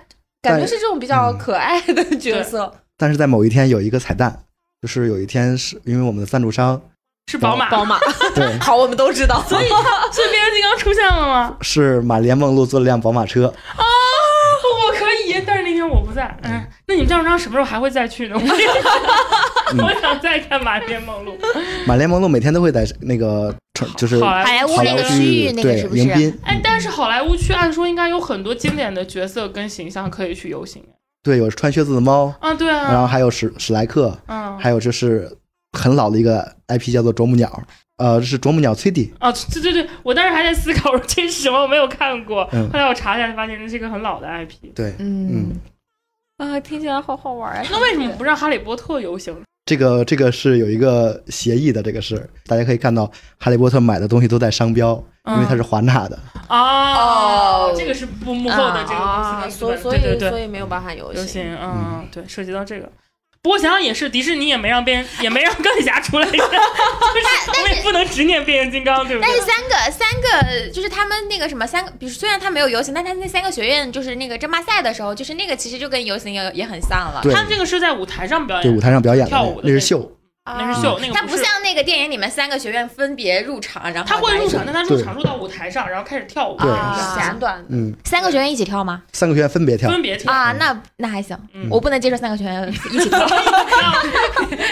Speaker 4: 觉
Speaker 3: 但
Speaker 4: 是这种比较可爱的角色。
Speaker 3: 但是在某一天有一个彩蛋，就是有一天是因为我们的赞 助商
Speaker 2: 是宝马，
Speaker 4: 宝马，
Speaker 3: 对
Speaker 4: 好，我们都知道。所以
Speaker 2: 所以变形金刚出现了吗？
Speaker 3: 是马莲梦露坐了辆宝马车，
Speaker 2: 啊，我哦可以，但是那天我不在。嗯，那你们张张什么时候还会再去呢？我 我想再看马面梦露。
Speaker 3: 马莲梦露每天都会在那个城就是
Speaker 2: 好
Speaker 1: 好莱
Speaker 2: 莱
Speaker 1: 啊哎坞
Speaker 3: 好
Speaker 1: 那
Speaker 3: 莱
Speaker 1: 个
Speaker 3: 坞
Speaker 1: 区域那个
Speaker 3: 对
Speaker 1: 是不是
Speaker 3: 迎？宾
Speaker 2: 哎，但是好莱坞区按说应该有很多经典的角色跟形象可以去游行。
Speaker 3: 对有穿靴子的猫，
Speaker 2: 啊，对
Speaker 1: 嗯
Speaker 3: 然后
Speaker 2: 啊，
Speaker 3: 还有史史莱克，
Speaker 2: 嗯，
Speaker 3: 还有就是很老的一个 IP 叫做啄木鸟，呃，是啄木鸟崔迪，
Speaker 2: 啊，对对对，我当时还在思考我说 这是什么，我没有看过。
Speaker 3: 嗯
Speaker 2: 后来我查一下，发现这是一个很老的 IP。
Speaker 3: 对，
Speaker 1: 嗯
Speaker 3: 嗯
Speaker 1: 啊，听起来好好玩啊！
Speaker 2: 那为什么不让哈利波特游行？
Speaker 3: 这个这个是有一个协议的，这个是大家可以看到，哈利波特买的东西都带商标，因为它
Speaker 4: 嗯
Speaker 3: 是华纳的，
Speaker 2: 嗯啊，
Speaker 4: 哦
Speaker 2: 这个是不幕后的这个公司
Speaker 4: 啊，
Speaker 2: 的资
Speaker 4: 所
Speaker 2: 本，
Speaker 4: 所
Speaker 2: 对
Speaker 4: 以
Speaker 2: 对
Speaker 4: 所
Speaker 2: 对，
Speaker 4: 以没有办法游
Speaker 2: 游
Speaker 4: 行。
Speaker 2: 行，嗯，对，涉及到这个。不过想想也是，迪士尼也没让变，也没让钢铁侠出来， 就是我们也不能只念变形金刚，对不
Speaker 5: 但
Speaker 2: 对
Speaker 5: 是？三个三个就是他们那个什么三个，比如虽然他没有游行，但他那三个学院就是那个争霸赛的时候，就是那个其实就跟游行也也很像了。
Speaker 3: 对
Speaker 2: 他们这个是在舞台上表
Speaker 3: 对舞
Speaker 2: 演，
Speaker 3: 台上表演的
Speaker 2: 跳舞的
Speaker 3: 那是秀，
Speaker 4: 啊
Speaker 2: 那是秀，那个
Speaker 5: 它
Speaker 2: 不
Speaker 5: 哦不
Speaker 2: 是。
Speaker 5: 像那个电影里面三个学院分别入场，然后
Speaker 2: 他会入场，
Speaker 5: 来
Speaker 2: 但他入场入到舞台上，然后开始跳舞，
Speaker 3: 对
Speaker 5: 啊
Speaker 4: 啊简短的。
Speaker 3: 嗯，
Speaker 1: 三个学员一起跳吗？
Speaker 3: 三个学院分别跳，
Speaker 2: 分别跳。
Speaker 1: 啊，那那还行
Speaker 2: 嗯，
Speaker 1: 我不能接受三个学员一起跳，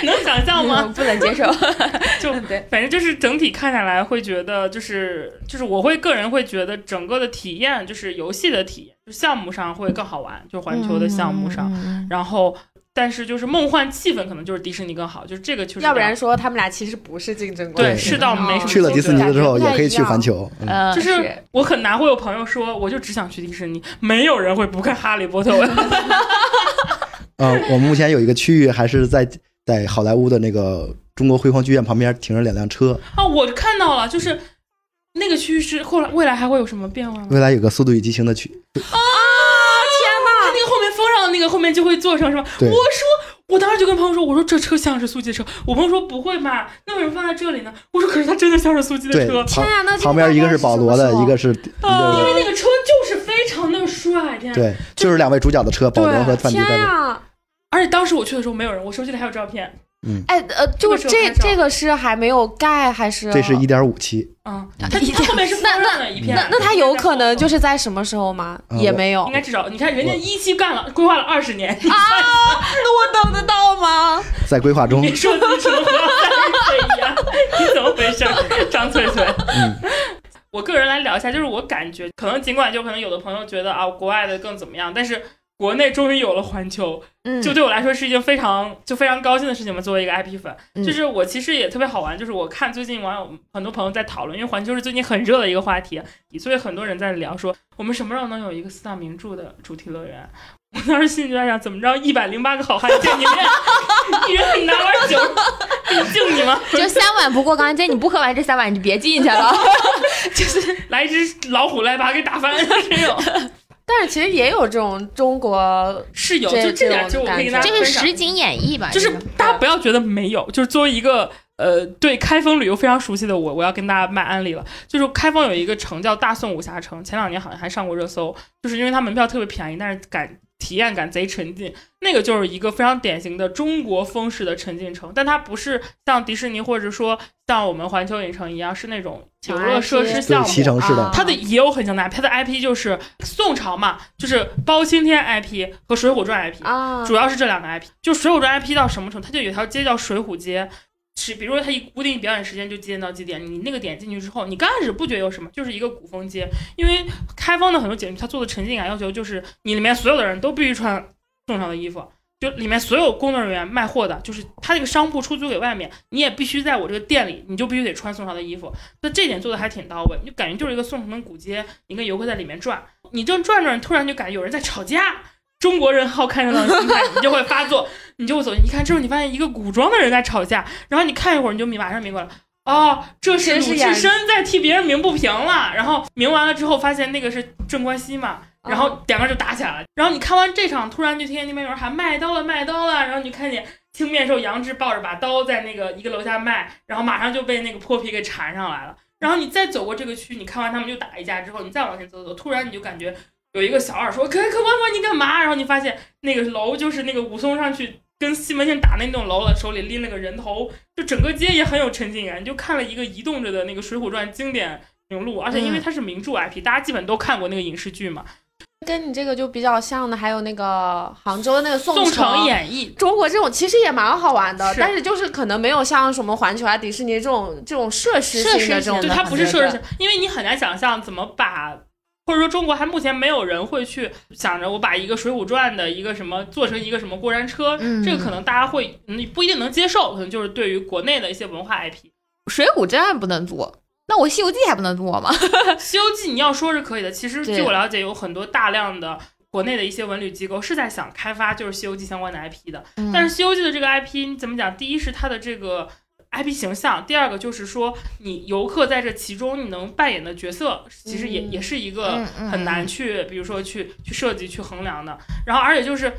Speaker 2: 能想象吗？
Speaker 1: 不能接受。
Speaker 2: 就
Speaker 1: 对
Speaker 2: 反正就是整体看下来会觉得，就是就是我会个人会觉得整个的体验，就是游戏的体验，就项目上会更好玩，就 环球的项目上，
Speaker 1: 嗯，嗯嗯
Speaker 2: 然后。但是就是梦幻气氛可能就是迪士尼更好，就是这个确实
Speaker 4: 要不然说他们俩其实不是竞争关系。
Speaker 2: 对是倒没什么
Speaker 3: 去了迪士尼
Speaker 2: 的
Speaker 3: 之后
Speaker 4: 感觉不太
Speaker 3: 也可以去
Speaker 4: 一样
Speaker 3: 环球，嗯
Speaker 1: 呃，
Speaker 2: 就是是我很难会有朋友说我就只想去迪士尼，没有人会不看哈利波特。
Speaker 3: 呃，我们目前有一个区域还是在在好莱坞的那个中国辉煌剧院旁边停着两辆车，
Speaker 2: 啊，我看到了，就是那个区域是 后来未来还会有什么变化吗？
Speaker 3: 未来有个《速度与激情》的区，
Speaker 2: 啊！天哪！它那个后面风上那个后面就会做成什么？我
Speaker 3: 对
Speaker 2: 说，我当时就跟朋友说，我说这车像是苏记车。我朋友说不会吧，那为什么放在这里呢？我说可是它真的像是苏记的
Speaker 3: 对
Speaker 2: 车，，啊
Speaker 4: 天
Speaker 3: 旁
Speaker 4: 啊，那这
Speaker 3: 旁边一个是保罗的，
Speaker 4: 大概什么时候
Speaker 3: 一个是一
Speaker 2: 因
Speaker 3: 个
Speaker 2: 为那个车就是非常的帅，天啊。
Speaker 4: 哦
Speaker 3: 对，就是两位主角的车，保罗和范迪
Speaker 4: 天
Speaker 3: 在这。
Speaker 4: 呀，
Speaker 2: 而且当时我去的时候没有人，我手机里还有照片。
Speaker 4: 哎呃，
Speaker 2: 这
Speaker 4: 就
Speaker 2: 个时
Speaker 4: 这
Speaker 2: 候拍照
Speaker 4: 这个是还没有盖还是？
Speaker 3: 这是一点五期，
Speaker 2: 嗯，
Speaker 4: 啊
Speaker 2: 它它后面是
Speaker 4: 那
Speaker 2: 放
Speaker 4: 那
Speaker 2: 任的一片。。
Speaker 4: 那那他有可能就是是在什么时候吗？
Speaker 3: 嗯
Speaker 4: 也
Speaker 3: 我
Speaker 4: 没有
Speaker 2: 应该至少，你看人家一期干了，规划了二十年，
Speaker 4: 啊，那我等得到吗？
Speaker 3: 在规 划中
Speaker 2: 你说你什么和三十岁一样， 你怎么回事儿，张翠翠？
Speaker 3: 嗯
Speaker 2: 我个人来聊一下，就是我感觉，可能尽管就可能有的朋友觉得啊，国外的更怎么样，但是国内终于有了环球，
Speaker 1: 嗯
Speaker 2: 就对我来说是一件非常就非常高兴的事情嘛。作为一个 IP 粉，
Speaker 1: 嗯
Speaker 2: 就是我其实也特别好玩，就是我看最近网友很多朋友在讨论，因为环球是最近很热的一个话题，所以很多人在聊说我们什么时候能有一个四大名著的主题乐园。 我当时心里就在想，怎么着一百零八个好汉见你面， 一人很难玩酒，你敬你吗？
Speaker 1: 就三碗不过冈，今天你不喝完这三碗，你就别进去了。
Speaker 2: 来一只老虎来把它给打翻， 这种
Speaker 4: 但是其实也有这种中国
Speaker 2: 是有，
Speaker 4: 这
Speaker 2: 就这点
Speaker 4: 这
Speaker 2: 就
Speaker 4: 种
Speaker 2: 我可以跟大
Speaker 4: 感
Speaker 2: 家
Speaker 4: 觉
Speaker 5: 这
Speaker 2: 分
Speaker 5: 是
Speaker 2: 享
Speaker 5: 实景演绎吧？
Speaker 2: 就是大家不要觉得没有，就是作为一个呃对开封旅游非常熟悉的我，我要跟大家卖安利了。就是开封有一个城叫大宋武侠城，前两年好像还上过热搜，就是因为它门票特别便宜，但是感体验感贼沉浸。那个就是一个非常典型的中国风式的沉浸城，但它不是像迪士尼或者说像我们环球影城一样是那种游乐设施
Speaker 3: 就
Speaker 2: 项
Speaker 3: 是
Speaker 2: 目，
Speaker 3: 骑乘式的
Speaker 4: 啊
Speaker 2: 它的也有很强的 IP，它的 IP 就是宋朝嘛，就是包青天 IP 和《水浒传》IP，
Speaker 4: 啊，
Speaker 2: 主要是这两个 IP。就《水浒传》IP 到什么程度，它就有条街叫水浒街，是比如说它一固定表演时间就几点到几点，你那个点进去之后，你刚开始不觉得有什么，就是一个古风街，因为开封的很多景区它做的沉浸感要求就是你里面所有的人都必须穿宋朝的衣服。就里面所有工作人员卖货的，就是他那个商铺出租给外面，你也必须在我这个店里，你就必须得穿宋朝的衣服。那这点做的还挺到位，就感觉就是一个宋城的古街，你跟游客在里面转，你正转转，突然就感觉有人在吵架，中国人好看热闹的心态，你就会发作， 你就会走进去一看之后，你发现一个古装的人在吵架，然后你看一会儿，你就明马上明白了。哦，这是
Speaker 4: 谁
Speaker 2: 鲁
Speaker 4: 是
Speaker 2: 智
Speaker 4: 演
Speaker 2: 深在替别人鸣不平了，然后鸣完了之后，发现那个是镇关西嘛，然后两个人就打起来了。然后你看完这场，突然就听见那边有人喊卖刀了，卖刀了，然后你就看见青面兽杨志抱着把刀在那个一个楼下卖，然后马上就被那个泼皮给缠上来了。然后你再走过这个区，你看完他们就打一架之后，你再往前走走，突然你就感觉有一个小二说：“可可王王你干嘛？”然后你发现那个楼就是那个武松上去跟西门庆打那栋楼了，手里拎了个人头，就整个街也很有沉浸感。你就看了一个移动着的那个《水浒传》经典名录，而且因为它是名著 IP，、大家基本都看过那个影视剧嘛。
Speaker 4: 跟你这个就比较像的，还有那个杭州那个宋
Speaker 2: 宋
Speaker 4: 城
Speaker 2: 城演义，
Speaker 4: 中国这种其实也蛮好玩的，
Speaker 2: 是
Speaker 4: 但是就是可能没有像什么环球啊、迪士尼这种这种设施
Speaker 5: 设
Speaker 4: 性的
Speaker 5: 施
Speaker 4: 这
Speaker 5: 性
Speaker 4: 种，
Speaker 2: 对，
Speaker 5: 的
Speaker 2: 它不是
Speaker 4: 设
Speaker 2: 设置，因为你很难想象怎么把。或者说，中国还目前没有人会去想着我把一个《水浒传》的一个什么做成一个什么过山车，
Speaker 1: 嗯
Speaker 2: 这个可能大家会你不一定能接受，可能就是对于国内的一些文化 IP，
Speaker 1: 水浒真案不能做，那我西游记还不能做 吗？
Speaker 2: 《西游记》你要说是可以的，其实
Speaker 1: 对
Speaker 2: 据我了解，有很多大量的国内的一些文旅机构是在想开发就是《西游记》相关的 IP 的。
Speaker 1: 嗯
Speaker 2: 但是《西游记》的这个 IP 你怎么讲？第一是它的这个 IP 形象，第二个就是说你游客在这其中你能扮演的角色，其实也、
Speaker 4: 嗯
Speaker 2: 也是一个
Speaker 1: 嗯嗯
Speaker 2: 很难去，比如说去去设计、去衡量的。然后而且就是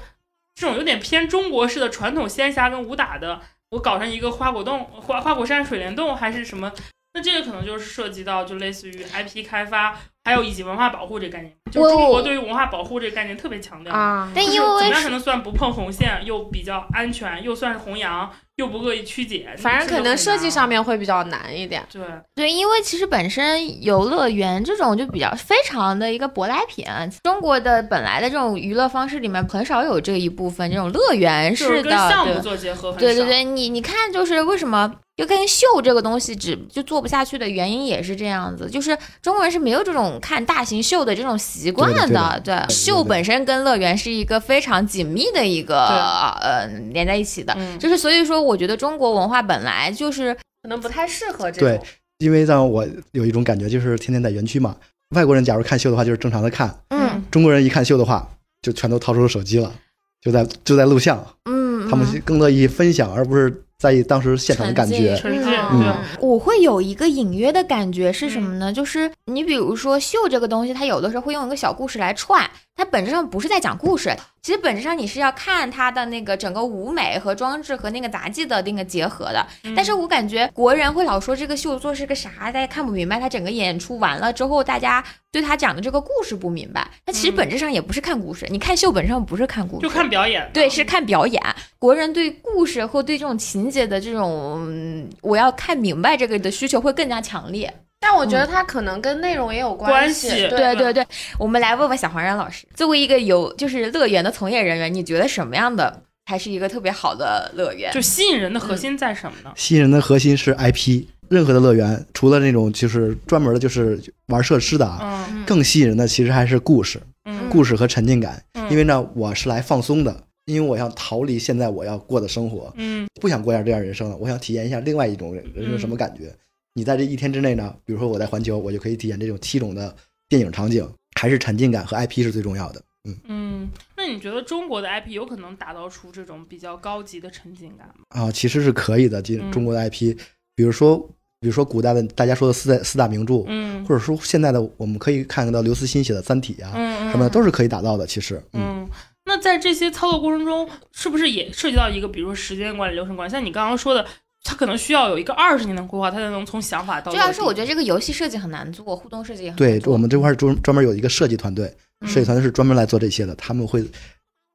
Speaker 2: 这种有点偏中国式的传统仙侠跟武打的，我搞成一个花果洞、花花果山水帘洞还是什么。那这个可能就是涉及到就类似于 IP 开发，还有以及文化保护这个概念，就是中国对于文化保护这个概念特别强调。
Speaker 4: 啊，
Speaker 5: 但
Speaker 2: 就是
Speaker 5: 因
Speaker 2: 怎
Speaker 5: 为
Speaker 2: 么样才能算不碰红线，又比较安全，又算是弘扬，又不恶意曲解？
Speaker 4: 反正
Speaker 2: 这个
Speaker 4: 可能
Speaker 2: 很
Speaker 4: 设计
Speaker 2: 难
Speaker 4: 上面会比较难一点。
Speaker 2: 对，
Speaker 1: 对，因为其实本身游乐园这种就比较非常的一个舶来品，啊中国的本来的这种娱乐方式里面很少有这一部分这种乐园
Speaker 2: 就
Speaker 1: 式
Speaker 2: 跟
Speaker 1: 的，
Speaker 2: 项
Speaker 1: 对
Speaker 2: 目做结合很
Speaker 1: 对对
Speaker 2: 少
Speaker 1: 对，你你看，就是为什么就跟秀这个东西只就做不下去的原因也是这样子，就是中国人是没有这种看大型秀的这种习惯
Speaker 3: 对的对的
Speaker 1: 对
Speaker 3: 对
Speaker 1: 秀本身跟乐园是一个非常紧密的一个
Speaker 2: 对
Speaker 1: 呃连在一起的，
Speaker 2: 嗯，
Speaker 1: 就是所以说，我觉得中国文化本来就是
Speaker 4: 可能不太适合这
Speaker 3: 对，因为让我有一种感觉，就是天天在园区嘛。外国人假如看秀的话，就是正常的看；
Speaker 1: 嗯
Speaker 3: 中国人一看秀的话，就全都掏出手机了，就在就在录像，
Speaker 1: 嗯，
Speaker 3: 他们
Speaker 1: 嗯
Speaker 3: 更乐意分享，而不是在意当时现场的感
Speaker 4: 沉浸
Speaker 3: 觉。
Speaker 2: 纯净
Speaker 4: 嗯
Speaker 2: 对。
Speaker 1: 我会有一个隐约的感觉是什么呢？就是你比如说秀这个东西，它有的时候会用一个小故事来串，它本质上不是在讲故事，其实本质上你是要看它的那个整个舞美和装置和那个杂技的那个结合的。
Speaker 2: 嗯
Speaker 1: 但是我感觉国人会老说这个秀作是个啥，大家看不明白。他整个演出完了之后，大家对他讲的这个故事不明白。那其实
Speaker 2: 嗯
Speaker 1: 本质上也不是看故事，你看秀本质上不是看故事，
Speaker 2: 就看表演，
Speaker 1: 对，是看表演。国人对故事或对这种情节的这种，嗯我要看明白这个的需求会更加强烈。
Speaker 4: 但我觉得它可能跟内容也有
Speaker 2: 嗯关
Speaker 4: 系。
Speaker 2: 系
Speaker 4: 对
Speaker 1: 对嗯
Speaker 2: 对
Speaker 1: 对对，我们来问问小黄然老师，作为一个有就是乐园的从业人员，你觉得什么样的才是一个特别好的乐园？
Speaker 2: 就吸引人的核心在什么呢？
Speaker 3: 吸引人的核心是 IP。任何的乐园，除了那种就是专门的，就是玩设施的啊，
Speaker 2: 嗯
Speaker 3: 更吸引人的其实还是故事，
Speaker 2: 嗯，
Speaker 3: 故事和沉浸感。
Speaker 2: 嗯
Speaker 3: 因为呢，我是来放松的，因为我想逃离现在我要过的生活，
Speaker 2: 嗯
Speaker 3: 不想过一下这样人生了，我想体验一下另外一种人人生什么感觉。你在这一天之内呢，比如说我在环球，我就可以体验这种七种的电影场景，还是沉浸感和 IP 是最重要的。嗯
Speaker 2: 嗯，那你觉得中国的 IP 有可能打造出这种比较高级的沉浸感吗？
Speaker 3: 啊，其实是可以的。今
Speaker 2: 嗯
Speaker 3: 中国的 IP，、比如说比如说古代的大家说的四大四大名著，
Speaker 2: 嗯
Speaker 3: 或者说现在的我们可以看到刘慈欣写的《三体》啊，
Speaker 2: 嗯
Speaker 3: 什么的都是可以打造的。其实，嗯，
Speaker 2: 嗯，那在这些操作过程中，是不是也涉及到一个，比如说时间管理、流程管理？像你刚刚说的，它可能需要有一个二十年的规划，它才能从想法到
Speaker 1: 主
Speaker 2: 落地。
Speaker 1: 要是我觉得这个游戏设计很难做，互动设计也很
Speaker 3: 对
Speaker 1: 难做。
Speaker 3: 我们这块儿专专门有一个设计团队，
Speaker 2: 嗯
Speaker 3: 设计团队是专门来做这些的，他们会。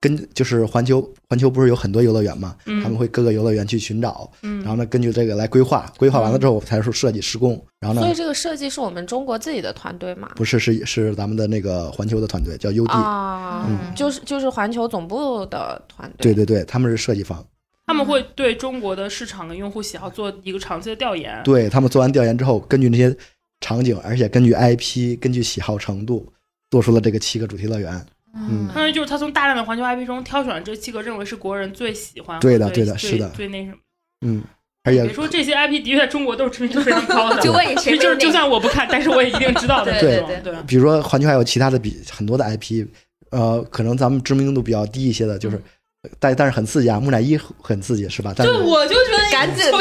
Speaker 3: 跟就是环球，环球不是有很多游乐园嘛？
Speaker 2: 嗯
Speaker 3: 他们会各个游乐园去寻找，
Speaker 2: 嗯
Speaker 3: 然后呢，根据这个来规划，规划完了之后才是设计施工。然后
Speaker 4: 所以
Speaker 3: 呢，
Speaker 4: 这个设计是我们中国自己的团队嘛？
Speaker 3: 不是是是咱们的那个环球的团队叫 UD，、
Speaker 4: 啊，
Speaker 1: 嗯
Speaker 4: 就是就是环球总部的团
Speaker 3: 对
Speaker 4: 队。
Speaker 3: 对对，他们是设计方。
Speaker 2: 他
Speaker 1: 嗯
Speaker 2: 们会对中国的市场跟用户喜好做一个长期的调研。
Speaker 3: 对他们做完调研之后，根据那些场景，而且根据 IP，根据喜好程度，做出了这个七个主题乐园。嗯
Speaker 2: 相当于就是他从大量的环球 IP 中挑选了这七个认为是国人最喜欢，
Speaker 3: 对的
Speaker 2: 最
Speaker 3: 对的
Speaker 2: 最
Speaker 3: 是的
Speaker 2: 最那什么。
Speaker 3: 嗯，而
Speaker 2: 别
Speaker 3: 且
Speaker 2: 说这些 IP 的确在中国都是知名度非常高的，
Speaker 1: 就问谁
Speaker 2: 其实就是
Speaker 1: 被
Speaker 2: 就
Speaker 1: 那
Speaker 2: 算我不看，但是我也一定知道的
Speaker 1: 对
Speaker 2: 那种。
Speaker 1: 对
Speaker 2: 对，
Speaker 3: 比如说环球还有其他的比很多的 IP，呃，可能咱们知名度比较低一些的，就是但但是很刺激啊，木乃伊很刺激是吧？但是
Speaker 2: 就我就 觉得
Speaker 4: 赶紧的
Speaker 2: 就一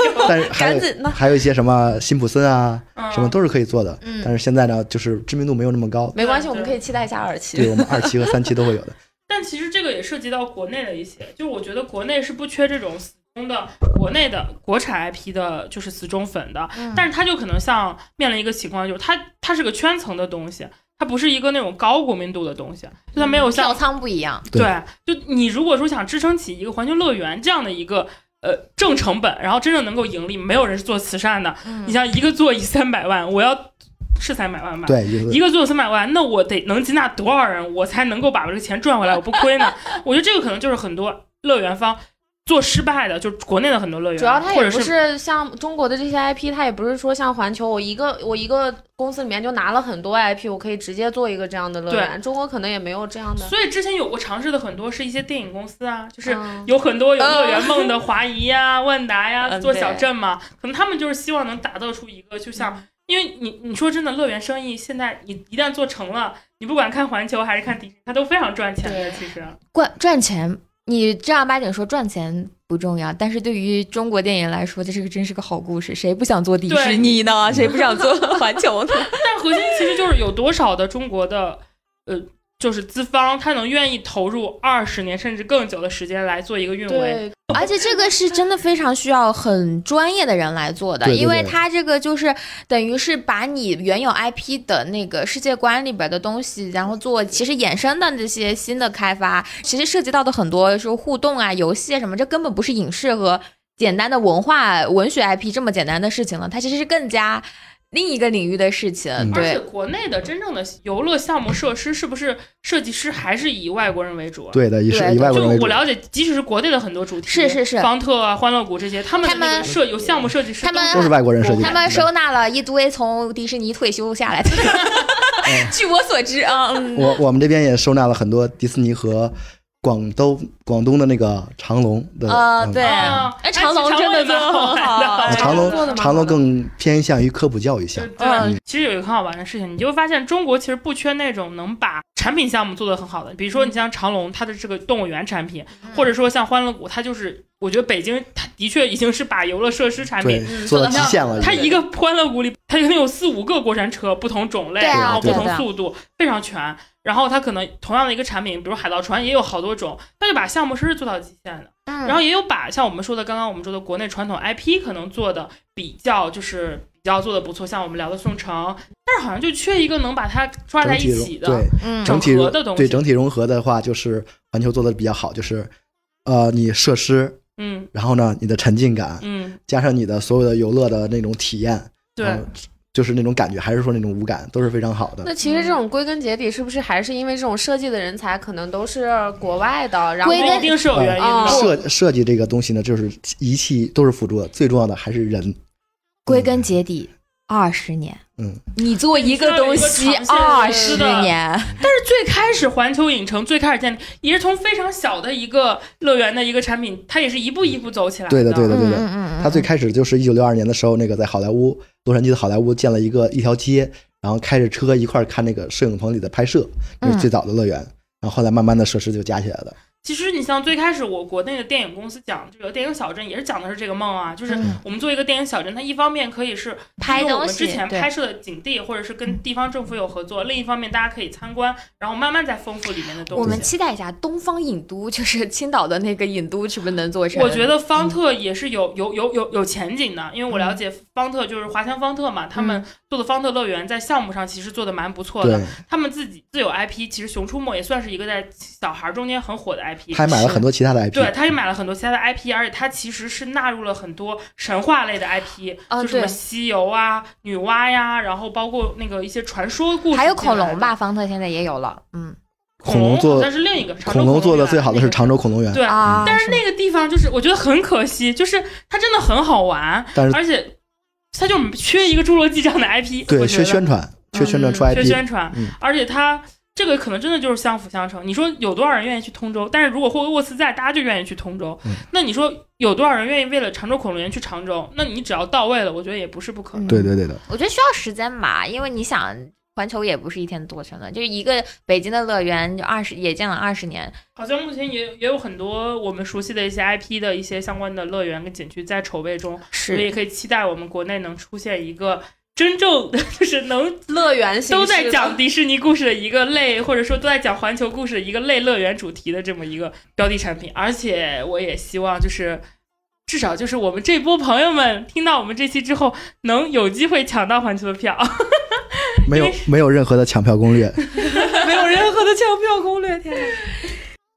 Speaker 2: 个这种，
Speaker 3: 但是还有
Speaker 4: 赶紧呢
Speaker 3: 还有一些什么辛普森啊，
Speaker 2: 嗯
Speaker 3: 什么都是可以做的。
Speaker 1: 嗯
Speaker 3: 但是现在呢，就是知名度没有那么高。
Speaker 4: 没关系，
Speaker 2: 对
Speaker 4: 我们可以期待一下二
Speaker 3: 对
Speaker 4: 期。
Speaker 3: 我们二期和三期都会有的。
Speaker 2: 但其实这个也涉及到国内的一些，就是我觉得国内是不缺这种死忠的国内的国产 IP 的，就是死忠粉的，
Speaker 1: 嗯
Speaker 2: 但是它就可能像面临一个情况，就是它它是个圈层的东西，它不是一个那种高国民度的东西，就它没有像
Speaker 1: 票仓不一样，
Speaker 2: 对，就你如果说想支撑起一个环球乐园这样的一个呃正成本，然后真正能够盈利，没有人是做慈善的。
Speaker 4: 嗯
Speaker 2: 你像一个座椅三百万，我要是三百万吧？
Speaker 3: 对，就是
Speaker 2: 一个座椅三百万，那我得能接纳多少人，我才能够把这个钱赚 回来，我不亏呢？我觉得这个可能就是很多乐园方做失败的，就是国内的很多乐园，啊
Speaker 4: 主要它
Speaker 2: 或
Speaker 4: 也
Speaker 2: 者
Speaker 4: 不
Speaker 2: 是
Speaker 4: 是像中国的这些 IP，它也不是说像环球，我一个我一个公司里面就拿了很多 IP，我可以直接做一个这样的乐园。中国可能也没有这样的。
Speaker 2: 所以之前有过尝试的很多是一些电影公司啊，就是
Speaker 4: 嗯
Speaker 2: 有很多有乐园梦的华谊呀、 万达呀、
Speaker 4: 嗯
Speaker 2: 做小镇嘛，可能他们就是希望能打造出一个，就
Speaker 4: 嗯
Speaker 2: 像因为你你说真的，乐园生意现在你一旦做成了，你不管看环球还是看迪士尼，它都非常赚钱的。
Speaker 1: 对
Speaker 2: 其实，
Speaker 1: 赚赚钱。你正儿八经说赚钱不重要，但是对于中国电影来说，这是个真是个好故事。谁不想做迪士尼呢？谁不想做 环球呢？
Speaker 2: 但核心其实就是有多少的中国的呃，就是资方他能愿意投入二十年甚至更久的时间来做一个运维。
Speaker 4: 对，
Speaker 1: 而且这个是真的非常需要很专业的人来做的，
Speaker 3: 对对对
Speaker 1: 因为它这个就是等于是把你原有 IP 的那个世界观里边的东西，然后做其实衍生的这些新的开发，其实涉及到的很多说互动啊、游戏啊什么，这根本不是影视和简单的文化文学 IP 这么简单的事情了，它其实是更加另一个领域的事情。
Speaker 3: 嗯
Speaker 2: 而且
Speaker 1: 对，
Speaker 2: 国内的真正的游乐项目设施，是不是设计师还是以外国人为主啊？
Speaker 3: 对的，以是
Speaker 1: 对
Speaker 3: 以外国
Speaker 2: 就
Speaker 3: 人为
Speaker 2: 是
Speaker 3: 主
Speaker 2: 我。了解，即使是国内的很多主题，
Speaker 1: 是是是
Speaker 2: 方特啊、欢乐谷这些，他们的
Speaker 1: 他
Speaker 2: 那
Speaker 1: 们
Speaker 2: 个设有项目设计师
Speaker 1: 他
Speaker 2: 都
Speaker 1: 们
Speaker 2: 是，
Speaker 3: 都是外国人设计的。
Speaker 1: 他们收纳了一堆从迪士尼退休下 来的，据我所知啊，嗯。
Speaker 3: 我我们这边也收纳了很多迪士尼和广东广东的那个长隆的。
Speaker 1: 呃，
Speaker 3: 嗯
Speaker 1: 对，
Speaker 2: 啊
Speaker 1: 哎，长隆真的做得很好，
Speaker 2: 哎
Speaker 1: 哎
Speaker 2: 其实
Speaker 3: 长
Speaker 4: 做得
Speaker 3: 隆
Speaker 4: 蛮好的
Speaker 3: 长隆更偏向于科普教育项
Speaker 2: 对
Speaker 3: 目。
Speaker 2: 对、
Speaker 1: 嗯
Speaker 2: 其实有一个很好玩的事情，你就会发现中国其实不缺那种能把产品项目做得很好的，比如
Speaker 1: 嗯
Speaker 2: 说你像长隆它的这个动物园产品，或者说像欢乐谷，它就是我觉得北京它的确已经是把游乐设施产品。
Speaker 3: 对，做到极限了。
Speaker 2: 它
Speaker 3: 这个
Speaker 2: 一个欢乐谷里，它可能有四五个过山车，不同种类，
Speaker 1: 对啊
Speaker 2: 然后不
Speaker 3: 对啊
Speaker 2: 同
Speaker 1: 对啊
Speaker 2: 速度，非常全。然后它可能同样的一个产品，比如海盗船也有好多种，它就把项目是做到极限的。
Speaker 5: 嗯
Speaker 2: 然后也有把像我们说的刚刚我们说的国内传统 IP 可能做的比较就是比较做的不错，像我们聊的宋城，但是好像就缺一个能把它抓在一
Speaker 3: 整体融
Speaker 2: 起的
Speaker 3: 对
Speaker 5: 嗯
Speaker 2: 整
Speaker 3: 整体
Speaker 2: 合
Speaker 3: 融
Speaker 2: 的东西
Speaker 3: 对整体融合的话，就是环球做的比较好，就是呃，你设施，
Speaker 2: 嗯
Speaker 3: 然后呢，你的沉浸感，
Speaker 2: 嗯，
Speaker 3: 加上你的所有的游乐的那种体验，
Speaker 2: 对。
Speaker 3: 然后就是那种感觉，还是说那种无感，都是非常好的。
Speaker 4: 那其
Speaker 2: 嗯
Speaker 4: 实这种归根结底，是不是还是因为这种设计的人才可能都是国外的？然后
Speaker 5: 归根
Speaker 2: 一定是
Speaker 3: 嗯
Speaker 2: 有原因
Speaker 4: 啊
Speaker 2: 的，
Speaker 3: 设设计这个东西呢，就是仪器都是辅助的，最重要的还是人。
Speaker 5: 归根结底，二十年，
Speaker 3: 嗯，
Speaker 5: 你做一个东西
Speaker 2: 你需要有
Speaker 5: 二
Speaker 2: 一个长
Speaker 5: 十
Speaker 2: 线的
Speaker 5: 年，
Speaker 2: 最开始环球影城最开始建立，也是从非常小的一个乐园的一个产品，它也是一步一步走起来
Speaker 3: 对的，对
Speaker 5: 嗯
Speaker 3: 的，对的。
Speaker 5: 嗯
Speaker 3: 他最开始就是一九六二年的时候，那个在好莱坞洛杉矶的好莱坞建了一个一条街，然后开着车一块儿看那个摄影棚里的拍摄，那是
Speaker 2: 嗯
Speaker 3: 最早的乐园。然后后来慢慢的设施就加起来了。
Speaker 2: 其实你像最开始我国内的电影公司讲这个电影小镇，也是讲的是这个梦啊，就是
Speaker 5: 嗯
Speaker 2: 我们做一个电影小镇，它一方面可以是
Speaker 5: 拍
Speaker 2: 就
Speaker 5: 东西
Speaker 2: 是我们之前
Speaker 5: 对
Speaker 2: 拍摄的景地，或者是跟地方政府有合作；另一方面，大家可以参观，然后慢慢再丰富里面的东西。
Speaker 5: 我
Speaker 3: 嗯
Speaker 5: 们期待一下东方影都，就是青岛的那个影都，是不是能做成？
Speaker 2: 我觉得方特也是有有有有有前景的，因为我了解方特就是华强方特嘛，他们做的方特乐园在项目上其实做的蛮不错的
Speaker 3: 嗯对，，
Speaker 2: 他们自己自有 IP，其实《熊出没》也算是一个在小孩中间很火的 IP。
Speaker 3: 他还买了很多其他的 IP。
Speaker 2: 对，他也买了很多其他的 IP，而且他其实是纳入了很多神话类的 IP，、
Speaker 5: 啊
Speaker 2: 就什么
Speaker 5: 对
Speaker 2: 西游啊、女娲呀，然后包括那个一些传说故事，
Speaker 5: 还有恐龙吧，，方特现在也有了，嗯
Speaker 2: 恐
Speaker 3: 恐龙做
Speaker 2: 但是另一个
Speaker 3: 恐龙做的最好的是
Speaker 2: 长
Speaker 3: 常州恐龙园
Speaker 2: 洲，恐
Speaker 5: 啊，
Speaker 2: 龙园那个对，但是那个地方就是我觉得很可惜，就是它真的很好玩，
Speaker 3: 但是
Speaker 2: 而且它就缺一个侏罗纪这样的 IP，
Speaker 3: 对
Speaker 2: 我觉
Speaker 3: 缺
Speaker 2: 得
Speaker 3: 宣传，缺宣传出
Speaker 2: 缺
Speaker 3: IP，
Speaker 2: 宣传，
Speaker 3: 嗯
Speaker 2: 而且它。这个可能真的就是相辅相成。你说有多少人愿意去通州？但是如果霍格沃茨在，大家就愿意去通州。
Speaker 3: 嗯
Speaker 2: 那你说有多少人愿意为了常州恐龙园去常州？那你只要到位了，我觉得也不是不可能。
Speaker 3: 对对对的。
Speaker 5: 我觉得需要时间吧，因为你想，环球也不是一天做成的，就是一个北京的乐园，就二十也建了二十年，
Speaker 2: 好像目前也也有很多我们熟悉的一些 IP 的一些相关的乐园跟景区在筹备中，所以也可以期待我们国内能出现一个真正的 就是能
Speaker 4: 乐园形式
Speaker 2: 都在讲迪士尼故事的一个类，或者说都在讲环球故事的一个类乐园主题的这么一个标的产品。而且我也希望就是。至少就是我们这波朋友们听到我们这期之后，能有机会抢到环球的票，
Speaker 3: 没有
Speaker 2: 因为
Speaker 3: 没有任何的抢票攻略，
Speaker 2: 没有任何的抢票攻略。天哪！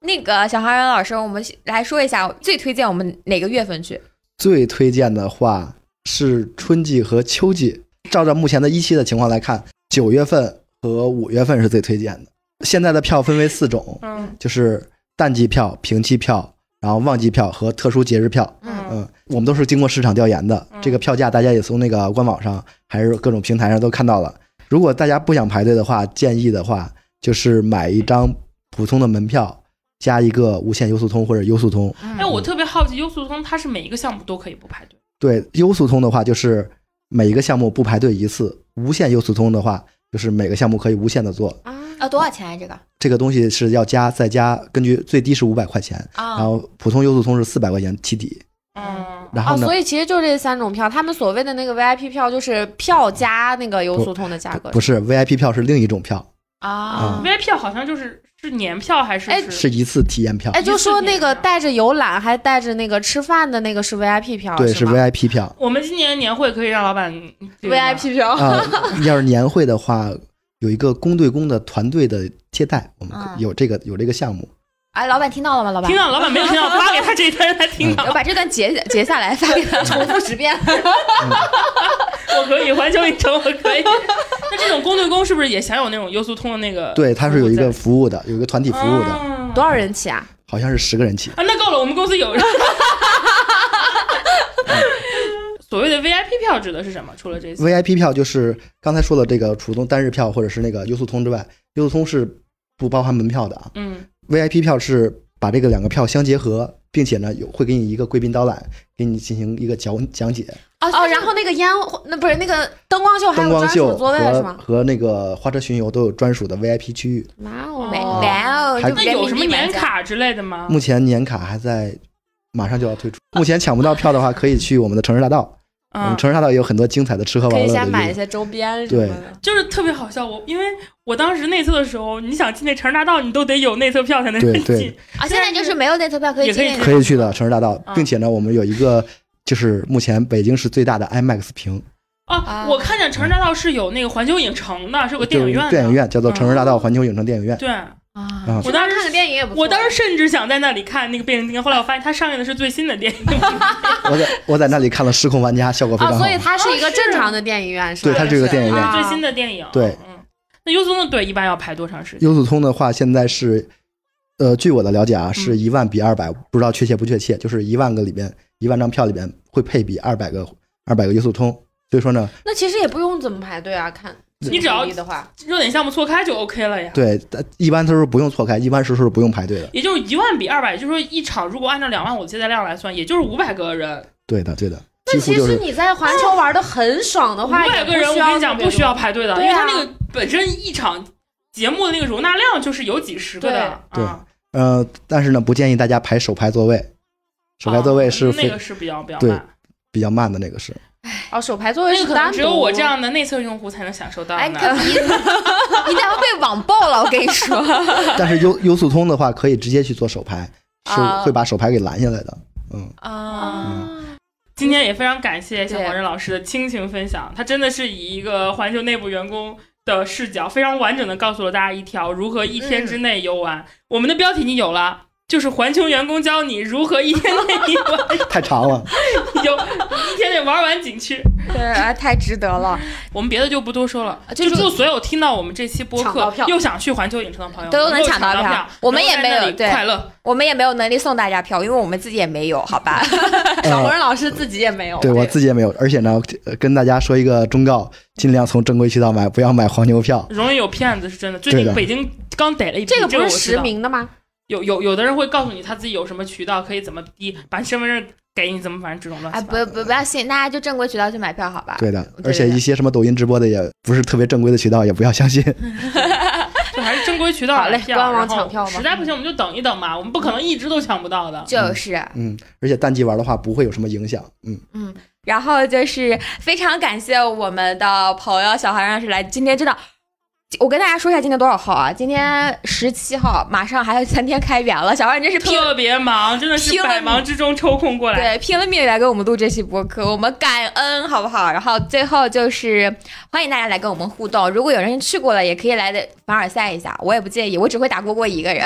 Speaker 5: 那个小航员老师，我们来说一下最推荐我们哪个月份去？
Speaker 3: 最推荐的话是春季和秋季。照照目前的一期的情况来看，九月份和五月份是最推荐的。现在的票分为四种，
Speaker 2: 嗯
Speaker 3: 就是淡季票、平期票，然后旺季票和特殊节日票。
Speaker 2: 嗯，
Speaker 3: 嗯，我们都是经过市场调研的
Speaker 2: 嗯，
Speaker 3: 这个票价大家也从那个官网上还是各种平台上都看到了。如果大家不想排队的话，建议的话就是买一张普通的门票，加一个无限优速通或者优速通。
Speaker 2: 哎，我特别好奇，优速通它是每一个项目都可以不排队，
Speaker 3: 对，优速通的话就是每一个项目不排队一次，无限优速通的话就是每个项目可以无限的做。
Speaker 4: 啊，
Speaker 5: 啊，多少钱啊？这个
Speaker 3: 这个东西是要加再加，根据最低是五百块钱，然
Speaker 5: 啊，
Speaker 3: 后普通优速通是四百块钱起底。
Speaker 2: 嗯，
Speaker 3: 然
Speaker 4: 哦，
Speaker 3: 后呢
Speaker 4: 所，以其实就这三种票，他们所谓的那个 VIP 票就是票加那个优速通的价格
Speaker 3: 不是 VIP 票是另一种票，
Speaker 5: 啊
Speaker 3: 嗯
Speaker 2: VIP 票好像就是是年票还是
Speaker 4: 哎
Speaker 3: 是一次体验票，
Speaker 4: 哎，就说那个
Speaker 2: 一次性的
Speaker 4: 带着游览还带着那个吃饭的那个是 VIP 票，
Speaker 3: 对，
Speaker 4: 是
Speaker 3: 是
Speaker 4: 吗
Speaker 3: VIP 票。
Speaker 2: 我们今年年会可以让老板这个吗
Speaker 4: VIP 票。
Speaker 3: 啊、要是年会的话，有一个公对公的团队的接待，我们可
Speaker 5: 啊
Speaker 3: 有这个有这个项目。
Speaker 5: 哎，老板听到了吗？老板
Speaker 2: 听，到老板没有听到，发给他这一段他听到
Speaker 5: 我，把这段截截下来发给他，重复十遍。
Speaker 2: 我可以环球影城，我可以。那这种公对公是不是也享有那种优速通的那个？
Speaker 3: 对，它是有一
Speaker 2: 哦
Speaker 3: 个服务的，有一个团体服务的，
Speaker 2: 啊
Speaker 4: 多少人起啊？
Speaker 3: 好像是十个人起。
Speaker 2: 啊，那够了，我们公司有 人。所谓的 VIP 票指的是什么？除了这些，
Speaker 3: VIP 票就是刚才说的这个普通单日票或者是那个优速通之外，优速通是不包含门票的啊。
Speaker 2: 嗯，
Speaker 3: VIP 票是把这个两个票相结合，并且呢有会给你一个贵宾导览，给你进行一个讲讲解，
Speaker 4: 哦，然后那个烟火，那不是那个灯光哦秀，还
Speaker 3: 灯
Speaker 4: 有专
Speaker 3: 光
Speaker 4: 属
Speaker 3: 秀
Speaker 4: 座位是
Speaker 3: 和
Speaker 4: 吗？
Speaker 3: 和那个花车巡游都有专属的 VIP 区域。
Speaker 4: 哇哦
Speaker 2: 哦
Speaker 5: 哇哦，
Speaker 3: 还
Speaker 5: 就
Speaker 2: 那
Speaker 5: 人
Speaker 2: 有
Speaker 5: 民
Speaker 2: 什么
Speaker 5: 币
Speaker 2: 年
Speaker 5: 买家？
Speaker 2: 卡之类的吗？
Speaker 3: 目前年卡还在，马上就要推出。目前抢不到票的话，可以去我们的城市大道我们
Speaker 2: 嗯，
Speaker 3: 城市大道也有很多精彩的吃喝
Speaker 4: 可
Speaker 3: 玩
Speaker 4: 以
Speaker 3: 乐
Speaker 4: 先
Speaker 3: 的
Speaker 4: 买一
Speaker 3: 地
Speaker 4: 些周边什么的。
Speaker 2: 就是特别好笑。我因为我当时内测的时候，你想进那城市大道，你都得有内测票才能
Speaker 3: 对
Speaker 2: 进。
Speaker 3: 对
Speaker 1: 啊，现在就是没有内测票可以
Speaker 2: 也可
Speaker 1: 进
Speaker 2: 以
Speaker 1: 那
Speaker 3: 方，
Speaker 1: 个
Speaker 3: 可以去的城市大道
Speaker 2: 啊，
Speaker 4: 嗯
Speaker 3: 并且呢，我们有一个就是目前北京市最大的 IMAX 屏，
Speaker 2: 啊
Speaker 1: 啊，
Speaker 2: 我看见城市大道是有那个环球影城的，是有个电
Speaker 3: 就
Speaker 2: 影
Speaker 3: 是一
Speaker 2: 院
Speaker 3: 个
Speaker 2: 的。
Speaker 3: 电影院叫做城市大道
Speaker 2: 嗯
Speaker 3: 环球影城电 影院。
Speaker 2: 对，
Speaker 1: 啊，
Speaker 3: 啊
Speaker 2: 我当时
Speaker 4: 看个电影也不错。
Speaker 2: 我当时甚至想在那里看那个变形金刚，后来我发现它上映的是最新的电影。
Speaker 3: 我在我在那里看了《失控玩家》，效果非
Speaker 4: 啊，
Speaker 3: 常好
Speaker 4: 所以。它是一个
Speaker 2: 哦是
Speaker 4: 正常的电影院，是吧？
Speaker 3: 对，它是一个电影院。
Speaker 4: 啊
Speaker 2: 最新的电影。
Speaker 3: 对，
Speaker 2: 嗯，那优松的队一般要排多长时间？
Speaker 3: 优速通的话，现在是，呃，据我的了解啊，
Speaker 2: 嗯
Speaker 3: 是一万比二百、不知道确切不确切，就是一万个里边，一万张票里边会配比二百个二百个优速通。所以说呢，
Speaker 4: 那其实也不用怎么排队啊，看
Speaker 2: 你只要
Speaker 4: 注意的话，
Speaker 2: 热点项目错开就 OK 了呀。
Speaker 3: 对，但一般都是不用错开，一般时候是不用排队的。
Speaker 2: 也就是一万比二百，就是说一场如果按照两万五的接待量来算，也就是五百个人，
Speaker 3: 对的，对的，几
Speaker 4: 那
Speaker 3: 乎
Speaker 4: 其
Speaker 3: 就
Speaker 4: 实
Speaker 3: 是
Speaker 4: 你在环球玩的很爽的
Speaker 2: 五
Speaker 4: 话，
Speaker 2: 百
Speaker 4: 也不
Speaker 2: 个人，我
Speaker 4: 需要
Speaker 2: 跟你讲
Speaker 4: 特别
Speaker 2: 不需要排队的，因
Speaker 4: 对
Speaker 2: 为它
Speaker 4: 啊
Speaker 2: 那个本身一场节目的那个容纳量就是有几十个的。
Speaker 3: 对
Speaker 2: 啊
Speaker 3: 呃，但是呢，不建议大家排首排座位，首排座位是
Speaker 2: 啊那
Speaker 3: 非、
Speaker 2: 个是比较比较
Speaker 3: 对
Speaker 2: 慢，
Speaker 3: 比较慢的那个是。
Speaker 4: 多哦，手牌座位
Speaker 2: 那个
Speaker 4: 是
Speaker 2: 可
Speaker 4: 单
Speaker 2: 能
Speaker 4: 独，
Speaker 2: 只有我这样的内测用户才能享受到
Speaker 1: 哎，你
Speaker 2: 呢。
Speaker 1: 可你你等会被网暴了，我跟你说。
Speaker 3: 但是优优速通的话，可以直接去做首排，是
Speaker 1: 啊
Speaker 3: 会把首排给拦下来的。嗯，
Speaker 1: 啊，
Speaker 2: 嗯今天也非常感谢小
Speaker 1: 对
Speaker 2: 黄人老师的倾情分享，他真的是以一个环球内部员工的视角，非常完整的告诉了大家一条如何一天
Speaker 1: 嗯
Speaker 2: 之内游玩。我们的标题你有了。就是环球员工教你如何一天内游玩
Speaker 3: 太长 了。
Speaker 2: 游，一天内玩完景区。
Speaker 1: 对，哎，太值得了。
Speaker 2: 我们别的就不多说了，
Speaker 1: 啊就是
Speaker 2: 祝所有听到我们这期播
Speaker 4: 抢到
Speaker 2: 客
Speaker 4: 票
Speaker 2: 又想去环球影城的朋友
Speaker 1: 都
Speaker 2: 能
Speaker 1: 能
Speaker 2: 够
Speaker 1: 抢到
Speaker 2: 到
Speaker 1: 票我们也没有
Speaker 2: 然后在那里
Speaker 1: 对
Speaker 2: 快乐。
Speaker 1: 我们也没有能力送大家票，因为我们自己也没有，好 吧？
Speaker 4: 小黄人老师自己也没有。
Speaker 3: 哎对我自己也没有，而且呢，呃跟大家说一个忠告，尽量从正规渠道买，不要买黄牛票。
Speaker 2: 容易有骗子是真的，最近
Speaker 3: 对的
Speaker 2: 北京刚逮了一批，
Speaker 4: 这个不
Speaker 2: 我
Speaker 4: 是
Speaker 2: 知
Speaker 4: 实
Speaker 2: 道
Speaker 4: 名的吗？
Speaker 2: 有有有的人会告诉你他自己有什么渠道可以怎么低，把你身份证给你怎么，反正这种乱七
Speaker 1: 哎，
Speaker 2: 八
Speaker 1: 不不不要信，大家就正规渠道去买票，好吧？
Speaker 3: 对的，
Speaker 1: 对
Speaker 3: 而且一些什么抖音直播的也不是特别正规的渠道，也不要相信。
Speaker 2: 就还是正规渠道
Speaker 4: 好嘞
Speaker 2: 买票
Speaker 4: 官网
Speaker 2: 然后
Speaker 4: 抢票吧
Speaker 2: 实在不行我们就等一等嘛，我们不可能一直都抢不到的。
Speaker 1: 就是，
Speaker 3: 嗯，而且淡季玩的话不会有什么影响。嗯，
Speaker 1: 然后就是非常感谢我们的朋友小韩老师来，今天真的。我跟大家说一下今天多少号啊？今天十七号，马上还有三天开园了。小韩，你真是拼
Speaker 2: 特别忙，真的是
Speaker 1: 拼了
Speaker 2: 百忙之中抽空过来。
Speaker 1: 对，拼了命来给我们录这期播客，我们感恩，好不好？然后最后就是欢迎大家来跟我们互动，如果有人去过了，也可以来的凡尔赛一下，我也不介意，我只会打过过一个 人，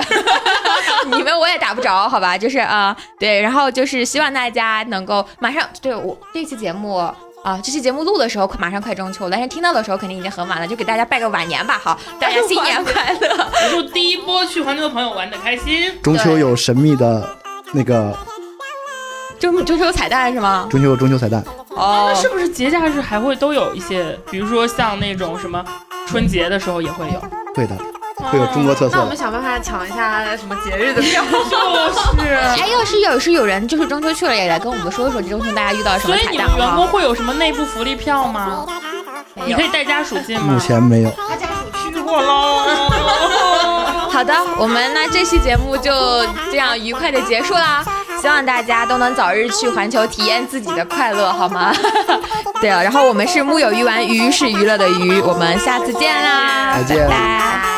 Speaker 1: 你们我也打不着，好吧？就是啊、对，然后就是希望大家能够马上对我这期节目。啊，这期节目录的时候快马上快中秋了，但是听到的时候肯定已经很晚了，就给大家拜个晚年吧，好，大家新年快 乐，
Speaker 2: 我祝第一波去环球的朋友玩的开心。
Speaker 3: 中秋有神秘的那个
Speaker 1: 中中秋彩蛋是吗？
Speaker 3: 中秋中秋彩蛋，
Speaker 1: 哦
Speaker 2: 那，是不是节假日还会都有一些，比如说像那种什么春节的时候也会有？啊
Speaker 3: 会的，会有中国特色
Speaker 4: 那我们
Speaker 3: 的。
Speaker 4: 想办法抢一下什么节 日的票。
Speaker 2: 就是。
Speaker 1: 哎，要是有是有人就是中秋去了，也来跟我们说一说中秋大家遇到什么
Speaker 2: 所以
Speaker 1: 彩
Speaker 2: 你
Speaker 1: 蛋
Speaker 2: 们
Speaker 1: 好不
Speaker 2: 员工
Speaker 1: 好？
Speaker 2: 会有什么内部福利票吗？你可以带家属进吗？
Speaker 3: 目前没有，
Speaker 2: 去过喽。
Speaker 1: 好的，我们那这期节目就这样愉快的结束啦，希望大家都能早日去环球体验自己的快乐，好吗？ 啊对了，然后我们是木有鱼丸，鱼是娱乐的鱼，我们下次见啦，
Speaker 3: 再见
Speaker 1: 拜拜。